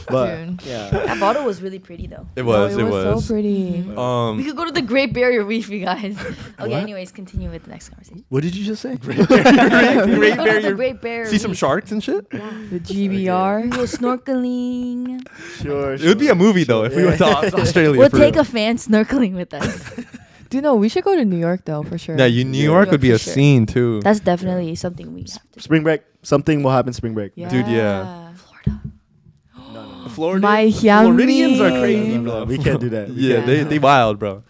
[SPEAKER 3] But
[SPEAKER 4] Dude.
[SPEAKER 3] yeah,
[SPEAKER 2] That bottle was really pretty though.
[SPEAKER 1] It
[SPEAKER 4] Oh,
[SPEAKER 1] was. It was.
[SPEAKER 4] so pretty.
[SPEAKER 2] We
[SPEAKER 1] um.
[SPEAKER 2] could go to the Great Barrier Reef, you guys. Okay, anyways, continue with the next conversation.
[SPEAKER 3] what did you just say?
[SPEAKER 2] We
[SPEAKER 1] Great
[SPEAKER 2] could go to the
[SPEAKER 1] barrier.
[SPEAKER 2] Great Barrier
[SPEAKER 1] See some
[SPEAKER 2] Reef.
[SPEAKER 1] sharks and shit.
[SPEAKER 4] The
[SPEAKER 2] We
[SPEAKER 4] GBR.
[SPEAKER 2] go snorkeling.
[SPEAKER 3] Sure.
[SPEAKER 1] It would be a movie though if we went to Aus- Australia.
[SPEAKER 2] we'll
[SPEAKER 1] Oh, for
[SPEAKER 2] take
[SPEAKER 1] real.
[SPEAKER 2] a fan snorkeling with us.
[SPEAKER 4] Dude, no, we should go to New York though for sure.
[SPEAKER 1] Yeah, you, New
[SPEAKER 3] Yeah.
[SPEAKER 1] York would be
[SPEAKER 2] For
[SPEAKER 1] a
[SPEAKER 2] sure.
[SPEAKER 1] scene too.
[SPEAKER 2] That's definitely something we have to do.
[SPEAKER 3] Spring break. Something will happen. Spring break.
[SPEAKER 4] Yeah.
[SPEAKER 1] Dude, yeah.
[SPEAKER 2] Florida.
[SPEAKER 1] Florida,
[SPEAKER 4] My
[SPEAKER 1] Floridians are
[SPEAKER 4] yummy.
[SPEAKER 1] crazy,
[SPEAKER 3] No, no,
[SPEAKER 1] bro.
[SPEAKER 3] no, we can't do that. We
[SPEAKER 1] yeah,
[SPEAKER 3] can't
[SPEAKER 1] they
[SPEAKER 4] do
[SPEAKER 1] they wild, bro.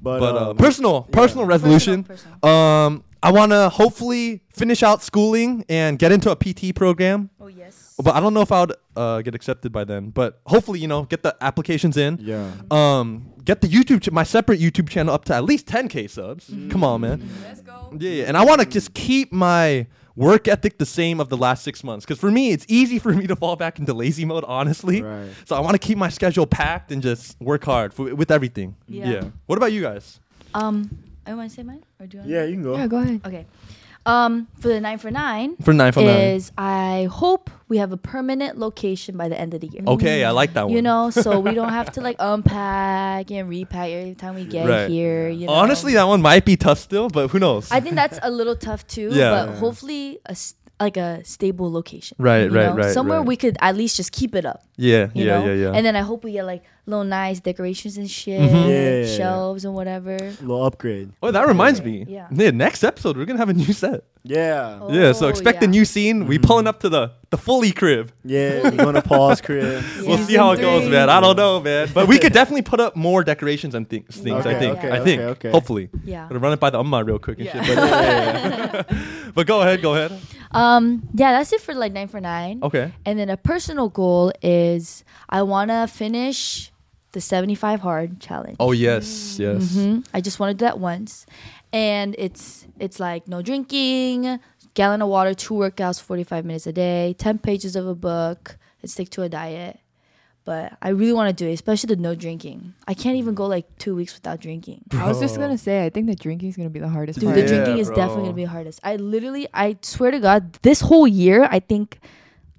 [SPEAKER 3] But,
[SPEAKER 1] But uh,
[SPEAKER 3] um,
[SPEAKER 1] personal, personal resolution.
[SPEAKER 2] Personal,
[SPEAKER 1] Um, I want to hopefully finish out schooling and get into a PT program.
[SPEAKER 2] Oh yes.
[SPEAKER 1] But I don't know if I would uh, get accepted by then. But hopefully, you know, get the applications in.
[SPEAKER 3] yeah.
[SPEAKER 1] Um, get the YouTube, ch- my separate YouTube channel up to at least 10k subs.
[SPEAKER 3] Mm-hmm.
[SPEAKER 1] Come on, man.
[SPEAKER 4] Let's go.
[SPEAKER 1] Yeah, yeah. and I want to just keep my work ethic the same of the last six months because for me, it's easy for me to fall back into lazy mode, honestly.
[SPEAKER 3] Right.
[SPEAKER 1] So I want to keep my schedule packed and just work hard for, with everything.
[SPEAKER 2] Yeah.
[SPEAKER 1] What about you guys?
[SPEAKER 2] Um, I want to say mine, or do you want?
[SPEAKER 3] Yeah, you can go.
[SPEAKER 4] Yeah, go ahead.
[SPEAKER 2] Okay. Um, for the nine for nine
[SPEAKER 1] For nine for nine.
[SPEAKER 2] is I hope we have a permanent location by the end of the year.
[SPEAKER 1] Okay, I like that one.
[SPEAKER 2] You know, so we don't have to like unpack and repack every time we get
[SPEAKER 1] Right.
[SPEAKER 2] here. You know?
[SPEAKER 1] honestly, that one might be tough still, but who knows?
[SPEAKER 2] I think that's a little tough too.
[SPEAKER 1] Yeah.
[SPEAKER 2] But hopefully, a s- like a stable location.
[SPEAKER 1] Right,
[SPEAKER 2] you
[SPEAKER 1] right,
[SPEAKER 2] know?
[SPEAKER 1] right,
[SPEAKER 2] Somewhere
[SPEAKER 1] right.
[SPEAKER 2] we could at least just keep it up.
[SPEAKER 1] Yeah, yeah,
[SPEAKER 2] You know?
[SPEAKER 1] yeah, Mm-hmm. yeah.
[SPEAKER 2] And then I hope we get like little nice decorations and shit,
[SPEAKER 3] Yeah.
[SPEAKER 2] shelves and whatever.
[SPEAKER 3] little upgrade.
[SPEAKER 1] oh, that reminds me.
[SPEAKER 2] Yeah.
[SPEAKER 1] next episode we're gonna have a new set.
[SPEAKER 3] Yeah.
[SPEAKER 2] Oh,
[SPEAKER 1] yeah, so expect a
[SPEAKER 2] yeah.
[SPEAKER 1] new scene. We pulling up to the the fully crib.
[SPEAKER 3] Yeah. We're going to pause, crib.
[SPEAKER 1] We'll
[SPEAKER 2] Yeah.
[SPEAKER 1] see how it goes,
[SPEAKER 4] three.
[SPEAKER 1] man. I don't know, man. But we could definitely put up more decorations and things. Things I
[SPEAKER 2] Okay,
[SPEAKER 1] think.
[SPEAKER 2] okay,
[SPEAKER 1] I think.
[SPEAKER 3] okay, okay.
[SPEAKER 1] Hopefully.
[SPEAKER 2] Yeah.
[SPEAKER 1] Gotta run it by the umma real quick and
[SPEAKER 4] Yeah.
[SPEAKER 1] shit. But, but go ahead, go ahead.
[SPEAKER 2] Um, yeah, that's it for like nine for nine.
[SPEAKER 1] Okay.
[SPEAKER 2] And then a personal goal is I wanna finish the seventy-five hard challenge.
[SPEAKER 1] Oh yes, yes.
[SPEAKER 2] Mhm. I just want to do that once, and it's it's like no drinking, gallon of water, two workouts, forty five minutes a day, ten pages of a book, and stick to a diet. But I really want to do it, especially the no drinking. I can't even go like two weeks without drinking.
[SPEAKER 4] I was just gonna say, I think the drinking is gonna be the hardest
[SPEAKER 2] Dude,
[SPEAKER 4] part.
[SPEAKER 2] the
[SPEAKER 1] Yeah,
[SPEAKER 2] drinking is
[SPEAKER 1] bro.
[SPEAKER 2] definitely gonna be the hardest. I literally, I swear to God, this whole year, I think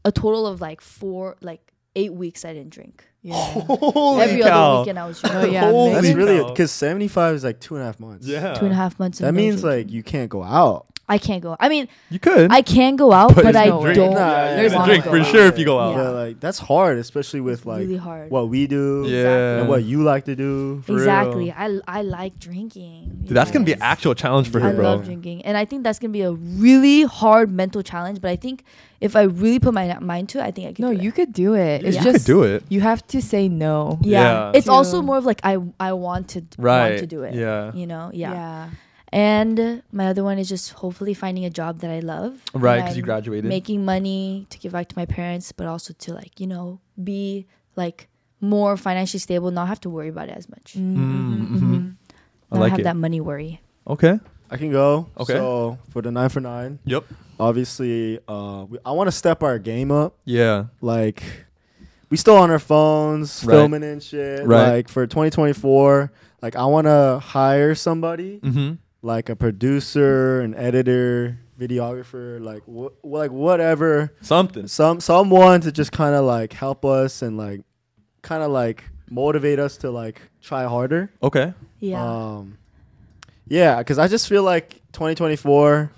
[SPEAKER 2] a total of like four, like eight weeks, I didn't drink.
[SPEAKER 4] Yeah.
[SPEAKER 1] Holy
[SPEAKER 2] Every other
[SPEAKER 1] cow.
[SPEAKER 2] weekend, I was
[SPEAKER 4] Oh,
[SPEAKER 2] drinking.
[SPEAKER 4] yeah,
[SPEAKER 1] Holy
[SPEAKER 4] maybe.
[SPEAKER 3] That's
[SPEAKER 4] That's
[SPEAKER 3] really
[SPEAKER 1] cow.
[SPEAKER 3] because 75 is like two and a half months.
[SPEAKER 1] yeah.
[SPEAKER 2] Two and a half months. of
[SPEAKER 3] That
[SPEAKER 2] no
[SPEAKER 3] means
[SPEAKER 2] drinking.
[SPEAKER 3] like you can't go out.
[SPEAKER 2] I can't go. I mean,
[SPEAKER 1] You could.
[SPEAKER 2] I can go out,
[SPEAKER 1] But
[SPEAKER 2] but,
[SPEAKER 1] it's
[SPEAKER 2] I
[SPEAKER 4] no way.
[SPEAKER 2] don't.
[SPEAKER 4] Nah,
[SPEAKER 3] yeah,
[SPEAKER 2] there's
[SPEAKER 3] yeah.
[SPEAKER 2] not
[SPEAKER 1] drink
[SPEAKER 2] a
[SPEAKER 1] for
[SPEAKER 2] goal.
[SPEAKER 1] sure if you go out.
[SPEAKER 2] Yeah.
[SPEAKER 3] But like that's hard, especially with like
[SPEAKER 2] really hard.
[SPEAKER 3] what we do
[SPEAKER 1] Yeah.
[SPEAKER 3] and what you like to do.
[SPEAKER 1] For real.
[SPEAKER 2] exactly. I, I like drinking. you
[SPEAKER 1] Dude, that's gonna be an
[SPEAKER 2] guys.
[SPEAKER 1] actual challenge for
[SPEAKER 2] I
[SPEAKER 1] her, bro.
[SPEAKER 2] love drinking, and I think that's gonna be a really hard mental challenge. But I think if I really put my mind to it, I think I can.
[SPEAKER 4] No,
[SPEAKER 2] do it.
[SPEAKER 4] you could do it. It's
[SPEAKER 2] You
[SPEAKER 4] just
[SPEAKER 1] could do it.
[SPEAKER 4] You have to say no.
[SPEAKER 2] Yeah,
[SPEAKER 1] Yeah.
[SPEAKER 2] it's also
[SPEAKER 4] To-
[SPEAKER 2] more of like I I want to
[SPEAKER 1] Right.
[SPEAKER 2] want to do it.
[SPEAKER 1] Yeah.
[SPEAKER 2] you know. Yeah.
[SPEAKER 4] Yeah.
[SPEAKER 2] And my other one is just hopefully finding a job that I love. and
[SPEAKER 1] Right, 'cause you
[SPEAKER 2] I'm
[SPEAKER 1] graduated.
[SPEAKER 2] Making money to give back to my parents, but also to like you know be like more financially stable, not have to worry about it as much.
[SPEAKER 4] Mm.
[SPEAKER 1] I
[SPEAKER 2] Not
[SPEAKER 1] Mm. Mm-hmm, like
[SPEAKER 2] Mm-hmm, have
[SPEAKER 1] it.
[SPEAKER 2] that money worry.
[SPEAKER 1] Okay.
[SPEAKER 3] I can go.
[SPEAKER 1] Okay.
[SPEAKER 3] So for the nine for nine,
[SPEAKER 1] Yep.
[SPEAKER 3] obviously, uh, we, I want to step our game up.
[SPEAKER 1] Yeah.
[SPEAKER 3] Like we still on our phones
[SPEAKER 1] Right.
[SPEAKER 3] filming and shit.
[SPEAKER 1] Right.
[SPEAKER 3] Like for 2024, like I want to hire somebody
[SPEAKER 1] Mm-hmm.
[SPEAKER 3] like a producer, an editor, videographer, like wh- like whatever,
[SPEAKER 1] Something.
[SPEAKER 3] some someone to just kind of like help us and like kind of like motivate us to like try harder.
[SPEAKER 1] Okay.
[SPEAKER 2] Yeah.
[SPEAKER 3] Um, yeah, because I just feel like 2024,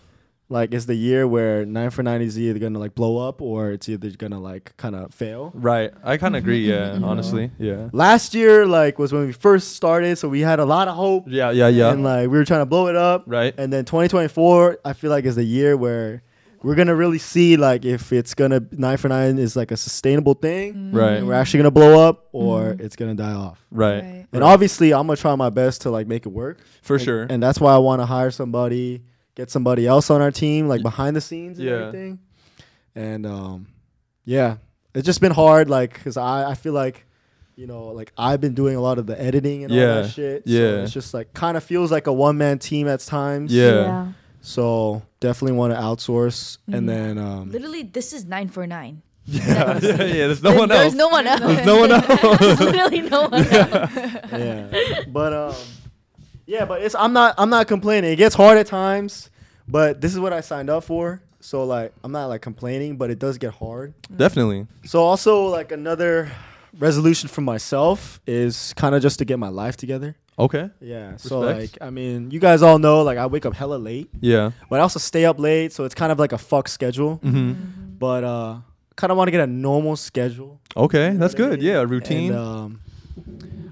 [SPEAKER 3] like is the year where nine for nine is either gonna like blow up or it's either gonna like kind of fail.
[SPEAKER 1] Right. I kind of agree. Yeah. Honestly. Yeah.
[SPEAKER 3] Last year, like was when we first started, so we had a lot of hope.
[SPEAKER 1] Yeah. Yeah. Yeah.
[SPEAKER 3] And like we were trying to blow it up.
[SPEAKER 1] Right.
[SPEAKER 3] And then 2024, I feel like is the year where we're gonna really see like if it's gonna nine for nine is like a sustainable thing, and we're
[SPEAKER 1] Right.
[SPEAKER 3] actually gonna blow up or it's gonna die off.
[SPEAKER 1] Right.
[SPEAKER 3] And obviously, I'm gonna try my best to like make it work.
[SPEAKER 1] For
[SPEAKER 3] And-
[SPEAKER 1] sure.
[SPEAKER 3] And that's why I want to hire somebody, get somebody else on our team, like behind the scenes and
[SPEAKER 1] Yeah.
[SPEAKER 3] everything. And um, yeah, it's just been hard, like, cause I I feel like, you know, like I've been doing a lot of the editing and all
[SPEAKER 1] Yeah.
[SPEAKER 3] that shit.
[SPEAKER 1] Yeah.
[SPEAKER 3] So it's just like kind of feels like a one man team at times.
[SPEAKER 1] Yeah.
[SPEAKER 3] So definitely want to outsource, and then um,
[SPEAKER 2] Literally, this is nine for nine.
[SPEAKER 1] Yeah. yeah. Yeah. There's no
[SPEAKER 2] There-
[SPEAKER 1] one
[SPEAKER 2] There's
[SPEAKER 1] else.
[SPEAKER 2] no one else.
[SPEAKER 1] There's no one
[SPEAKER 2] There's
[SPEAKER 1] else.
[SPEAKER 2] literally no one else.
[SPEAKER 3] yeah. But um, yeah, but it's I'm not I'm not complaining. It gets hard at times, but this is what I signed up for. So like I'm not like complaining, but it does get hard.
[SPEAKER 1] Definitely.
[SPEAKER 3] So also like another resolution for myself is kind of just to get my life together.
[SPEAKER 1] Okay.
[SPEAKER 3] Yeah. So
[SPEAKER 1] Respect.
[SPEAKER 3] like I mean, you guys all know like I wake up hella late,
[SPEAKER 1] Yeah.
[SPEAKER 3] but I also stay up late, so it's kind of like a fuck schedule.
[SPEAKER 1] Mm-hmm.
[SPEAKER 3] But uh kind of want to get a normal schedule.
[SPEAKER 1] Okay. That's
[SPEAKER 3] what I
[SPEAKER 1] good.
[SPEAKER 3] mean?
[SPEAKER 1] Yeah.
[SPEAKER 3] And,
[SPEAKER 1] Routine.
[SPEAKER 3] um,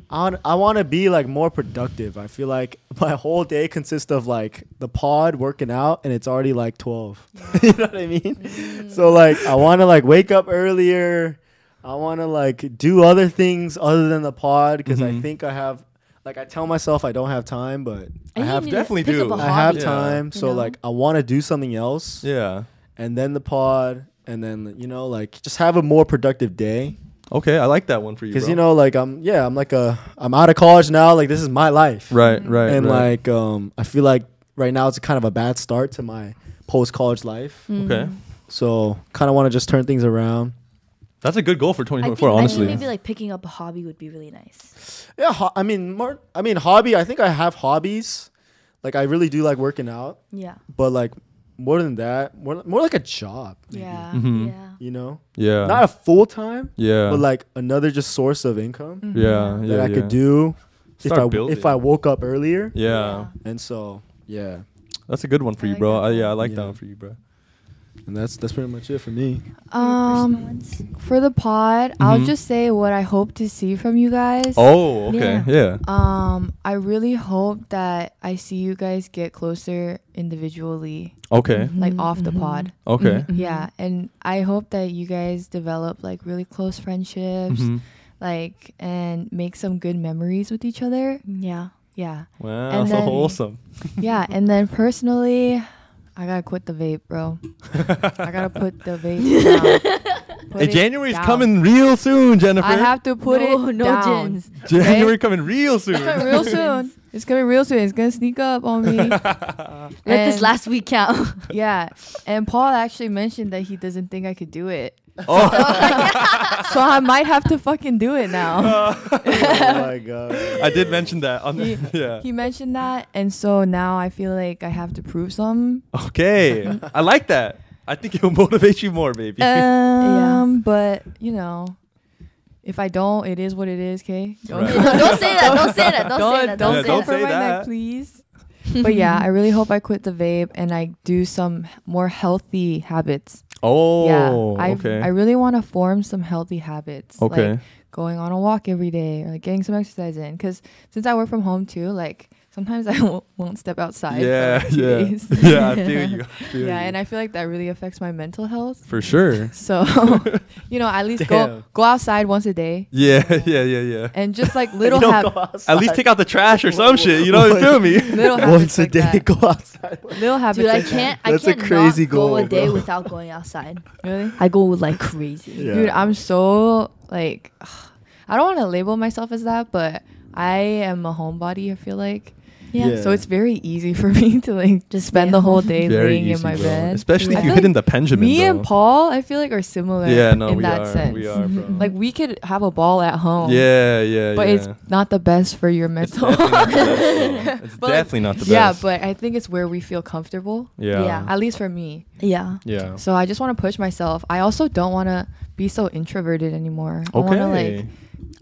[SPEAKER 3] I want, I want to be like more productive. I feel like my whole day consists of like the pod working out, and it's already like twelve. you know what I mean?
[SPEAKER 2] Mm.
[SPEAKER 3] So like, I want to like wake up earlier. I want to like do other things other than the pod because I
[SPEAKER 1] Mhm.
[SPEAKER 3] think I have. Like I tell myself I don't have time, but I
[SPEAKER 2] think
[SPEAKER 3] have
[SPEAKER 2] you need to
[SPEAKER 1] definitely
[SPEAKER 2] pick up
[SPEAKER 1] do.
[SPEAKER 2] a
[SPEAKER 1] to-
[SPEAKER 3] I have
[SPEAKER 2] hobby.
[SPEAKER 1] Yeah.
[SPEAKER 3] time.
[SPEAKER 2] you
[SPEAKER 3] So
[SPEAKER 2] know?
[SPEAKER 3] like I want to do something else,
[SPEAKER 1] Yeah.
[SPEAKER 3] and then the pod, and then you know like just have a more productive day.
[SPEAKER 1] Okay. I like that one for you.
[SPEAKER 3] Because
[SPEAKER 1] bro.
[SPEAKER 3] you know, like I'm, yeah, I'm like a, I'm out of college now. Like this is my life,
[SPEAKER 1] Right. Right.
[SPEAKER 3] and
[SPEAKER 1] right.
[SPEAKER 3] like, um, I feel like right now it's kind of a bad start to my post college life.
[SPEAKER 1] Okay.
[SPEAKER 3] So kind of want to just turn things around.
[SPEAKER 1] That's a good goal for
[SPEAKER 2] I think,
[SPEAKER 1] 2024.
[SPEAKER 2] I think
[SPEAKER 1] Honestly.
[SPEAKER 2] maybe like picking up a hobby would be really nice.
[SPEAKER 3] Yeah, ho- I mean, more, I mean, hobby. I think I have hobbies. Like I really do like working out,
[SPEAKER 2] Yeah.
[SPEAKER 3] but like more than that, more, more like a job. maybe,
[SPEAKER 2] Yeah.
[SPEAKER 1] Mhm.
[SPEAKER 2] Yeah.
[SPEAKER 3] You know,
[SPEAKER 1] Yeah.
[SPEAKER 3] not a full time,
[SPEAKER 1] yeah.
[SPEAKER 3] but like another just source of income
[SPEAKER 1] yeah.
[SPEAKER 3] that
[SPEAKER 1] Yeah.
[SPEAKER 3] I
[SPEAKER 1] yeah.
[SPEAKER 3] could do if
[SPEAKER 1] Start
[SPEAKER 3] I
[SPEAKER 1] building.
[SPEAKER 3] if I woke up earlier.
[SPEAKER 1] Yeah.
[SPEAKER 3] And so yeah.
[SPEAKER 1] That's a good one for
[SPEAKER 4] I
[SPEAKER 1] you,
[SPEAKER 4] like
[SPEAKER 1] bro.
[SPEAKER 4] that
[SPEAKER 1] I, yeah. I like
[SPEAKER 3] Yeah.
[SPEAKER 1] that one for you, bro.
[SPEAKER 3] And that's that's pretty much it for me.
[SPEAKER 5] personal
[SPEAKER 4] Um,
[SPEAKER 5] ones?
[SPEAKER 4] for the pod, I'll
[SPEAKER 1] Mhm.
[SPEAKER 4] just say what I hope to see from you guys.
[SPEAKER 1] Oh, okay,
[SPEAKER 5] Yeah.
[SPEAKER 1] yeah.
[SPEAKER 4] Um, I really hope that I see you guys get closer individually,
[SPEAKER 1] Okay,
[SPEAKER 4] like off
[SPEAKER 1] Mm-hmm.
[SPEAKER 4] the pod.
[SPEAKER 1] okay.
[SPEAKER 5] Mm-hmm.
[SPEAKER 4] Yeah,
[SPEAKER 1] Mm-hmm.
[SPEAKER 4] and I hope that you guys develop like really close friendships,
[SPEAKER 1] Mhm.
[SPEAKER 4] like and make some good memories with each other.
[SPEAKER 5] Yeah.
[SPEAKER 4] Yeah.
[SPEAKER 1] Wow,
[SPEAKER 4] And
[SPEAKER 1] so
[SPEAKER 4] then-
[SPEAKER 1] wholesome.
[SPEAKER 4] Yeah, and then personally, I gotta quit the vape, bro. I gotta put the vape down. Put
[SPEAKER 1] Hey,
[SPEAKER 4] it
[SPEAKER 1] January's
[SPEAKER 4] down.
[SPEAKER 1] coming real soon, Jennifer.
[SPEAKER 4] I have to put
[SPEAKER 5] no,
[SPEAKER 4] it
[SPEAKER 5] no
[SPEAKER 4] down.
[SPEAKER 5] gins.
[SPEAKER 1] January coming real soon.
[SPEAKER 4] It's coming real soon. It's coming real soon. It's gonna sneak up on me.
[SPEAKER 5] Let this
[SPEAKER 4] And-
[SPEAKER 5] last week count.
[SPEAKER 4] Yeah, and Paul actually mentioned that he doesn't think I could do it,
[SPEAKER 1] oh,
[SPEAKER 4] so I might have to fucking do it now.
[SPEAKER 3] oh my god.
[SPEAKER 1] I did mention that on the
[SPEAKER 4] He-
[SPEAKER 1] yeah.
[SPEAKER 4] He mentioned that, and so now I feel like I have to prove some.
[SPEAKER 1] Okay, I like that. I think it'll motivate you more, baby.
[SPEAKER 4] Um, but you know, if I don't, it is what it is. Okay, don't,
[SPEAKER 1] Right.
[SPEAKER 5] don't say that. Don't say that. Don't, say that. Don't,
[SPEAKER 1] Yeah,
[SPEAKER 5] say
[SPEAKER 1] don't
[SPEAKER 5] that.
[SPEAKER 1] say
[SPEAKER 4] for my
[SPEAKER 1] that.
[SPEAKER 4] neck, please. but yeah, I really hope I quit the vape and I do some more healthy habits.
[SPEAKER 1] Oh,
[SPEAKER 4] yeah, I
[SPEAKER 1] okay.
[SPEAKER 4] I really want to form some healthy habits.
[SPEAKER 1] Okay.
[SPEAKER 4] like going on a walk every day or like getting some exercise in. Because since I work from home too, like sometimes I won't, won't step outside.
[SPEAKER 1] yeah,
[SPEAKER 4] for like two
[SPEAKER 1] yeah, yeah. I
[SPEAKER 4] days.
[SPEAKER 1] feel you. I feel
[SPEAKER 4] yeah,
[SPEAKER 1] you.
[SPEAKER 4] and I feel like that really affects my mental health.
[SPEAKER 1] for sure.
[SPEAKER 4] So, you know, at
[SPEAKER 3] Damn.
[SPEAKER 4] least go go outside once a day
[SPEAKER 1] Yeah, yeah, yeah, yeah.
[SPEAKER 4] and just like little
[SPEAKER 3] You don't
[SPEAKER 4] hab-
[SPEAKER 3] go outside
[SPEAKER 1] At least take out the trash or some shit. You know, you feel me?
[SPEAKER 4] little
[SPEAKER 3] once
[SPEAKER 4] habits
[SPEAKER 3] a
[SPEAKER 4] like
[SPEAKER 3] day.
[SPEAKER 4] that.
[SPEAKER 3] Go outside.
[SPEAKER 4] Little habits.
[SPEAKER 5] Dude, I
[SPEAKER 4] like that.
[SPEAKER 5] can't.
[SPEAKER 3] That's a
[SPEAKER 5] I can't
[SPEAKER 3] crazy
[SPEAKER 5] not go a
[SPEAKER 3] goal,
[SPEAKER 5] day
[SPEAKER 3] bro.
[SPEAKER 5] without going outside.
[SPEAKER 4] Really?
[SPEAKER 5] I go like crazy.
[SPEAKER 3] Yeah.
[SPEAKER 4] Dude, I'm so like I don't want to label myself as that, but I am a homebody, I feel like.
[SPEAKER 5] Yeah.
[SPEAKER 3] Yeah.
[SPEAKER 4] So it's very easy for me to like just spend
[SPEAKER 5] Yeah.
[SPEAKER 4] the whole day
[SPEAKER 1] Very
[SPEAKER 4] laying
[SPEAKER 1] easy,
[SPEAKER 4] in my
[SPEAKER 1] bro.
[SPEAKER 4] bed.
[SPEAKER 1] Especially if
[SPEAKER 4] I
[SPEAKER 1] you
[SPEAKER 4] feel
[SPEAKER 1] hit in
[SPEAKER 4] like
[SPEAKER 1] the Benjamin.
[SPEAKER 4] Me
[SPEAKER 1] bro.
[SPEAKER 4] and Paul, I feel like are similar
[SPEAKER 1] Yeah, no,
[SPEAKER 4] in
[SPEAKER 1] we
[SPEAKER 4] that
[SPEAKER 1] are.
[SPEAKER 4] sense.
[SPEAKER 1] We are, bro.
[SPEAKER 4] Like we could have a ball at home.
[SPEAKER 1] yeah, yeah,
[SPEAKER 4] But
[SPEAKER 1] yeah.
[SPEAKER 4] it's not the best for your
[SPEAKER 1] It's
[SPEAKER 4] mental.
[SPEAKER 1] definitely not the best. Bro. It's
[SPEAKER 4] But, like,
[SPEAKER 1] definitely not the best.
[SPEAKER 4] yeah, but I think it's where we feel comfortable.
[SPEAKER 1] yeah, yeah,
[SPEAKER 5] Yeah.
[SPEAKER 4] At least for me.
[SPEAKER 5] Yeah.
[SPEAKER 1] yeah.
[SPEAKER 4] So I just want to push myself. I also don't want to be so introverted anymore. I want to like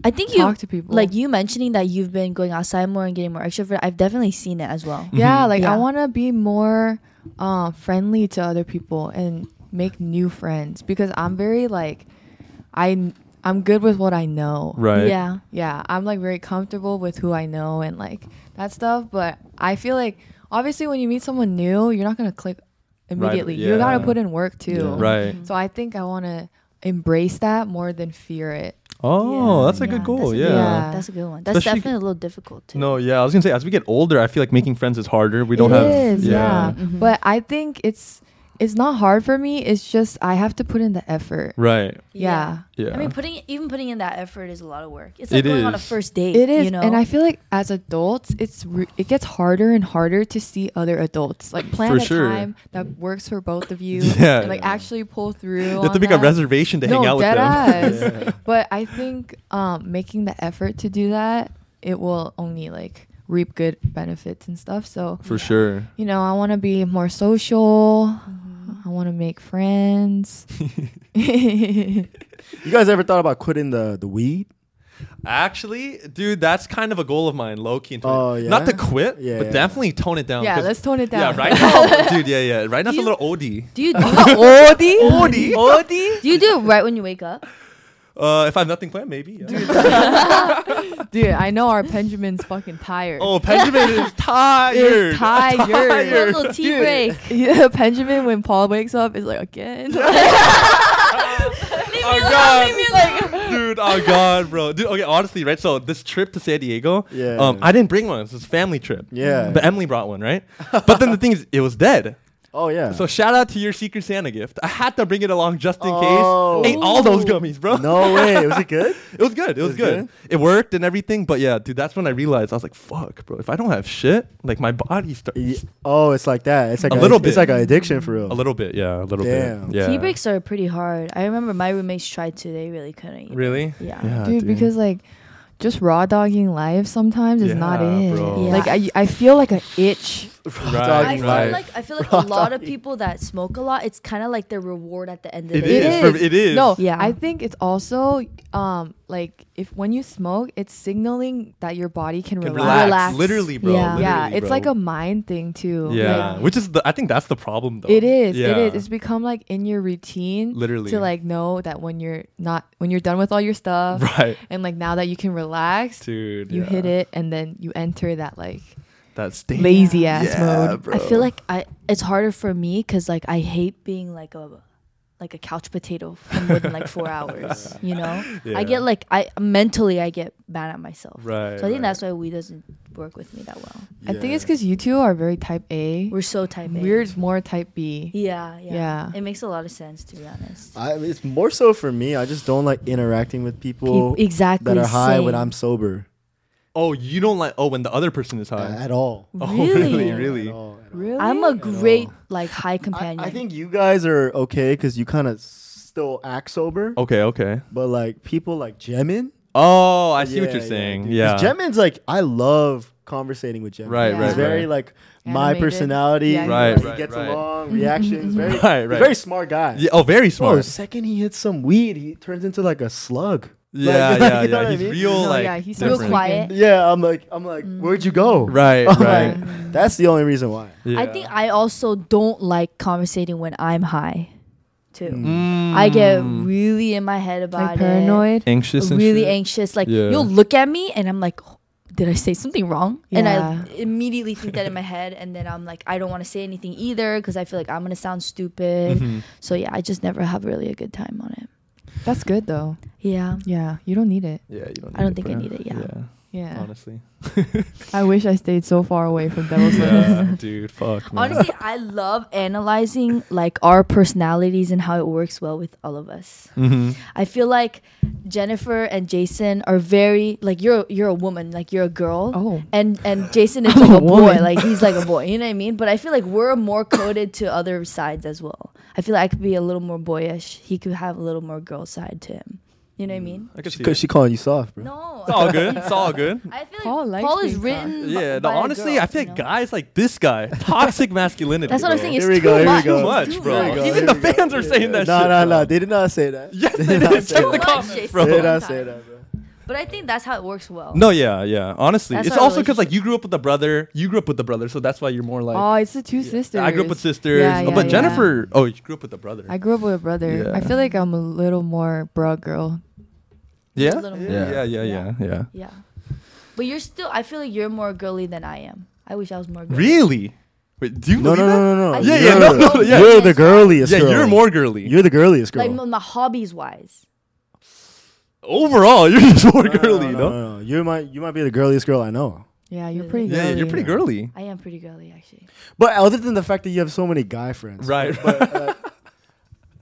[SPEAKER 5] I think you
[SPEAKER 4] talk to people.
[SPEAKER 5] like you mentioning that you've been going outside more and getting more extrovert. I've definitely seen it as well.
[SPEAKER 4] yeah,
[SPEAKER 1] Mhm.
[SPEAKER 4] like
[SPEAKER 5] Yeah.
[SPEAKER 4] I want to be more uh, friendly to other people and make new friends because I'm very like I I'm good with what I know.
[SPEAKER 1] right.
[SPEAKER 5] Yeah.
[SPEAKER 4] Yeah, I'm like very comfortable with who I know and like that stuff. But I feel like obviously when you meet someone new, you're not gonna click immediately. You gotta
[SPEAKER 1] yeah.
[SPEAKER 4] put in work
[SPEAKER 3] Yeah.
[SPEAKER 4] too.
[SPEAKER 1] Right.
[SPEAKER 4] So I think I want to embrace that more than fear it.
[SPEAKER 1] Oh,
[SPEAKER 5] Yeah.
[SPEAKER 1] that's a good
[SPEAKER 5] Yeah,
[SPEAKER 1] goal.
[SPEAKER 5] that's a
[SPEAKER 1] yeah.
[SPEAKER 5] good-
[SPEAKER 4] Yeah.
[SPEAKER 5] That's a good one. That's
[SPEAKER 1] Especially-
[SPEAKER 5] definitely a little difficult too.
[SPEAKER 1] No, yeah. I was gonna say, as we get older, I feel like making friends is harder. We don't
[SPEAKER 4] It
[SPEAKER 1] have.
[SPEAKER 4] is, yeah. But I think it's it's not hard for me. It's just I have to put in the effort.
[SPEAKER 1] Right.
[SPEAKER 4] Yeah.
[SPEAKER 1] Yeah.
[SPEAKER 5] I mean, putting even putting in that effort is a lot of work. It's
[SPEAKER 1] It
[SPEAKER 5] like going on a
[SPEAKER 1] is.
[SPEAKER 5] first date.
[SPEAKER 4] It is,
[SPEAKER 5] You know?
[SPEAKER 4] and I feel like as adults, it's re- it gets harder and harder to see other adults. Like plan
[SPEAKER 1] For
[SPEAKER 4] a
[SPEAKER 1] sure.
[SPEAKER 4] time that works for both of you,
[SPEAKER 1] Yeah.
[SPEAKER 4] and like actually pull through.
[SPEAKER 1] you have to make a reservation to
[SPEAKER 4] no,
[SPEAKER 1] hang out with
[SPEAKER 4] dead
[SPEAKER 1] them.
[SPEAKER 4] ass. But I think um, making the effort to do that, it will only like reap good benefits and stuff. So
[SPEAKER 1] For sure.
[SPEAKER 4] you know, I want to be more social.
[SPEAKER 1] Mm-hmm.
[SPEAKER 4] I want to make friends.
[SPEAKER 1] Um,
[SPEAKER 3] You guys ever thought about quitting the the weed?
[SPEAKER 1] Actually, dude, that's kind of a goal of mine, low key. And
[SPEAKER 3] Oh,
[SPEAKER 1] tone it- Not to
[SPEAKER 3] yeah?
[SPEAKER 1] quit,
[SPEAKER 3] Yeah,
[SPEAKER 1] but
[SPEAKER 3] yeah.
[SPEAKER 1] definitely tone it down.
[SPEAKER 4] Yeah,
[SPEAKER 1] 'cause-
[SPEAKER 4] let's tone it
[SPEAKER 1] Yeah,
[SPEAKER 4] down.
[SPEAKER 1] right now, dude. Yeah, yeah. Right now, it's a
[SPEAKER 5] you-
[SPEAKER 1] little OD.
[SPEAKER 5] do you do,
[SPEAKER 4] Oh, Odie?
[SPEAKER 1] Odie?
[SPEAKER 4] Odie?
[SPEAKER 5] you do it right when you wake up?
[SPEAKER 1] Uh, if I have nothing planned, maybe. yeah.
[SPEAKER 4] Dude, I know our Benjamin's fucking tired.
[SPEAKER 1] Oh, Benjamin is tired.
[SPEAKER 4] Is tired.
[SPEAKER 5] A little tea
[SPEAKER 4] Dude.
[SPEAKER 5] break.
[SPEAKER 4] Yeah, Benjamin, when Paul wakes up, is like, again.
[SPEAKER 1] oh god, dude. Oh god, bro. Dude, okay. Honestly, right. So this trip to San Diego,
[SPEAKER 3] Yeah.
[SPEAKER 1] Um, I didn't bring one. It's a family trip.
[SPEAKER 3] Yeah.
[SPEAKER 1] But Emily brought one, right? but then the thing is, it was dead.
[SPEAKER 3] Oh yeah.
[SPEAKER 1] So shout out to your Secret Santa gift. I had to bring it along just in
[SPEAKER 3] Oh.
[SPEAKER 1] case. Ate all those gummies, bro.
[SPEAKER 3] no way. Was it good?
[SPEAKER 1] It was good. It was,
[SPEAKER 3] was
[SPEAKER 1] good.
[SPEAKER 3] good?
[SPEAKER 1] It worked and everything. But yeah, dude, that's when I realized I was like, fuck, bro. If I don't have shit, like my body starts
[SPEAKER 3] Ye- Oh, it's like that. It's like
[SPEAKER 1] A little bit.
[SPEAKER 3] It's like an addiction for real.
[SPEAKER 1] a little bit. Yeah, a little
[SPEAKER 3] Damn.
[SPEAKER 1] bit. Yeah.
[SPEAKER 5] Tea breaks are pretty hard. I remember my roommates tried to. They really couldn't. you know?
[SPEAKER 1] Really?
[SPEAKER 5] Yeah.
[SPEAKER 4] dude, because like just raw dogging life sometimes is not
[SPEAKER 1] Yeah,
[SPEAKER 4] it.
[SPEAKER 1] bro.
[SPEAKER 5] Yeah.
[SPEAKER 4] Like I, I feel like an itch.
[SPEAKER 1] Right,
[SPEAKER 5] I feel
[SPEAKER 1] right.
[SPEAKER 5] like I feel like
[SPEAKER 3] Raw
[SPEAKER 5] a lot of
[SPEAKER 3] doggy.
[SPEAKER 5] people that smoke a lot, it's kind of like their reward at the end of
[SPEAKER 1] It
[SPEAKER 5] the day.
[SPEAKER 1] is. for- it is.
[SPEAKER 4] No,
[SPEAKER 5] Yeah.
[SPEAKER 4] I think it's also um like if when you smoke, it's signaling that your body can
[SPEAKER 1] Can
[SPEAKER 4] relax.
[SPEAKER 1] relax.
[SPEAKER 2] Relax.
[SPEAKER 1] Literally, bro.
[SPEAKER 2] Yeah.
[SPEAKER 1] literally,
[SPEAKER 4] yeah, it's
[SPEAKER 1] bro.
[SPEAKER 4] like a mind thing too.
[SPEAKER 1] Yeah,
[SPEAKER 2] like-
[SPEAKER 1] which is the, I think that's the problem though.
[SPEAKER 4] It is. It
[SPEAKER 1] Yeah.
[SPEAKER 4] is. It's become like in your routine
[SPEAKER 1] Literally.
[SPEAKER 4] to like know that when you're not when you're done with all your
[SPEAKER 2] uh,
[SPEAKER 4] stuff
[SPEAKER 1] right,
[SPEAKER 4] and like now that you can relax,
[SPEAKER 1] dude.
[SPEAKER 4] you
[SPEAKER 1] yeah.
[SPEAKER 4] hit it and then you enter that like
[SPEAKER 1] That state.
[SPEAKER 4] lazy ass
[SPEAKER 1] Yeah,
[SPEAKER 4] mode.
[SPEAKER 1] bro.
[SPEAKER 2] I feel like I it's harder for me because like I hate being like a like a couch potato for more than like four hours. You know,
[SPEAKER 1] Yeah.
[SPEAKER 2] I get like I mentally I get bad at myself.
[SPEAKER 1] Right,
[SPEAKER 2] So I think
[SPEAKER 1] right.
[SPEAKER 2] that's why weed doesn't work with me that well.
[SPEAKER 4] I think it's because you two are very type A.
[SPEAKER 2] We're so type A.
[SPEAKER 4] We're more type B.
[SPEAKER 2] Yeah, yeah.
[SPEAKER 4] Yeah.
[SPEAKER 2] It makes a lot of sense to be honest.
[SPEAKER 3] I, it's more so for me. I just don't like interacting with people
[SPEAKER 2] Peop- exactly.
[SPEAKER 3] that are high when
[SPEAKER 2] same.
[SPEAKER 3] I'm sober
[SPEAKER 1] Oh, you don't like. Oh, when the other person is
[SPEAKER 3] A-
[SPEAKER 1] high.
[SPEAKER 3] at all.
[SPEAKER 1] Oh,
[SPEAKER 2] Really?
[SPEAKER 1] really, really.
[SPEAKER 3] At all, at all.
[SPEAKER 4] Really?
[SPEAKER 2] I'm a great
[SPEAKER 3] all.
[SPEAKER 2] like high
[SPEAKER 3] I,
[SPEAKER 2] companion.
[SPEAKER 3] I think you guys are okay because you kind of still act sober,
[SPEAKER 1] Okay, okay.
[SPEAKER 3] but like people like Jemin.
[SPEAKER 1] Oh, I see
[SPEAKER 3] Yeah,
[SPEAKER 1] what you're
[SPEAKER 3] yeah,
[SPEAKER 1] saying.
[SPEAKER 3] dude.
[SPEAKER 1] Yeah,
[SPEAKER 3] 'Cause Jemin's like I love conversating with Jemin.
[SPEAKER 1] Right,
[SPEAKER 4] Yeah.
[SPEAKER 1] right,
[SPEAKER 3] He's very
[SPEAKER 1] right.
[SPEAKER 3] like my
[SPEAKER 4] Animated.
[SPEAKER 3] personality.
[SPEAKER 4] Yeah,
[SPEAKER 1] Right,
[SPEAKER 3] He
[SPEAKER 1] right,
[SPEAKER 3] gets
[SPEAKER 1] right.
[SPEAKER 3] along. Reactions. Very,
[SPEAKER 1] Right,
[SPEAKER 3] he's a
[SPEAKER 1] right.
[SPEAKER 3] Very smart guy.
[SPEAKER 1] Yeah, oh, very
[SPEAKER 3] Bro, the
[SPEAKER 1] smart.
[SPEAKER 3] second he hits some weed, he turns into like a slug.
[SPEAKER 1] Yeah,
[SPEAKER 3] Like-
[SPEAKER 1] yeah,
[SPEAKER 3] you know
[SPEAKER 1] yeah.
[SPEAKER 3] what I
[SPEAKER 1] He's
[SPEAKER 3] mean?
[SPEAKER 1] real,
[SPEAKER 4] No,
[SPEAKER 1] like
[SPEAKER 4] yeah, he's
[SPEAKER 2] real
[SPEAKER 1] different.
[SPEAKER 2] quiet.
[SPEAKER 3] Yeah, I'm like, I'm
[SPEAKER 2] Mm.
[SPEAKER 3] like, where'd you go?
[SPEAKER 1] Right,
[SPEAKER 3] I'm
[SPEAKER 1] right.
[SPEAKER 3] like, that's the only reason why.
[SPEAKER 2] Mm-hmm. I
[SPEAKER 1] Yeah.
[SPEAKER 2] think I also don't like conversating when I'm high, too.
[SPEAKER 1] Mm.
[SPEAKER 2] I get really in my head about
[SPEAKER 4] Like
[SPEAKER 2] it.
[SPEAKER 4] paranoid.
[SPEAKER 1] anxious, and
[SPEAKER 2] really
[SPEAKER 1] shit.
[SPEAKER 2] anxious. Like
[SPEAKER 1] Yeah.
[SPEAKER 2] you'll look at me and I'm like, "Oh, did I say something wrong? And I
[SPEAKER 4] Yeah.
[SPEAKER 2] immediately think that in my head, and then I'm like, I don't want to say anything either because I feel like I'm gonna sound stupid.
[SPEAKER 1] Mm-hmm.
[SPEAKER 2] So yeah, I just never have really a good time on it.
[SPEAKER 4] That's good though.
[SPEAKER 2] Yeah,
[SPEAKER 4] Yeah, you don't need it.
[SPEAKER 1] Yeah, you don't. Need
[SPEAKER 2] I don't
[SPEAKER 1] it,
[SPEAKER 2] think I
[SPEAKER 1] bro.
[SPEAKER 2] need it, yeah.
[SPEAKER 4] Yeah.
[SPEAKER 1] honestly.
[SPEAKER 4] I wish I stayed so far away from Devil's Lettuce.
[SPEAKER 1] yeah, dude. Fuck. Man.
[SPEAKER 2] honestly, I love analyzing like our personalities and how it works well with all of us.
[SPEAKER 1] Mhm.
[SPEAKER 2] I feel like Jennifer and Jason are very like you're you're a woman, like you're a girl.
[SPEAKER 4] Oh.
[SPEAKER 2] And and Jason is
[SPEAKER 4] I'm
[SPEAKER 2] like
[SPEAKER 4] a
[SPEAKER 2] a boy,
[SPEAKER 4] woman.
[SPEAKER 2] like he's like a boy. You know what I mean? But I feel like we're more coded to other sides as well. I feel like I could be a little more boyish. He could have a little more girl side to him. You know what I mean?
[SPEAKER 1] I can see
[SPEAKER 3] Because
[SPEAKER 1] it.
[SPEAKER 3] she calling you soft,
[SPEAKER 1] Mm.
[SPEAKER 3] bro.
[SPEAKER 2] No.
[SPEAKER 1] It's all good. It's all good.
[SPEAKER 2] I feel like
[SPEAKER 4] Paul
[SPEAKER 2] Paul,
[SPEAKER 4] likes
[SPEAKER 2] is
[SPEAKER 4] being
[SPEAKER 2] written.
[SPEAKER 1] Oh. Yeah,
[SPEAKER 2] b-
[SPEAKER 1] no,
[SPEAKER 2] Mm, by a
[SPEAKER 1] honestly,
[SPEAKER 2] girl,
[SPEAKER 1] I feel like
[SPEAKER 2] you know?
[SPEAKER 1] guys like this guy, toxic masculinity.
[SPEAKER 2] That's what I'm
[SPEAKER 1] bro.
[SPEAKER 2] saying. It's
[SPEAKER 3] Here we
[SPEAKER 2] too
[SPEAKER 3] go, here we
[SPEAKER 2] much.
[SPEAKER 3] go.
[SPEAKER 1] Too much,
[SPEAKER 2] Too
[SPEAKER 1] bro.
[SPEAKER 2] much.
[SPEAKER 1] Even the fans are saying that
[SPEAKER 3] No,
[SPEAKER 1] shit.
[SPEAKER 3] no,
[SPEAKER 1] bro.
[SPEAKER 3] no. They did not say that.
[SPEAKER 1] Yes,
[SPEAKER 3] They
[SPEAKER 1] they
[SPEAKER 3] did
[SPEAKER 1] did.
[SPEAKER 3] not say
[SPEAKER 1] Check the
[SPEAKER 3] that.
[SPEAKER 1] comments,
[SPEAKER 3] They
[SPEAKER 1] bro.
[SPEAKER 3] did not say that, bro.
[SPEAKER 2] But I think that's how it works well.
[SPEAKER 1] No, yeah, yeah. Honestly,
[SPEAKER 2] That's
[SPEAKER 1] it's
[SPEAKER 2] our
[SPEAKER 1] also because like
[SPEAKER 2] relationship.
[SPEAKER 1] you grew up with a brother, you grew up with a brother, so that's why you're more like.
[SPEAKER 4] oh, it's the two sisters.
[SPEAKER 1] I grew up with sisters,
[SPEAKER 4] Yeah,
[SPEAKER 1] Oh,
[SPEAKER 4] yeah,
[SPEAKER 1] but
[SPEAKER 4] yeah.
[SPEAKER 1] Jennifer. Oh, you grew up with a brother.
[SPEAKER 4] I grew up with a brother. I
[SPEAKER 1] Yeah.
[SPEAKER 4] feel like I'm a little more bra girl.
[SPEAKER 1] yeah?
[SPEAKER 2] little more.
[SPEAKER 1] yeah, yeah, yeah, yeah,
[SPEAKER 2] Yeah.
[SPEAKER 1] yeah.
[SPEAKER 2] Yeah. But you're still. I feel like you're more girly than I am. I wish I was more. Girly.
[SPEAKER 1] Really? Wait, do you
[SPEAKER 3] No,
[SPEAKER 1] believe
[SPEAKER 3] no,
[SPEAKER 1] that?
[SPEAKER 3] no, no, no.
[SPEAKER 2] Yeah,
[SPEAKER 1] yeah,
[SPEAKER 3] You're-
[SPEAKER 1] no, no, yeah.
[SPEAKER 3] You're the girliest
[SPEAKER 1] Yeah,
[SPEAKER 3] girl.
[SPEAKER 1] you're more girly.
[SPEAKER 3] You're the girliest girl.
[SPEAKER 2] Like my, my hobbies wise.
[SPEAKER 1] Overall, you're just more
[SPEAKER 3] No, no,
[SPEAKER 1] girly,
[SPEAKER 3] no,
[SPEAKER 1] no?
[SPEAKER 3] no, no. You might, you might be the girliest girl I know.
[SPEAKER 4] Yeah, you're
[SPEAKER 2] Really?
[SPEAKER 4] pretty
[SPEAKER 1] Yeah,
[SPEAKER 4] girly.
[SPEAKER 1] you're pretty girly.
[SPEAKER 2] I am pretty girly actually.
[SPEAKER 3] But other than the fact that you have so many guy friends,
[SPEAKER 1] Right.
[SPEAKER 3] But, uh,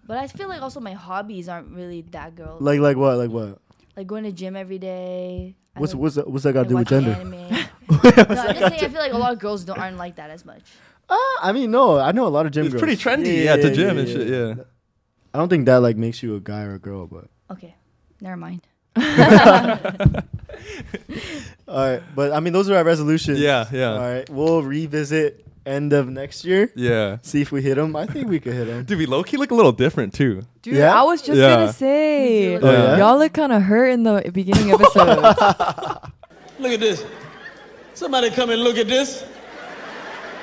[SPEAKER 2] But I feel like also my hobbies aren't really that girl. Like,
[SPEAKER 3] like, like what? Like what?
[SPEAKER 2] going to gym every day. I
[SPEAKER 3] What's
[SPEAKER 2] like-
[SPEAKER 3] what's that, what's that got to
[SPEAKER 2] I
[SPEAKER 3] do
[SPEAKER 2] watch
[SPEAKER 3] with gender?
[SPEAKER 2] anime. no, I'm just saying. I feel like a lot of girls don't aren't like that as much.
[SPEAKER 3] Uh, I mean, no. I know a lot of gym
[SPEAKER 1] It's
[SPEAKER 3] girls.
[SPEAKER 1] pretty trendy, yeah, to gym and shit, yeah.
[SPEAKER 3] I don't think that like makes you a guy or a girl, but
[SPEAKER 2] Okay, never mind. Oh,
[SPEAKER 3] all right. But I mean, those are our resolutions.
[SPEAKER 1] Yeah, yeah.
[SPEAKER 3] All right, we'll revisit end of next year.
[SPEAKER 1] Yeah.
[SPEAKER 3] See if we hit them. I think we could hit them.
[SPEAKER 1] Dude, we low key look a little different too.
[SPEAKER 4] Dude,
[SPEAKER 3] Yeah?
[SPEAKER 4] I was just
[SPEAKER 1] Yeah. Oh,
[SPEAKER 4] gonna say,
[SPEAKER 2] You
[SPEAKER 1] do look Yeah. like-
[SPEAKER 4] y'all look kind of hurt in the beginning episode.
[SPEAKER 6] Look at this. Somebody come and look at this.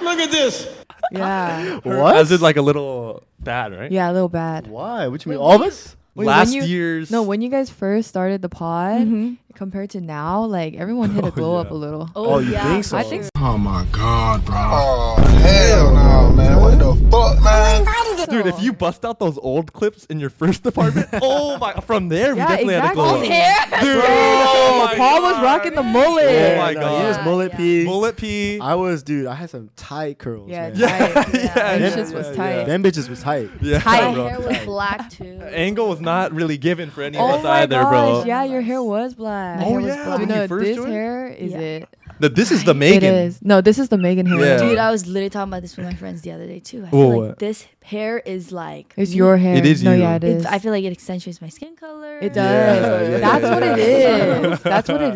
[SPEAKER 6] Look at this.
[SPEAKER 4] yeah,
[SPEAKER 3] What?
[SPEAKER 1] As in like a little bad, right?
[SPEAKER 4] yeah, a little bad.
[SPEAKER 3] Why? What you mean?
[SPEAKER 2] Wait,
[SPEAKER 3] All of
[SPEAKER 2] what?
[SPEAKER 3] us?
[SPEAKER 4] Wait, when
[SPEAKER 1] Last
[SPEAKER 4] you-
[SPEAKER 1] year's
[SPEAKER 4] No, when you guys first started the pod compared to now, like everyone hit a glow up
[SPEAKER 1] yeah.
[SPEAKER 4] a little.
[SPEAKER 2] Oh,
[SPEAKER 3] you
[SPEAKER 2] yeah.
[SPEAKER 3] think so?
[SPEAKER 4] I think so.
[SPEAKER 7] Oh my god, bro. Oh, hell no, man. What the fuck, man?
[SPEAKER 1] Dude, if you
[SPEAKER 4] Oh.
[SPEAKER 1] bust out those old clips in your first apartment, oh my! From there, we
[SPEAKER 4] Yeah,
[SPEAKER 1] definitely
[SPEAKER 4] exactly.
[SPEAKER 1] had a glow. up. Dude, oh my
[SPEAKER 4] Paul was
[SPEAKER 1] God.
[SPEAKER 4] rocking the mullet.
[SPEAKER 1] Yeah. Oh my
[SPEAKER 3] no,
[SPEAKER 1] God.
[SPEAKER 3] You was
[SPEAKER 2] Yeah,
[SPEAKER 3] mullet
[SPEAKER 2] yeah.
[SPEAKER 3] pee.
[SPEAKER 1] Bullet pee.
[SPEAKER 3] I was, dude. I had some tight curls.
[SPEAKER 4] Yeah,
[SPEAKER 3] man.
[SPEAKER 4] tight.
[SPEAKER 1] Yeah,
[SPEAKER 4] Them
[SPEAKER 1] yeah,
[SPEAKER 4] shits was
[SPEAKER 1] yeah,
[SPEAKER 4] tight.
[SPEAKER 1] yeah.
[SPEAKER 3] Them bitches was tight.
[SPEAKER 1] Yeah,
[SPEAKER 2] My
[SPEAKER 4] Tight.
[SPEAKER 1] bro.
[SPEAKER 2] hair was black too.
[SPEAKER 1] Angle was not really given for any of
[SPEAKER 4] Oh
[SPEAKER 1] us
[SPEAKER 4] my
[SPEAKER 1] either,
[SPEAKER 4] gosh!
[SPEAKER 1] bro.
[SPEAKER 4] Yeah, your hair was black.
[SPEAKER 2] My hair
[SPEAKER 1] Oh,
[SPEAKER 2] was
[SPEAKER 1] yeah, when
[SPEAKER 2] black.
[SPEAKER 4] Dude, no,
[SPEAKER 1] you first
[SPEAKER 4] this
[SPEAKER 1] joined?
[SPEAKER 4] hair is
[SPEAKER 2] Yeah.
[SPEAKER 4] it?
[SPEAKER 1] The- this is the Megan.
[SPEAKER 4] It is. No, this is the Megan hair.
[SPEAKER 1] Yeah.
[SPEAKER 2] Dude, I was literally talking about this with my friends the other day too. I feel
[SPEAKER 1] Oh,
[SPEAKER 2] like
[SPEAKER 1] what?
[SPEAKER 2] this hair is like
[SPEAKER 4] It's your hair.
[SPEAKER 1] It is
[SPEAKER 4] no,
[SPEAKER 1] you.
[SPEAKER 4] yeah, it
[SPEAKER 2] It's-
[SPEAKER 4] is.
[SPEAKER 2] I feel like it accentuates my skin color.
[SPEAKER 4] it does.
[SPEAKER 1] Yeah, yeah,
[SPEAKER 4] That's
[SPEAKER 1] yeah,
[SPEAKER 4] what it
[SPEAKER 2] yeah.
[SPEAKER 4] is. That's what it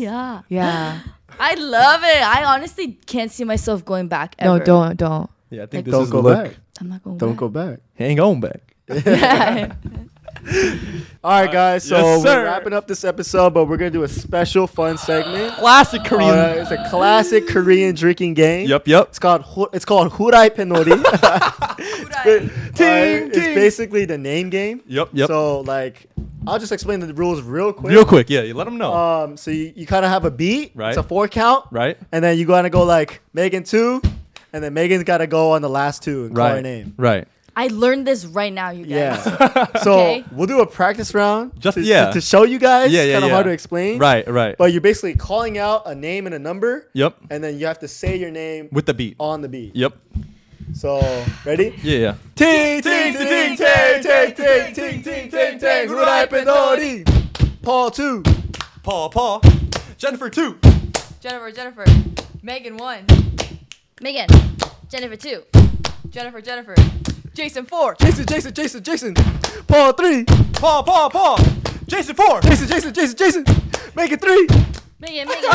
[SPEAKER 2] Yeah,
[SPEAKER 4] Yeah.
[SPEAKER 2] I love it. I honestly can't see myself going back. Ever.
[SPEAKER 4] No, don't, don't.
[SPEAKER 1] Yeah, I think
[SPEAKER 2] Like,
[SPEAKER 1] this
[SPEAKER 3] Don't
[SPEAKER 1] is
[SPEAKER 3] go
[SPEAKER 1] the look.
[SPEAKER 3] back.
[SPEAKER 2] I'm not going.
[SPEAKER 3] Don't
[SPEAKER 2] back.
[SPEAKER 3] go back.
[SPEAKER 1] Hang on back.
[SPEAKER 3] All right, guys. So
[SPEAKER 1] Yes,
[SPEAKER 3] we're
[SPEAKER 1] sir.
[SPEAKER 3] wrapping up this episode, but we're gonna do a special fun segment.
[SPEAKER 1] Classic Korean.
[SPEAKER 3] All right, it's a classic Korean drinking game.
[SPEAKER 1] Yep, yep.
[SPEAKER 3] It's called hu- it's called Hurai Penori. It's good.
[SPEAKER 1] Ting,
[SPEAKER 3] Uh,
[SPEAKER 1] ting.
[SPEAKER 3] It's basically the name game.
[SPEAKER 1] Yep, yep.
[SPEAKER 3] So like, I'll just explain the rules real quick.
[SPEAKER 1] Real quick, yeah. You let them know.
[SPEAKER 4] Uh,
[SPEAKER 3] Um, so you, you kind of have a beat.
[SPEAKER 1] Right.
[SPEAKER 3] It's a four count.
[SPEAKER 1] Right.
[SPEAKER 3] And then you gotta go like Megan two, and then Megan's gotta go on the last two and call her
[SPEAKER 1] right.
[SPEAKER 3] name.
[SPEAKER 1] Right.
[SPEAKER 5] I learned this right now, you guys.
[SPEAKER 3] Yeah. so
[SPEAKER 5] Okay.
[SPEAKER 3] we'll do a practice round.
[SPEAKER 1] Just-
[SPEAKER 3] to,
[SPEAKER 1] yeah.
[SPEAKER 3] To, to show you guys.
[SPEAKER 1] Yeah,
[SPEAKER 3] It's
[SPEAKER 1] yeah,
[SPEAKER 3] kind of
[SPEAKER 1] yeah.
[SPEAKER 3] hard to explain.
[SPEAKER 1] Right. Right.
[SPEAKER 3] But you're basically calling out a name and a number.
[SPEAKER 1] yep.
[SPEAKER 3] And then you have to say your name
[SPEAKER 1] With the beat.
[SPEAKER 3] on the beat.
[SPEAKER 1] Yep.
[SPEAKER 3] So ready?
[SPEAKER 1] Yeah. Yeah.
[SPEAKER 3] Ting ting ting ting ting ting ting ting ting ting. Rurai Penori. Paul two.
[SPEAKER 1] Paul. Paul. Jennifer too.
[SPEAKER 4] Jennifer, Jennifer. Megan one.
[SPEAKER 5] Megan, Jennifer too.
[SPEAKER 4] Jennifer, Jennifer. Jason four.
[SPEAKER 3] Jason Jason Jason Jason. Paul three.
[SPEAKER 1] Paul. Paul. Paul. Jason four.
[SPEAKER 3] Jason Jason Jason Jason. Make it three.
[SPEAKER 5] Megan, Megan.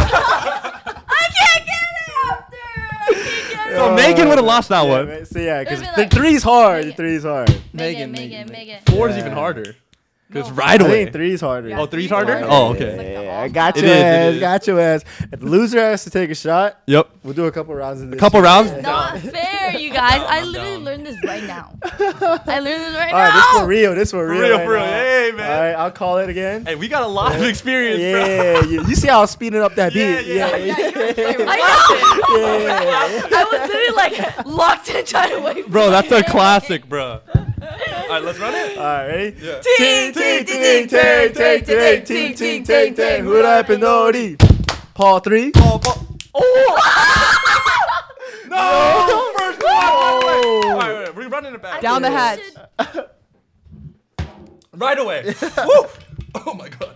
[SPEAKER 5] I can't get it after. I can't get it.
[SPEAKER 1] So Megan would have lost that
[SPEAKER 3] Uh, Yeah,
[SPEAKER 1] one.
[SPEAKER 3] right. So yeah, because
[SPEAKER 5] It'd be
[SPEAKER 3] the
[SPEAKER 5] like-
[SPEAKER 3] three's hard. The
[SPEAKER 5] Megan.
[SPEAKER 3] three's hard.
[SPEAKER 5] Megan, Megan, Megan.
[SPEAKER 1] Four is
[SPEAKER 3] Yeah.
[SPEAKER 1] even harder. Because
[SPEAKER 4] No.
[SPEAKER 1] right
[SPEAKER 3] I
[SPEAKER 1] away.
[SPEAKER 3] think three's harder.
[SPEAKER 1] Oh, three's
[SPEAKER 4] Three's
[SPEAKER 1] harder.
[SPEAKER 4] harder.
[SPEAKER 1] Oh,
[SPEAKER 4] It's
[SPEAKER 1] okay.
[SPEAKER 4] like- the
[SPEAKER 3] Yeah,
[SPEAKER 4] off-
[SPEAKER 3] got
[SPEAKER 1] It
[SPEAKER 3] your
[SPEAKER 1] is, it
[SPEAKER 3] ass,
[SPEAKER 1] is.
[SPEAKER 3] got your ass. If the loser has to take a shot.
[SPEAKER 1] Yep.
[SPEAKER 3] We'll do a couple rounds of this.
[SPEAKER 1] A couple
[SPEAKER 3] shit.
[SPEAKER 1] rounds.
[SPEAKER 5] Not fair, you guys. I literally learned this right now. I learned this right
[SPEAKER 3] All right, this
[SPEAKER 5] now.
[SPEAKER 3] for real. This for real.
[SPEAKER 1] real,
[SPEAKER 3] right
[SPEAKER 1] for real.
[SPEAKER 3] now.
[SPEAKER 1] Hey, man.
[SPEAKER 3] All right, I'll call it again.
[SPEAKER 1] Hey, we got a lot of experience,
[SPEAKER 3] yeah,
[SPEAKER 1] bro.
[SPEAKER 3] you, you see how I'm speeding up that beat?
[SPEAKER 1] Yeah, yeah,
[SPEAKER 3] yeah.
[SPEAKER 5] I know.
[SPEAKER 3] yeah.
[SPEAKER 5] I was literally like locked in trying to wait.
[SPEAKER 1] Bro, that's a classic, bro. All right, let's run it.
[SPEAKER 3] All right, ready?
[SPEAKER 1] Yeah.
[SPEAKER 3] Ting, ting, ting, ting, ting, ting, ting, ting, ting, ting, ting. Hula Pinori. Paul three.
[SPEAKER 1] Paul, Paul. Oh! no! First one! All right, wait, we're running it back.
[SPEAKER 4] Down the hatch.
[SPEAKER 1] Right away. Woo! Oh my god.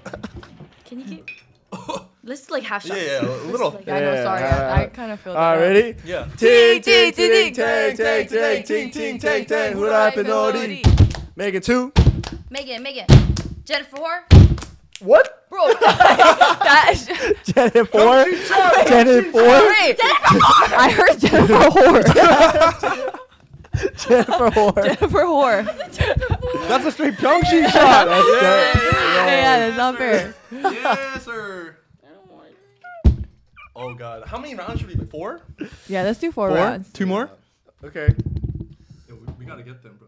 [SPEAKER 5] Can you keep? Let's like half
[SPEAKER 1] Yeah,
[SPEAKER 5] shot.
[SPEAKER 1] yeah, a little.
[SPEAKER 4] I know,
[SPEAKER 3] Yeah,
[SPEAKER 4] sorry.
[SPEAKER 3] alright.
[SPEAKER 4] I, I kind of feel that.
[SPEAKER 3] All right, ready?
[SPEAKER 1] Yeah.
[SPEAKER 3] Ting, ting, ting, ting, ting, ting, ting, ting, ting, ting, ting. Hula Pinori. Megan two.
[SPEAKER 5] Megan, Megan. Jennifer.
[SPEAKER 3] What?
[SPEAKER 5] Bro.
[SPEAKER 4] That,
[SPEAKER 3] Janet four. Janet four.
[SPEAKER 4] wait. I heard Jennifer whore.
[SPEAKER 3] Jennifer Horn.
[SPEAKER 4] Jennifer whore.
[SPEAKER 1] That's a straight Pyeongchang shot.
[SPEAKER 4] Yeah, yeah, that's not fair.
[SPEAKER 1] Yes, sir. Oh god. How many rounds should we be? Four?
[SPEAKER 4] Yeah, let's do four, rounds.
[SPEAKER 1] Two more?
[SPEAKER 3] Okay.
[SPEAKER 1] we, gotta get them, bro.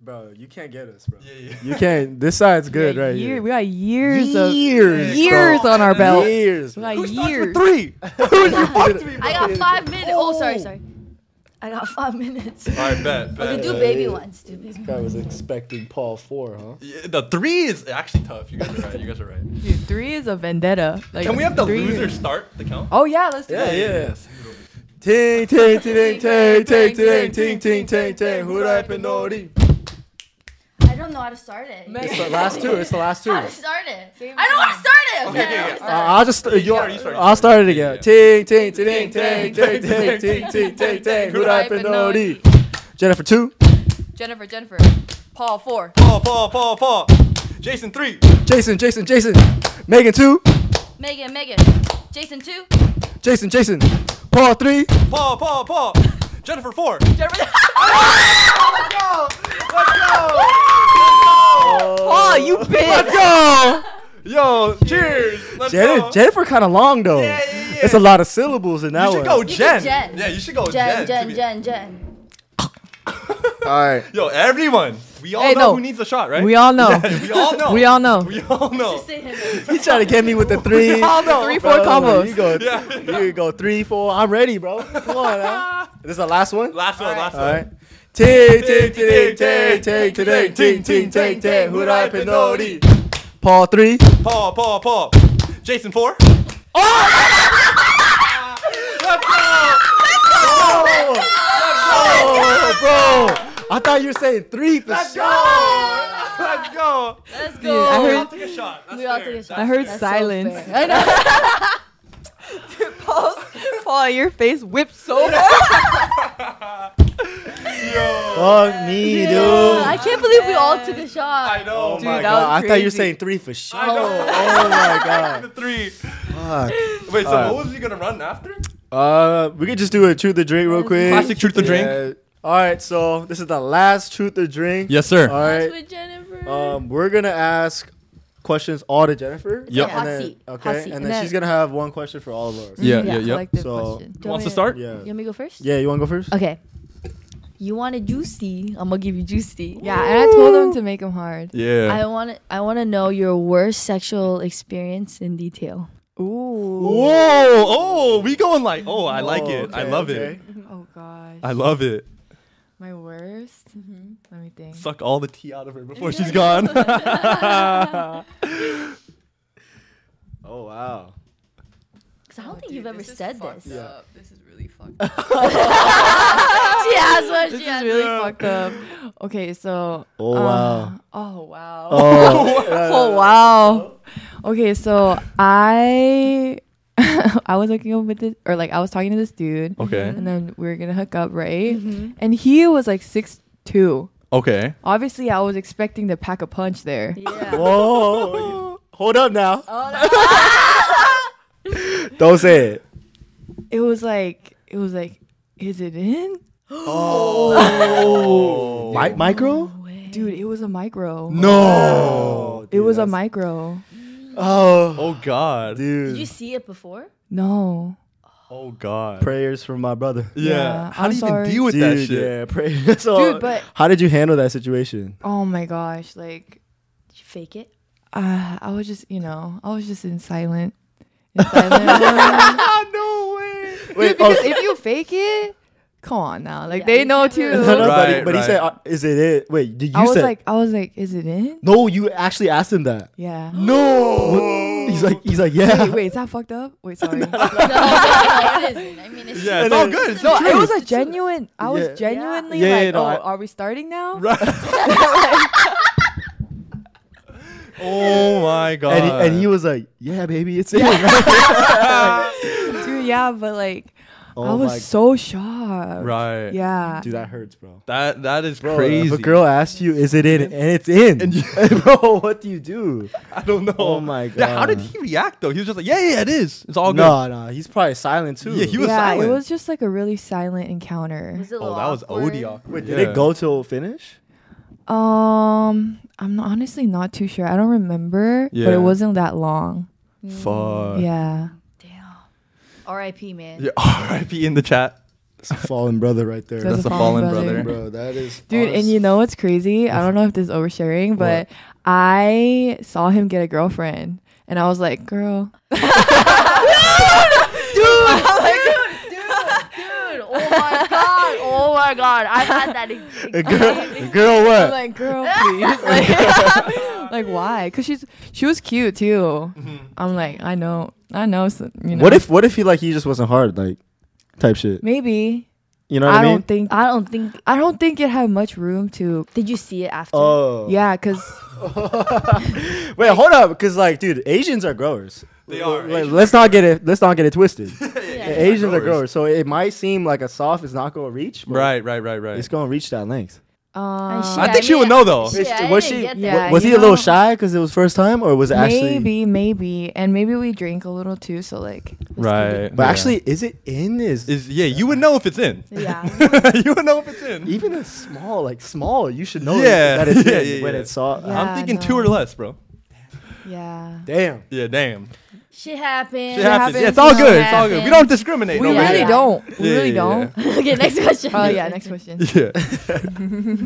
[SPEAKER 3] Bro, you can't get us, bro.
[SPEAKER 1] Yeah, yeah.
[SPEAKER 3] You can't. This side's good
[SPEAKER 4] Yeah,
[SPEAKER 3] right
[SPEAKER 4] year-
[SPEAKER 3] here.
[SPEAKER 4] We got years of
[SPEAKER 3] Years,
[SPEAKER 4] years on our belt.
[SPEAKER 3] Years.
[SPEAKER 4] We got
[SPEAKER 1] Who starts
[SPEAKER 4] years.
[SPEAKER 1] with three? Who you fucked me, bro?
[SPEAKER 5] I got five minutes. Oh, sorry, sorry. I got five minutes.
[SPEAKER 1] All right, bet, bet.
[SPEAKER 5] Okay, do baby ones. Do baby
[SPEAKER 3] I was expecting Paul four, huh?
[SPEAKER 1] Yeah, the three is actually tough. You guys are right. You guys are right.
[SPEAKER 4] Dude, three is a vendetta. Like,
[SPEAKER 1] Can we have the
[SPEAKER 4] three-
[SPEAKER 1] loser start the count?
[SPEAKER 4] Oh yeah, let's do it.
[SPEAKER 3] yeah. Ting ting ting ting ting ting ting ting ting ting ting. Who that penalty?
[SPEAKER 5] I don't know how to start it.
[SPEAKER 4] Man.
[SPEAKER 3] It's the last two. It's the last two.
[SPEAKER 5] How
[SPEAKER 3] Uh,
[SPEAKER 5] to start it?
[SPEAKER 4] Same
[SPEAKER 5] I don't want to
[SPEAKER 4] time.
[SPEAKER 5] start it. Okay,
[SPEAKER 1] Okay,
[SPEAKER 5] I don't
[SPEAKER 1] okay,
[SPEAKER 5] wanna start
[SPEAKER 3] I'll just you.
[SPEAKER 1] start, you start, you
[SPEAKER 3] I'll
[SPEAKER 1] start.
[SPEAKER 3] start it again. Ting ting ting ting ting ting ting ting ting ting. Who that penalty? Jennifer two.
[SPEAKER 4] Jennifer, Jennifer, Paul four.
[SPEAKER 1] Paul, Paul, Paul, Paul. Jason three.
[SPEAKER 3] Jason Jason Jason. Megan two.
[SPEAKER 5] it. Megan, Megan, Jason two.
[SPEAKER 3] Jason Jason. Paul three.
[SPEAKER 1] Paul, Paul, Paul. Jennifer four.
[SPEAKER 4] Jennifer.
[SPEAKER 3] Oh.
[SPEAKER 4] Paul, you bitch.
[SPEAKER 3] Go.
[SPEAKER 1] Yo, cheers. Let's
[SPEAKER 3] Jennifer,
[SPEAKER 1] go.
[SPEAKER 3] Jennifer kind of long though.
[SPEAKER 1] Yeah, yeah, yeah.
[SPEAKER 3] It's a lot of syllables in that
[SPEAKER 1] You should
[SPEAKER 3] one.
[SPEAKER 1] go
[SPEAKER 5] could
[SPEAKER 1] Jen.
[SPEAKER 5] Jen.
[SPEAKER 1] Yeah, you should go
[SPEAKER 5] Jen,
[SPEAKER 1] Jen. to
[SPEAKER 5] Jen,
[SPEAKER 1] be-
[SPEAKER 5] Jen, Jen.
[SPEAKER 3] All right.
[SPEAKER 1] Yo, everyone. We all
[SPEAKER 4] Hey,
[SPEAKER 1] know
[SPEAKER 4] no.
[SPEAKER 1] who needs a shot, right?
[SPEAKER 4] We all know.
[SPEAKER 1] we all know.
[SPEAKER 4] We all know.
[SPEAKER 1] We all know.
[SPEAKER 5] Say him.
[SPEAKER 3] He trying to get me with the three.
[SPEAKER 4] Three, four
[SPEAKER 3] Bro,
[SPEAKER 4] combos.
[SPEAKER 3] You go,
[SPEAKER 1] Yeah.
[SPEAKER 3] you go three, four. I'm ready, bro. Come on, now. This is the last one.
[SPEAKER 1] Last one, last
[SPEAKER 3] All
[SPEAKER 1] one.
[SPEAKER 3] right. Ting, ting, ting, ting, ting, ting, ting, ting, ting, ting. Who I penalty? Paul three.
[SPEAKER 1] Paul, Paul, Paul. Jason four.
[SPEAKER 3] Oh, bro. I thought you were saying three for
[SPEAKER 1] Let's
[SPEAKER 3] sure.
[SPEAKER 1] go. Let's go.
[SPEAKER 5] Let's go.
[SPEAKER 4] I
[SPEAKER 1] We
[SPEAKER 4] heard-
[SPEAKER 1] all took a shot. That's
[SPEAKER 5] We all
[SPEAKER 1] fair.
[SPEAKER 5] took a shot.
[SPEAKER 4] I heard
[SPEAKER 5] That's so
[SPEAKER 4] silence.
[SPEAKER 5] fair.
[SPEAKER 4] I know. Dude, Paul's, Paul, your face whipped so hard.
[SPEAKER 3] Fuck Oh, me, dude.
[SPEAKER 5] I can't believe we all took a shot.
[SPEAKER 1] I know.
[SPEAKER 3] Oh my
[SPEAKER 4] that
[SPEAKER 3] god. I
[SPEAKER 4] was
[SPEAKER 3] thought you were
[SPEAKER 4] crazy.
[SPEAKER 3] saying three for sure.
[SPEAKER 1] I know.
[SPEAKER 3] Oh my god.
[SPEAKER 1] The three.
[SPEAKER 3] Fuck.
[SPEAKER 1] Wait, so
[SPEAKER 3] All right.
[SPEAKER 1] what was he gonna run after?
[SPEAKER 3] Uh, we could just do a truth or drink real quick.
[SPEAKER 1] Classic truth or drink.
[SPEAKER 3] Yeah. All right, so this is the last truth or drink.
[SPEAKER 1] Yes, sir.
[SPEAKER 3] All right.
[SPEAKER 5] With Jennifer.
[SPEAKER 3] Um, we're gonna ask questions all to Jennifer.
[SPEAKER 1] Yep.
[SPEAKER 3] And then,
[SPEAKER 5] Hot seat. Hot
[SPEAKER 3] okay.
[SPEAKER 5] seat.
[SPEAKER 3] And
[SPEAKER 4] And
[SPEAKER 3] then
[SPEAKER 4] then-
[SPEAKER 3] she's gonna have one question for all of us.
[SPEAKER 1] Yeah, yeah, yeah.
[SPEAKER 4] Collective
[SPEAKER 3] So-
[SPEAKER 4] question.
[SPEAKER 5] Do you
[SPEAKER 1] Wants
[SPEAKER 5] want
[SPEAKER 1] to
[SPEAKER 5] me
[SPEAKER 1] start?
[SPEAKER 3] Yeah.
[SPEAKER 5] You want me to go first?
[SPEAKER 3] Yeah. You wanna go first?
[SPEAKER 5] Okay. You want a juicy? I'm gonna give you juicy.
[SPEAKER 4] Yeah, and I told him to make him hard.
[SPEAKER 1] Yeah.
[SPEAKER 5] I want I want to know your worst sexual experience in detail.
[SPEAKER 4] Ooh.
[SPEAKER 1] Whoa! Oh, we going like, oh, I like
[SPEAKER 3] Oh,
[SPEAKER 1] it. I
[SPEAKER 3] okay,
[SPEAKER 1] love it.
[SPEAKER 3] okay.
[SPEAKER 4] Oh gosh.
[SPEAKER 1] I love it.
[SPEAKER 4] My worst. Mm-hmm. Let me think.
[SPEAKER 1] Suck all the tea out of her before she's gone.
[SPEAKER 3] Oh wow.
[SPEAKER 5] Cause
[SPEAKER 1] Oh,
[SPEAKER 5] I don't think you've ever said this.
[SPEAKER 3] Yeah.
[SPEAKER 4] This is really fucked up.
[SPEAKER 5] She has one.
[SPEAKER 4] this
[SPEAKER 5] She
[SPEAKER 4] is
[SPEAKER 5] has
[SPEAKER 4] really
[SPEAKER 5] one.
[SPEAKER 4] fucked up. Okay, so.
[SPEAKER 3] Oh, wow.
[SPEAKER 4] Oh wow.
[SPEAKER 3] Oh.
[SPEAKER 4] oh wow. Okay, so I I was hooking up with this or like I was talking to this dude.
[SPEAKER 1] Okay.
[SPEAKER 4] And then we were gonna hook up, right? And he was like six two.
[SPEAKER 1] okay.
[SPEAKER 4] Obviously I was expecting to pack a punch there.
[SPEAKER 5] Yeah.
[SPEAKER 3] Whoa. Hold up now.
[SPEAKER 4] Oh,
[SPEAKER 3] Don't say it.
[SPEAKER 4] It was like it was like, is it in?
[SPEAKER 1] Oh.
[SPEAKER 3] Mi- micro?
[SPEAKER 4] Dude, it was a micro.
[SPEAKER 1] No.
[SPEAKER 4] it was a
[SPEAKER 3] mic.
[SPEAKER 4] micro.
[SPEAKER 3] Oh,
[SPEAKER 1] Oh God.
[SPEAKER 5] Did you
[SPEAKER 3] dude.
[SPEAKER 5] see it before?
[SPEAKER 4] No.
[SPEAKER 1] Oh God.
[SPEAKER 3] Prayers from my brother.
[SPEAKER 1] Yeah.
[SPEAKER 4] Yeah,
[SPEAKER 1] How
[SPEAKER 4] I'm
[SPEAKER 1] do you
[SPEAKER 4] sorry.
[SPEAKER 1] even deal with that
[SPEAKER 3] Dude,
[SPEAKER 1] shit?
[SPEAKER 3] Yeah, pray. so,
[SPEAKER 4] Dude, but-
[SPEAKER 3] how did you handle that situation?
[SPEAKER 4] Oh my gosh. Like
[SPEAKER 5] Did you fake it?
[SPEAKER 4] uh, I was just you know, I was just in silent. In silent.
[SPEAKER 1] No way.
[SPEAKER 3] Wait, oh,
[SPEAKER 4] because if you fake it, come on now. Like
[SPEAKER 5] Yeah,
[SPEAKER 4] they
[SPEAKER 5] you
[SPEAKER 4] know
[SPEAKER 5] can't
[SPEAKER 4] too.
[SPEAKER 5] really-
[SPEAKER 3] no, no, but, he,
[SPEAKER 1] Right,
[SPEAKER 3] but he
[SPEAKER 1] right.
[SPEAKER 3] said, uh, "Is it it?" Wait, did you
[SPEAKER 4] I was
[SPEAKER 3] said?
[SPEAKER 4] like, I was like, is it in?
[SPEAKER 3] no, you actually asked him that.
[SPEAKER 4] Yeah.
[SPEAKER 1] No.
[SPEAKER 3] He's like, he's like, yeah.
[SPEAKER 4] Wait, wait, is that fucked up? Wait, sorry. no,
[SPEAKER 5] No, no, no, it isn't. I mean, it's
[SPEAKER 1] Yeah, it's
[SPEAKER 3] No,
[SPEAKER 1] all
[SPEAKER 3] no,
[SPEAKER 1] good. It's
[SPEAKER 4] no,
[SPEAKER 1] all
[SPEAKER 4] it was a genuine. I
[SPEAKER 3] Yeah.
[SPEAKER 4] was
[SPEAKER 3] Yeah.
[SPEAKER 4] genuinely
[SPEAKER 3] Yeah,
[SPEAKER 4] like,
[SPEAKER 3] yeah, no,
[SPEAKER 4] oh,
[SPEAKER 3] I-
[SPEAKER 4] are we starting now?
[SPEAKER 1] Oh my God.
[SPEAKER 3] and, he, and he was like, "Yeah, baby, it's it."
[SPEAKER 4] Dude, yeah, but like,
[SPEAKER 3] oh
[SPEAKER 4] I was
[SPEAKER 3] my
[SPEAKER 4] so shocked.
[SPEAKER 1] right.
[SPEAKER 4] Yeah.
[SPEAKER 3] dude, that hurts, bro.
[SPEAKER 1] That that is
[SPEAKER 3] Bro,
[SPEAKER 1] crazy.
[SPEAKER 3] If a girl asks you, "Is it in?" and it's in, bro, what do you do?
[SPEAKER 1] I don't know.
[SPEAKER 3] Oh my
[SPEAKER 1] Yeah, how did
[SPEAKER 3] God.
[SPEAKER 1] he react though? He was just like, yeah, yeah, it is. It's all good.
[SPEAKER 3] no, no, he's probably silent too.
[SPEAKER 1] Yeah, he was
[SPEAKER 4] yeah,
[SPEAKER 1] silent.
[SPEAKER 4] it was just like a really silent encounter.
[SPEAKER 5] Was it a
[SPEAKER 1] Oh,
[SPEAKER 5] little
[SPEAKER 1] that was
[SPEAKER 5] awkward?
[SPEAKER 1] OD awkward.
[SPEAKER 3] Wait, did
[SPEAKER 1] Yeah.
[SPEAKER 3] it go till finish?
[SPEAKER 4] Um, I'm not, honestly not too sure. I don't remember, but
[SPEAKER 1] Yeah.
[SPEAKER 4] it wasn't that long.
[SPEAKER 1] Fuck.
[SPEAKER 4] Mm. yeah.
[SPEAKER 5] Damn. R.I.P. Man.
[SPEAKER 1] Yeah, R.I.P. in the chat.
[SPEAKER 3] It's a fallen brother right there,
[SPEAKER 4] That's
[SPEAKER 1] That's,
[SPEAKER 4] a
[SPEAKER 1] a
[SPEAKER 4] fallen
[SPEAKER 1] fallen brother.
[SPEAKER 3] bro. That is
[SPEAKER 4] Dude, and you know what's crazy? I don't know if this is oversharing, but I saw him get a girlfriend and I was like, girl.
[SPEAKER 5] Dude, oh my god. Oh my god. I had that. ex-
[SPEAKER 3] A girl, a girl,
[SPEAKER 4] I'm
[SPEAKER 3] what?
[SPEAKER 4] like, girl, please. Like, like, why? Because she's she was cute too. I'm like, I know, I know. So, you know.
[SPEAKER 3] What if, what if he like he just wasn't hard, like type shit?
[SPEAKER 4] Maybe
[SPEAKER 3] You know what
[SPEAKER 4] I,
[SPEAKER 3] I, mean?
[SPEAKER 4] don't think
[SPEAKER 5] I don't think.
[SPEAKER 4] I don't think it had much room to.
[SPEAKER 5] Did you see it after?
[SPEAKER 3] Oh,
[SPEAKER 4] Yeah, because
[SPEAKER 3] Wait, hold up, because like, dude, Asians are growers.
[SPEAKER 1] They are.
[SPEAKER 3] Like, let's not get it. Let's not get it twisted.
[SPEAKER 5] yeah.
[SPEAKER 3] Asians are
[SPEAKER 1] growers.
[SPEAKER 3] growers, so it might seem like a soft is not gonna reach, but
[SPEAKER 1] Right, right, right, right.
[SPEAKER 3] It's gonna reach that length.
[SPEAKER 4] um,
[SPEAKER 5] shit.
[SPEAKER 1] I
[SPEAKER 5] Yeah,
[SPEAKER 1] think
[SPEAKER 5] I
[SPEAKER 1] she would
[SPEAKER 5] mean,
[SPEAKER 1] know though.
[SPEAKER 5] she- Yeah, I
[SPEAKER 3] was
[SPEAKER 5] didn't
[SPEAKER 3] she?
[SPEAKER 5] get
[SPEAKER 4] that.
[SPEAKER 3] wa- was
[SPEAKER 4] Yeah,
[SPEAKER 3] he
[SPEAKER 4] Uh,
[SPEAKER 3] a
[SPEAKER 4] you
[SPEAKER 3] little
[SPEAKER 4] know-
[SPEAKER 3] shy because it was first time, or was it actually?
[SPEAKER 4] maybe, maybe, and maybe we drank a little too. So like,
[SPEAKER 1] Right.
[SPEAKER 3] But actually, is it in? Is,
[SPEAKER 1] is yeah, you would know if it's in.
[SPEAKER 5] Yeah.
[SPEAKER 1] you would know if it's in.
[SPEAKER 3] even a small, like small, you should know
[SPEAKER 1] Yeah,
[SPEAKER 3] that it's
[SPEAKER 1] yeah,
[SPEAKER 3] in
[SPEAKER 1] yeah,
[SPEAKER 3] when
[SPEAKER 1] yeah.
[SPEAKER 3] it's Ah, soft.
[SPEAKER 4] Yeah.
[SPEAKER 1] I'm thinking two
[SPEAKER 4] no.
[SPEAKER 1] or less, bro.
[SPEAKER 4] yeah.
[SPEAKER 3] Damn.
[SPEAKER 1] Yeah, damn.
[SPEAKER 5] Shit happened.
[SPEAKER 1] It happens.
[SPEAKER 4] happens.
[SPEAKER 1] Yeah, it's all
[SPEAKER 4] It
[SPEAKER 1] good. It's all good. We
[SPEAKER 5] happens.
[SPEAKER 1] don't discriminate.
[SPEAKER 4] We
[SPEAKER 1] over
[SPEAKER 5] yeah.
[SPEAKER 4] really
[SPEAKER 1] here.
[SPEAKER 4] don't. We
[SPEAKER 1] Yeah,
[SPEAKER 4] really
[SPEAKER 1] yeah,
[SPEAKER 4] don't.
[SPEAKER 5] okay, next question.
[SPEAKER 4] Oh yeah. Next question.
[SPEAKER 1] Yeah.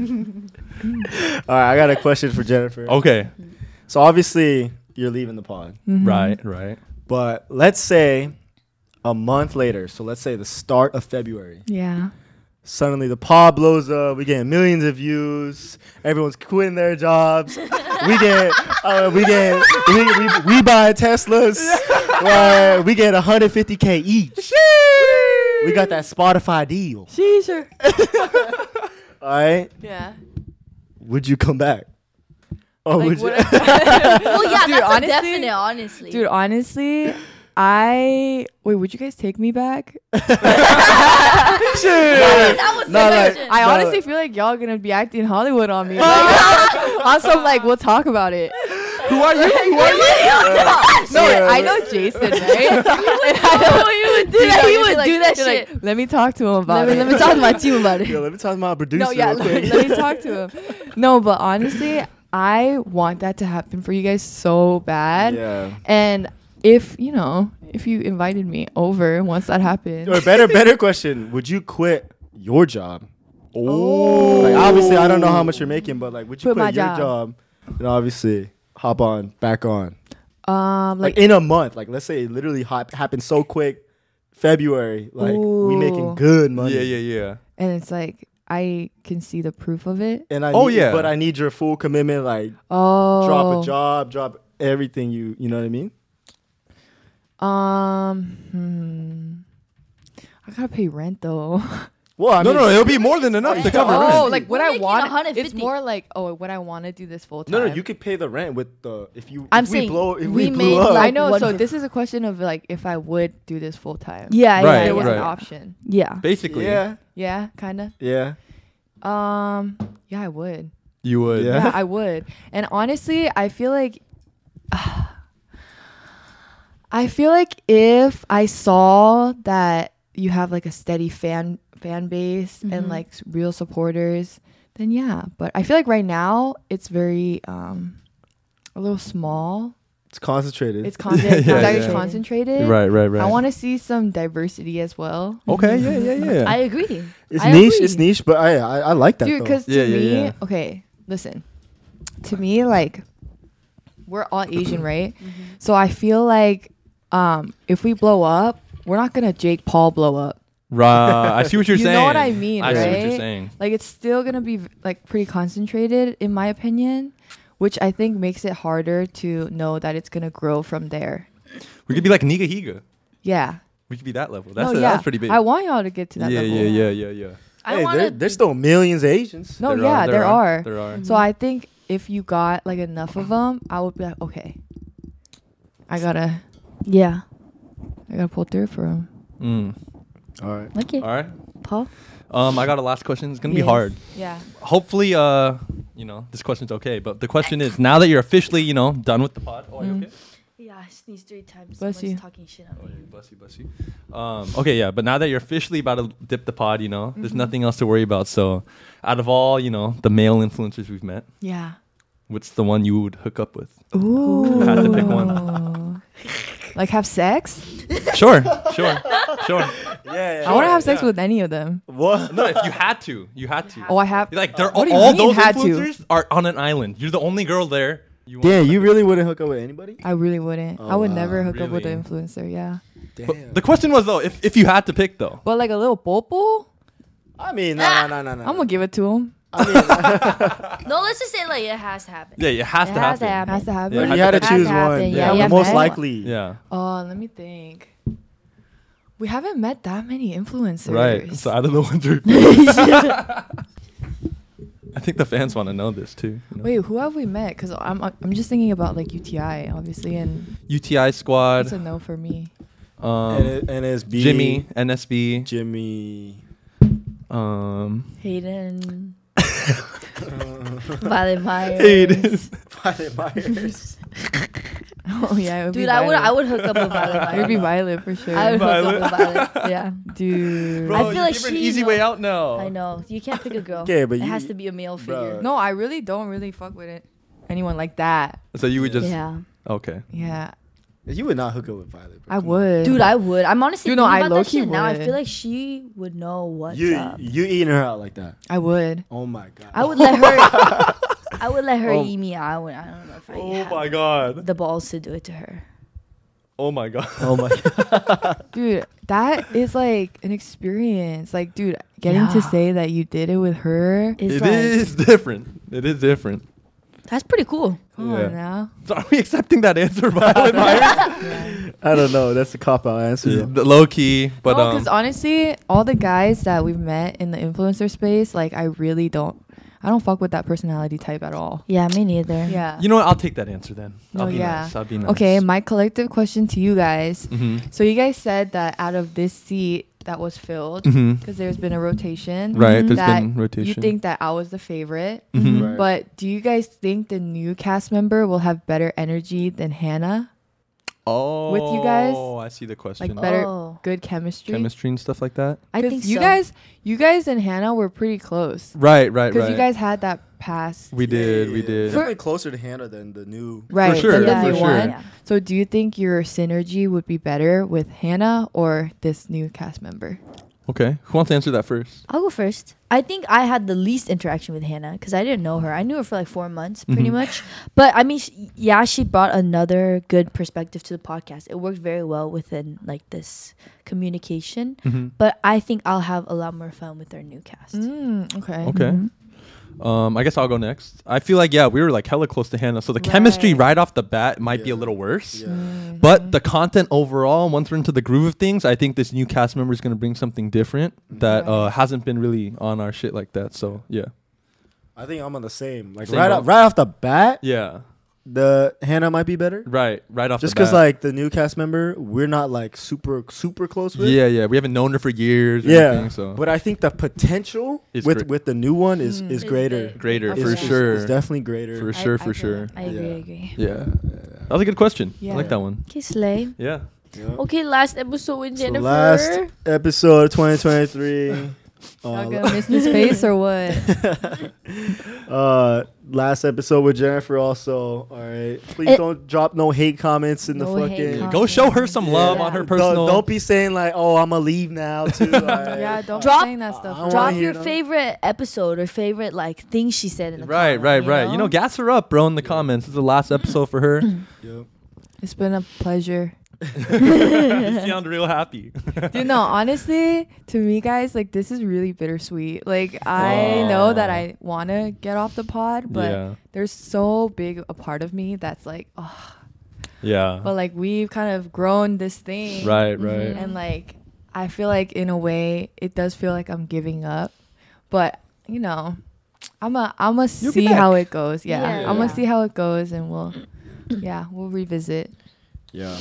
[SPEAKER 3] All right, I got a question for Jennifer.
[SPEAKER 1] Okay.
[SPEAKER 3] So obviously, you're leaving the pod,
[SPEAKER 4] Mm-hmm.
[SPEAKER 1] Right. Right.
[SPEAKER 3] but let's say a month later. So let's say the start of February.
[SPEAKER 4] Yeah.
[SPEAKER 3] Suddenly, the pod blows up. We get millions of views. Everyone's quitting their jobs. we get, uh, we get, we, we, we buy Teslas. Uh, we get 150k each. We got that Spotify deal.
[SPEAKER 4] Sure.
[SPEAKER 3] All right,
[SPEAKER 4] Yeah.
[SPEAKER 3] would you come back? Or would you?
[SPEAKER 5] Well, yeah,
[SPEAKER 4] Dude,
[SPEAKER 5] that's
[SPEAKER 4] honestly-
[SPEAKER 5] a definite, honestly.
[SPEAKER 4] Dude, honestly, I wait. Would you guys take me back?
[SPEAKER 5] that was
[SPEAKER 3] Nah,
[SPEAKER 5] the
[SPEAKER 3] like-
[SPEAKER 5] question.
[SPEAKER 4] I
[SPEAKER 3] No.
[SPEAKER 4] honestly feel like y'all gonna be acting Hollywood on me. Like, on some like, we'll talk about it.
[SPEAKER 1] Who are you? Who are you?
[SPEAKER 4] No, I know Jason, right? and I know you would do
[SPEAKER 5] that. He would do that
[SPEAKER 4] Like, let me talk to him
[SPEAKER 5] let,
[SPEAKER 4] about
[SPEAKER 5] me,
[SPEAKER 4] it.
[SPEAKER 5] let me talk to my team about it.
[SPEAKER 3] Yo, let me talk to my producer.
[SPEAKER 4] no, yeah,
[SPEAKER 3] real
[SPEAKER 4] let,
[SPEAKER 3] quick.
[SPEAKER 4] let me talk to him. No, but honestly, I want that to happen for you guys so bad.
[SPEAKER 3] Yeah.
[SPEAKER 4] And if you know, if you invited me over once that happened,
[SPEAKER 3] Or better, better question: Would you quit your job? Oh, like obviously, I don't know how much you're making, but like, would you
[SPEAKER 4] Quit my
[SPEAKER 3] quit your
[SPEAKER 4] job.
[SPEAKER 3] job? And obviously, hop on back on.
[SPEAKER 4] um,
[SPEAKER 3] Like
[SPEAKER 4] like,
[SPEAKER 3] in a month, like let's say it literally hop, happened so quick, February, like we making
[SPEAKER 4] Ooh.
[SPEAKER 3] good money.
[SPEAKER 1] Yeah, yeah, yeah.
[SPEAKER 4] and it's like I can see the proof of it.
[SPEAKER 3] And I
[SPEAKER 1] Oh,
[SPEAKER 3] need-
[SPEAKER 1] yeah.
[SPEAKER 3] but I need your full commitment. Like
[SPEAKER 4] Oh,
[SPEAKER 3] drop a job, drop everything. You you know what I mean?
[SPEAKER 4] Um, hmm. I gotta pay rent though.
[SPEAKER 3] Well, I
[SPEAKER 1] No,
[SPEAKER 3] mean,
[SPEAKER 1] no, it'll be more than enough to cover
[SPEAKER 4] oh,
[SPEAKER 1] rent.
[SPEAKER 4] like
[SPEAKER 5] We're
[SPEAKER 4] what I
[SPEAKER 5] making
[SPEAKER 4] want.
[SPEAKER 5] 150.
[SPEAKER 4] It's more like oh, what I want to do this full time.
[SPEAKER 3] no, no. You could pay the rent with the if you.
[SPEAKER 5] I'm
[SPEAKER 3] if we
[SPEAKER 5] saying
[SPEAKER 3] blow, if
[SPEAKER 5] we
[SPEAKER 3] we,
[SPEAKER 5] made,
[SPEAKER 3] blew up,
[SPEAKER 4] I
[SPEAKER 5] like,
[SPEAKER 4] know.
[SPEAKER 5] one
[SPEAKER 4] So
[SPEAKER 5] fif-
[SPEAKER 4] this is a question of like if I would do this full time.
[SPEAKER 5] Yeah,
[SPEAKER 1] Right,
[SPEAKER 5] yeah,
[SPEAKER 4] There was
[SPEAKER 5] yeah.
[SPEAKER 4] an
[SPEAKER 1] right.
[SPEAKER 4] option.
[SPEAKER 5] yeah.
[SPEAKER 1] Basically,
[SPEAKER 3] yeah,
[SPEAKER 4] Yeah, kind of.
[SPEAKER 3] yeah.
[SPEAKER 4] Um, yeah, I would.
[SPEAKER 1] you would.
[SPEAKER 3] Yeah.
[SPEAKER 4] Yeah, I would. And honestly, I feel like I feel like if I saw that you have like a steady fan fan base and like s- real supporters, then yeah. But I feel like right now it's very um a little small.
[SPEAKER 3] It's concentrated.
[SPEAKER 4] It's con- it's
[SPEAKER 1] yeah,
[SPEAKER 4] very
[SPEAKER 1] yeah.
[SPEAKER 4] concentrated.
[SPEAKER 1] Right, right, right.
[SPEAKER 4] I want to see some diversity as well.
[SPEAKER 1] Okay, yeah, yeah, yeah.
[SPEAKER 5] I agree.
[SPEAKER 3] It's
[SPEAKER 5] I
[SPEAKER 3] niche.
[SPEAKER 5] agree.
[SPEAKER 3] It's niche, but I I, I like that
[SPEAKER 4] dude
[SPEAKER 3] though.
[SPEAKER 4] because to
[SPEAKER 1] Yeah, yeah,
[SPEAKER 4] me
[SPEAKER 1] yeah.
[SPEAKER 4] okay listen to me like we're all asian right
[SPEAKER 1] Mm-hmm.
[SPEAKER 4] so i feel like um if we blow up we're not gonna jake paul blow up
[SPEAKER 1] right. I see what you're
[SPEAKER 4] you
[SPEAKER 1] saying.
[SPEAKER 4] know what i mean
[SPEAKER 1] I
[SPEAKER 4] right
[SPEAKER 1] see what you're saying.
[SPEAKER 4] like it's still gonna be v- like pretty concentrated in my opinion which i think makes it harder to know that it's gonna grow from there
[SPEAKER 1] We could be like Niga Higa.
[SPEAKER 4] yeah
[SPEAKER 1] We could be that level. That's a,
[SPEAKER 4] no, Oh, yeah
[SPEAKER 1] that's pretty big.
[SPEAKER 4] i want y'all to get to
[SPEAKER 1] yeah, yeah,
[SPEAKER 4] that level
[SPEAKER 1] yeah, yeah, yeah.
[SPEAKER 5] I
[SPEAKER 3] Hey,
[SPEAKER 5] want
[SPEAKER 3] there,
[SPEAKER 5] to.
[SPEAKER 3] there's still millions of Asians.
[SPEAKER 4] no
[SPEAKER 1] There
[SPEAKER 4] Oh, yeah
[SPEAKER 1] are,
[SPEAKER 4] there, are,
[SPEAKER 1] There are.
[SPEAKER 4] So I think if you got like enough of them, I would be like, okay, I gotta,
[SPEAKER 5] Yeah.
[SPEAKER 4] I gotta pull through for them.
[SPEAKER 1] Mm.
[SPEAKER 3] All right.
[SPEAKER 5] Okay.
[SPEAKER 1] All right.
[SPEAKER 5] Paul.
[SPEAKER 1] Um, I got a last question. It's gonna
[SPEAKER 4] Yes.
[SPEAKER 1] be hard.
[SPEAKER 4] Yeah.
[SPEAKER 1] Hopefully, uh, you know, this question's okay. But the question is, now that you're officially, you know, done with the pod. Oh, are you
[SPEAKER 5] Mm-hmm.
[SPEAKER 1] okay?
[SPEAKER 5] Yeah, I sneezed three times.
[SPEAKER 4] Bless
[SPEAKER 5] Someone's
[SPEAKER 4] you.
[SPEAKER 5] talking shit on
[SPEAKER 1] Oh,
[SPEAKER 5] me.
[SPEAKER 1] you- Bless you, bless you. Um, okay, yeah, but now that you're officially about to dip the pod, you know,
[SPEAKER 5] Mm-hmm.
[SPEAKER 1] there's nothing else to worry about. So, out of all, you know, the male influencers we've met,
[SPEAKER 4] Yeah.
[SPEAKER 1] what's the one you would hook up with?
[SPEAKER 4] Ooh.
[SPEAKER 1] Had to pick one.
[SPEAKER 4] Like have sex?
[SPEAKER 1] Sure, sure, sure.
[SPEAKER 3] Yeah.
[SPEAKER 4] I want to have sex
[SPEAKER 1] yeah.
[SPEAKER 4] with any of them.
[SPEAKER 3] What?
[SPEAKER 1] No, if you had to, you had to.
[SPEAKER 4] Oh, I have.
[SPEAKER 1] Like they're
[SPEAKER 4] What do you
[SPEAKER 1] all
[SPEAKER 4] mean
[SPEAKER 1] those
[SPEAKER 4] had to?
[SPEAKER 1] influencers are on an island. You're the only girl there. You want-
[SPEAKER 3] Damn, you really wouldn't hook up with anybody?
[SPEAKER 4] I really wouldn't. I would
[SPEAKER 3] wow.
[SPEAKER 4] never hook up with
[SPEAKER 1] Oh, Really?
[SPEAKER 4] an influencer. Yeah.
[SPEAKER 3] Damn.
[SPEAKER 1] The question was though, if if you had to pick though,
[SPEAKER 4] But like a little popo,
[SPEAKER 3] I mean, no, no, no, no.
[SPEAKER 4] Ah, I'm gonna give it to him.
[SPEAKER 5] No, let's just say like it has to happen.
[SPEAKER 1] yeah, it has
[SPEAKER 5] It
[SPEAKER 1] to
[SPEAKER 5] has to
[SPEAKER 1] happen.
[SPEAKER 5] happen.
[SPEAKER 4] Has to happen.
[SPEAKER 1] Yeah.
[SPEAKER 3] you had to
[SPEAKER 5] Has to
[SPEAKER 3] choose
[SPEAKER 5] happen,
[SPEAKER 3] one.
[SPEAKER 5] yeah,
[SPEAKER 3] Yeah,
[SPEAKER 4] you
[SPEAKER 3] the
[SPEAKER 4] have
[SPEAKER 3] most
[SPEAKER 4] to.
[SPEAKER 3] likely.
[SPEAKER 1] Yeah,
[SPEAKER 4] Oh, let me think. We haven't met that many influencers.
[SPEAKER 1] right. So out of the one through, I think the fans want to know this too. you know?
[SPEAKER 4] Wait, who have we met? Because I'm uh, I'm just thinking about like UTI, obviously, and
[SPEAKER 1] UTI
[SPEAKER 4] it's a
[SPEAKER 1] squad,
[SPEAKER 4] no for me.
[SPEAKER 1] um,
[SPEAKER 3] And it, NSB.
[SPEAKER 1] Jimmy, NSB,
[SPEAKER 3] Jimmy.
[SPEAKER 1] um,
[SPEAKER 5] Hayden. Violet Myers.
[SPEAKER 1] Hayden.
[SPEAKER 3] Violet Myers.
[SPEAKER 4] Oh yeah, it would
[SPEAKER 5] Dude,
[SPEAKER 4] be
[SPEAKER 5] I would I
[SPEAKER 4] Violet.
[SPEAKER 5] would hook up with Violet
[SPEAKER 4] It would
[SPEAKER 5] Myers.
[SPEAKER 4] be Violet for sure.
[SPEAKER 5] I would
[SPEAKER 1] Violet.
[SPEAKER 5] hook up with Violet. Yeah.
[SPEAKER 4] Dude,
[SPEAKER 1] Bro,
[SPEAKER 5] I feel
[SPEAKER 1] you
[SPEAKER 5] like
[SPEAKER 1] give her an
[SPEAKER 5] she
[SPEAKER 1] easy
[SPEAKER 5] know-
[SPEAKER 1] way out now.
[SPEAKER 5] I know. You can't pick a girl.
[SPEAKER 3] Okay, but
[SPEAKER 5] it
[SPEAKER 3] you-
[SPEAKER 5] has to be a male figure.
[SPEAKER 3] Bruh.
[SPEAKER 4] no, I really don't really fuck with it. Anyone like that?
[SPEAKER 1] So you would just
[SPEAKER 5] Yeah.
[SPEAKER 1] okay.
[SPEAKER 4] Yeah,
[SPEAKER 3] You would not hook up with Violet. bro.
[SPEAKER 4] I would.
[SPEAKER 5] Dude, I would. I'm honestly
[SPEAKER 4] Dude, no,
[SPEAKER 5] thinking
[SPEAKER 4] I
[SPEAKER 5] about that
[SPEAKER 4] low-key
[SPEAKER 5] shit now. I
[SPEAKER 4] would.
[SPEAKER 5] feel like she would know what's
[SPEAKER 3] You
[SPEAKER 4] uh,
[SPEAKER 5] up.
[SPEAKER 3] you eating her out like that?
[SPEAKER 4] I would.
[SPEAKER 3] Oh my god.
[SPEAKER 5] I would let her. I would let her
[SPEAKER 1] Oh.
[SPEAKER 5] eat me out. when- I don't know if I
[SPEAKER 1] Oh
[SPEAKER 5] have
[SPEAKER 1] my god.
[SPEAKER 5] the balls to do it to her.
[SPEAKER 1] Oh my god.
[SPEAKER 3] oh my. god.
[SPEAKER 4] Dude, that is like an experience. Like, dude, getting to
[SPEAKER 5] Yeah.
[SPEAKER 4] say that you did it with her.
[SPEAKER 5] It's
[SPEAKER 1] It
[SPEAKER 5] like,
[SPEAKER 1] is different. It is different.
[SPEAKER 5] That's pretty cool.
[SPEAKER 4] Come
[SPEAKER 1] Yeah.
[SPEAKER 4] on now.
[SPEAKER 1] So are we accepting that answer, Violet Myers?
[SPEAKER 3] I don't know. That's a cop out answer. though.
[SPEAKER 1] The Low key, but
[SPEAKER 4] no, because
[SPEAKER 1] um,
[SPEAKER 4] honestly, all the guys that we've met in the influencer space, like, I really don't, I don't fuck with that personality type at all.
[SPEAKER 5] Yeah, me neither.
[SPEAKER 4] Yeah.
[SPEAKER 1] you know what? I'll take that answer then.
[SPEAKER 4] No,
[SPEAKER 1] I'll be
[SPEAKER 4] yeah.
[SPEAKER 1] nice. I'll be nice.
[SPEAKER 4] Okay, my collective question to you guys.
[SPEAKER 1] hmm
[SPEAKER 4] So you guys said that out of this seat that was filled, because
[SPEAKER 1] hmm
[SPEAKER 4] there's been a rotation,
[SPEAKER 1] Right. There's
[SPEAKER 4] that
[SPEAKER 1] been rotation.
[SPEAKER 4] You think that I was the favorite,
[SPEAKER 1] Mhm.
[SPEAKER 3] Right.
[SPEAKER 4] but do you guys think the new cast member will have better energy than Hannah?
[SPEAKER 1] Oh,
[SPEAKER 4] With you guys,
[SPEAKER 1] Oh, I see the question.
[SPEAKER 4] like better,
[SPEAKER 5] Oh.
[SPEAKER 4] good chemistry.
[SPEAKER 1] chemistry and stuff like that.
[SPEAKER 5] I
[SPEAKER 4] 'Cause
[SPEAKER 5] think
[SPEAKER 4] you
[SPEAKER 5] so.
[SPEAKER 4] guys, you guys and Hannah were pretty close
[SPEAKER 1] Right, right,
[SPEAKER 4] because
[SPEAKER 1] right.
[SPEAKER 4] you guys had that past.
[SPEAKER 1] we did, we did.
[SPEAKER 3] Definitely closer to Hannah than the new.
[SPEAKER 4] Right,
[SPEAKER 1] sure,
[SPEAKER 4] than the
[SPEAKER 1] yeah,
[SPEAKER 4] new
[SPEAKER 1] for
[SPEAKER 4] one.
[SPEAKER 1] sure.
[SPEAKER 5] Yeah.
[SPEAKER 4] So, do you think your synergy would be better with Hannah or this new cast member?
[SPEAKER 1] Okay, who wants to answer that first?
[SPEAKER 5] I'll go first. I think I had the least interaction with Hannah because I didn't know her. I knew her for like four months, pretty
[SPEAKER 3] Mm-hmm.
[SPEAKER 1] Mhm.
[SPEAKER 5] much. But I mean, she, yeah, she brought another good perspective to the podcast. It worked very well within like this communication.
[SPEAKER 1] Mm-hmm.
[SPEAKER 5] But I think I'll have a lot more fun with our new cast.
[SPEAKER 4] Mm, okay.
[SPEAKER 1] Okay.
[SPEAKER 4] Mm-hmm.
[SPEAKER 1] Um, I guess I'll go next. I feel like yeah, we were like hella close to Hannah, so the chemistry
[SPEAKER 4] Right.
[SPEAKER 1] right off the bat might be a
[SPEAKER 3] Yeah.
[SPEAKER 1] little worse.
[SPEAKER 3] Yeah.
[SPEAKER 1] But the content overall, once we're into the groove of things, I think this new cast member is going to bring something different that uh, hasn't been really on our shit like that. So yeah,
[SPEAKER 3] I think I'm on the same. Like
[SPEAKER 1] Same
[SPEAKER 3] right,
[SPEAKER 1] boat.
[SPEAKER 3] off, right off the bat,
[SPEAKER 1] yeah,
[SPEAKER 3] the Hannah might be better.
[SPEAKER 1] right, right off.
[SPEAKER 3] Just
[SPEAKER 1] the
[SPEAKER 3] because
[SPEAKER 1] bat.
[SPEAKER 3] like the new cast member, we're not like super super close with.
[SPEAKER 1] yeah, yeah, we haven't known her for years. Or
[SPEAKER 3] Yeah.
[SPEAKER 1] anything, so
[SPEAKER 3] But I think the potential
[SPEAKER 1] It's
[SPEAKER 3] with
[SPEAKER 1] great.
[SPEAKER 3] with the new one is is
[SPEAKER 5] It's
[SPEAKER 3] greater.
[SPEAKER 5] big.
[SPEAKER 1] greater
[SPEAKER 5] Okay.
[SPEAKER 1] for
[SPEAKER 3] It's- it's-
[SPEAKER 1] sure,
[SPEAKER 3] It's definitely greater.
[SPEAKER 1] for
[SPEAKER 5] I-
[SPEAKER 1] sure,
[SPEAKER 5] I
[SPEAKER 1] for
[SPEAKER 5] feel
[SPEAKER 1] sure.
[SPEAKER 5] that. I agree,
[SPEAKER 3] Yeah.
[SPEAKER 5] I agree.
[SPEAKER 1] Yeah. that was a good question.
[SPEAKER 4] Yeah.
[SPEAKER 1] I like that one.
[SPEAKER 5] Okay, Slay.
[SPEAKER 1] Yeah.
[SPEAKER 3] Yeah.
[SPEAKER 5] Okay, last episode with
[SPEAKER 3] So
[SPEAKER 5] Jennifer.
[SPEAKER 3] last uh, episode 2023.
[SPEAKER 4] Y'all
[SPEAKER 3] Uh,
[SPEAKER 4] gonna miss this face or what?
[SPEAKER 3] uh, last episode with Jennifer also. All right. Please
[SPEAKER 5] It-
[SPEAKER 3] don't drop no hate comments in
[SPEAKER 5] No
[SPEAKER 3] the
[SPEAKER 5] hate
[SPEAKER 3] fucking.
[SPEAKER 5] comments.
[SPEAKER 1] Go show her some love
[SPEAKER 5] Yeah.
[SPEAKER 1] on her
[SPEAKER 3] Don't-
[SPEAKER 1] personal.
[SPEAKER 3] Don't, be saying like, "Oh, I'ma leave now." Too. all right?
[SPEAKER 4] yeah, don't
[SPEAKER 5] Drop-
[SPEAKER 4] be saying that
[SPEAKER 3] I wanna
[SPEAKER 4] stuff.
[SPEAKER 5] Drop
[SPEAKER 3] hear
[SPEAKER 5] your
[SPEAKER 3] them.
[SPEAKER 5] favorite episode or favorite like thing she said in the
[SPEAKER 1] Right,
[SPEAKER 5] comment,
[SPEAKER 1] right, right. You know, gas her up, bro, in the comments. It's the last episode for her.
[SPEAKER 3] Yep.
[SPEAKER 4] It's been a pleasure.
[SPEAKER 1] you sound real happy.
[SPEAKER 4] Dude, no, honestly, to me, guys, like this is really bittersweet. Like I
[SPEAKER 1] Oh.
[SPEAKER 4] know that I want to get off the pod, but
[SPEAKER 1] Yeah.
[SPEAKER 4] there's so big a part of me that's like, oh,
[SPEAKER 1] Yeah.
[SPEAKER 4] but like we've kind of grown this thing,
[SPEAKER 1] right, right.
[SPEAKER 4] And like I feel like in a way, it does feel like I'm giving up, but you know, I'm a I'm a
[SPEAKER 1] You'll be
[SPEAKER 4] see how it goes. Yeah,
[SPEAKER 5] Yeah.
[SPEAKER 4] I'm
[SPEAKER 5] Yeah.
[SPEAKER 4] gonna see how it goes, and we'll yeah we'll revisit.
[SPEAKER 3] Yeah.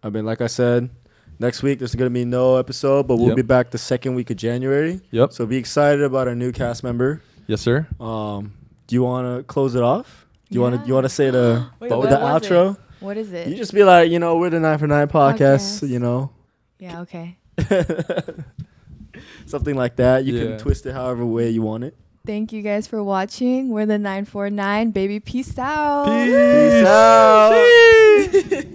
[SPEAKER 3] I mean, like I said, next week there's gonna be no episode, but we'll
[SPEAKER 1] Yep.
[SPEAKER 3] be back the second week of January.
[SPEAKER 1] Yep.
[SPEAKER 3] So be excited about our new cast member.
[SPEAKER 1] Yes, sir.
[SPEAKER 3] Um, do you wanna close it off? Do you wanna
[SPEAKER 4] Yeah.
[SPEAKER 3] you wanna say the
[SPEAKER 4] Wait,
[SPEAKER 3] the,
[SPEAKER 4] what
[SPEAKER 3] the
[SPEAKER 4] was it?
[SPEAKER 3] outro?
[SPEAKER 4] What is it?
[SPEAKER 3] You just be like, you know, we're the nine for nine podcast,
[SPEAKER 4] Podcast.
[SPEAKER 3] you know,
[SPEAKER 4] yeah, okay.
[SPEAKER 3] something like that. You
[SPEAKER 1] Yeah.
[SPEAKER 3] can twist it however way you want it.
[SPEAKER 4] Thank you guys for watching. We're the 949. Baby, peace out.
[SPEAKER 1] Peace.
[SPEAKER 3] out.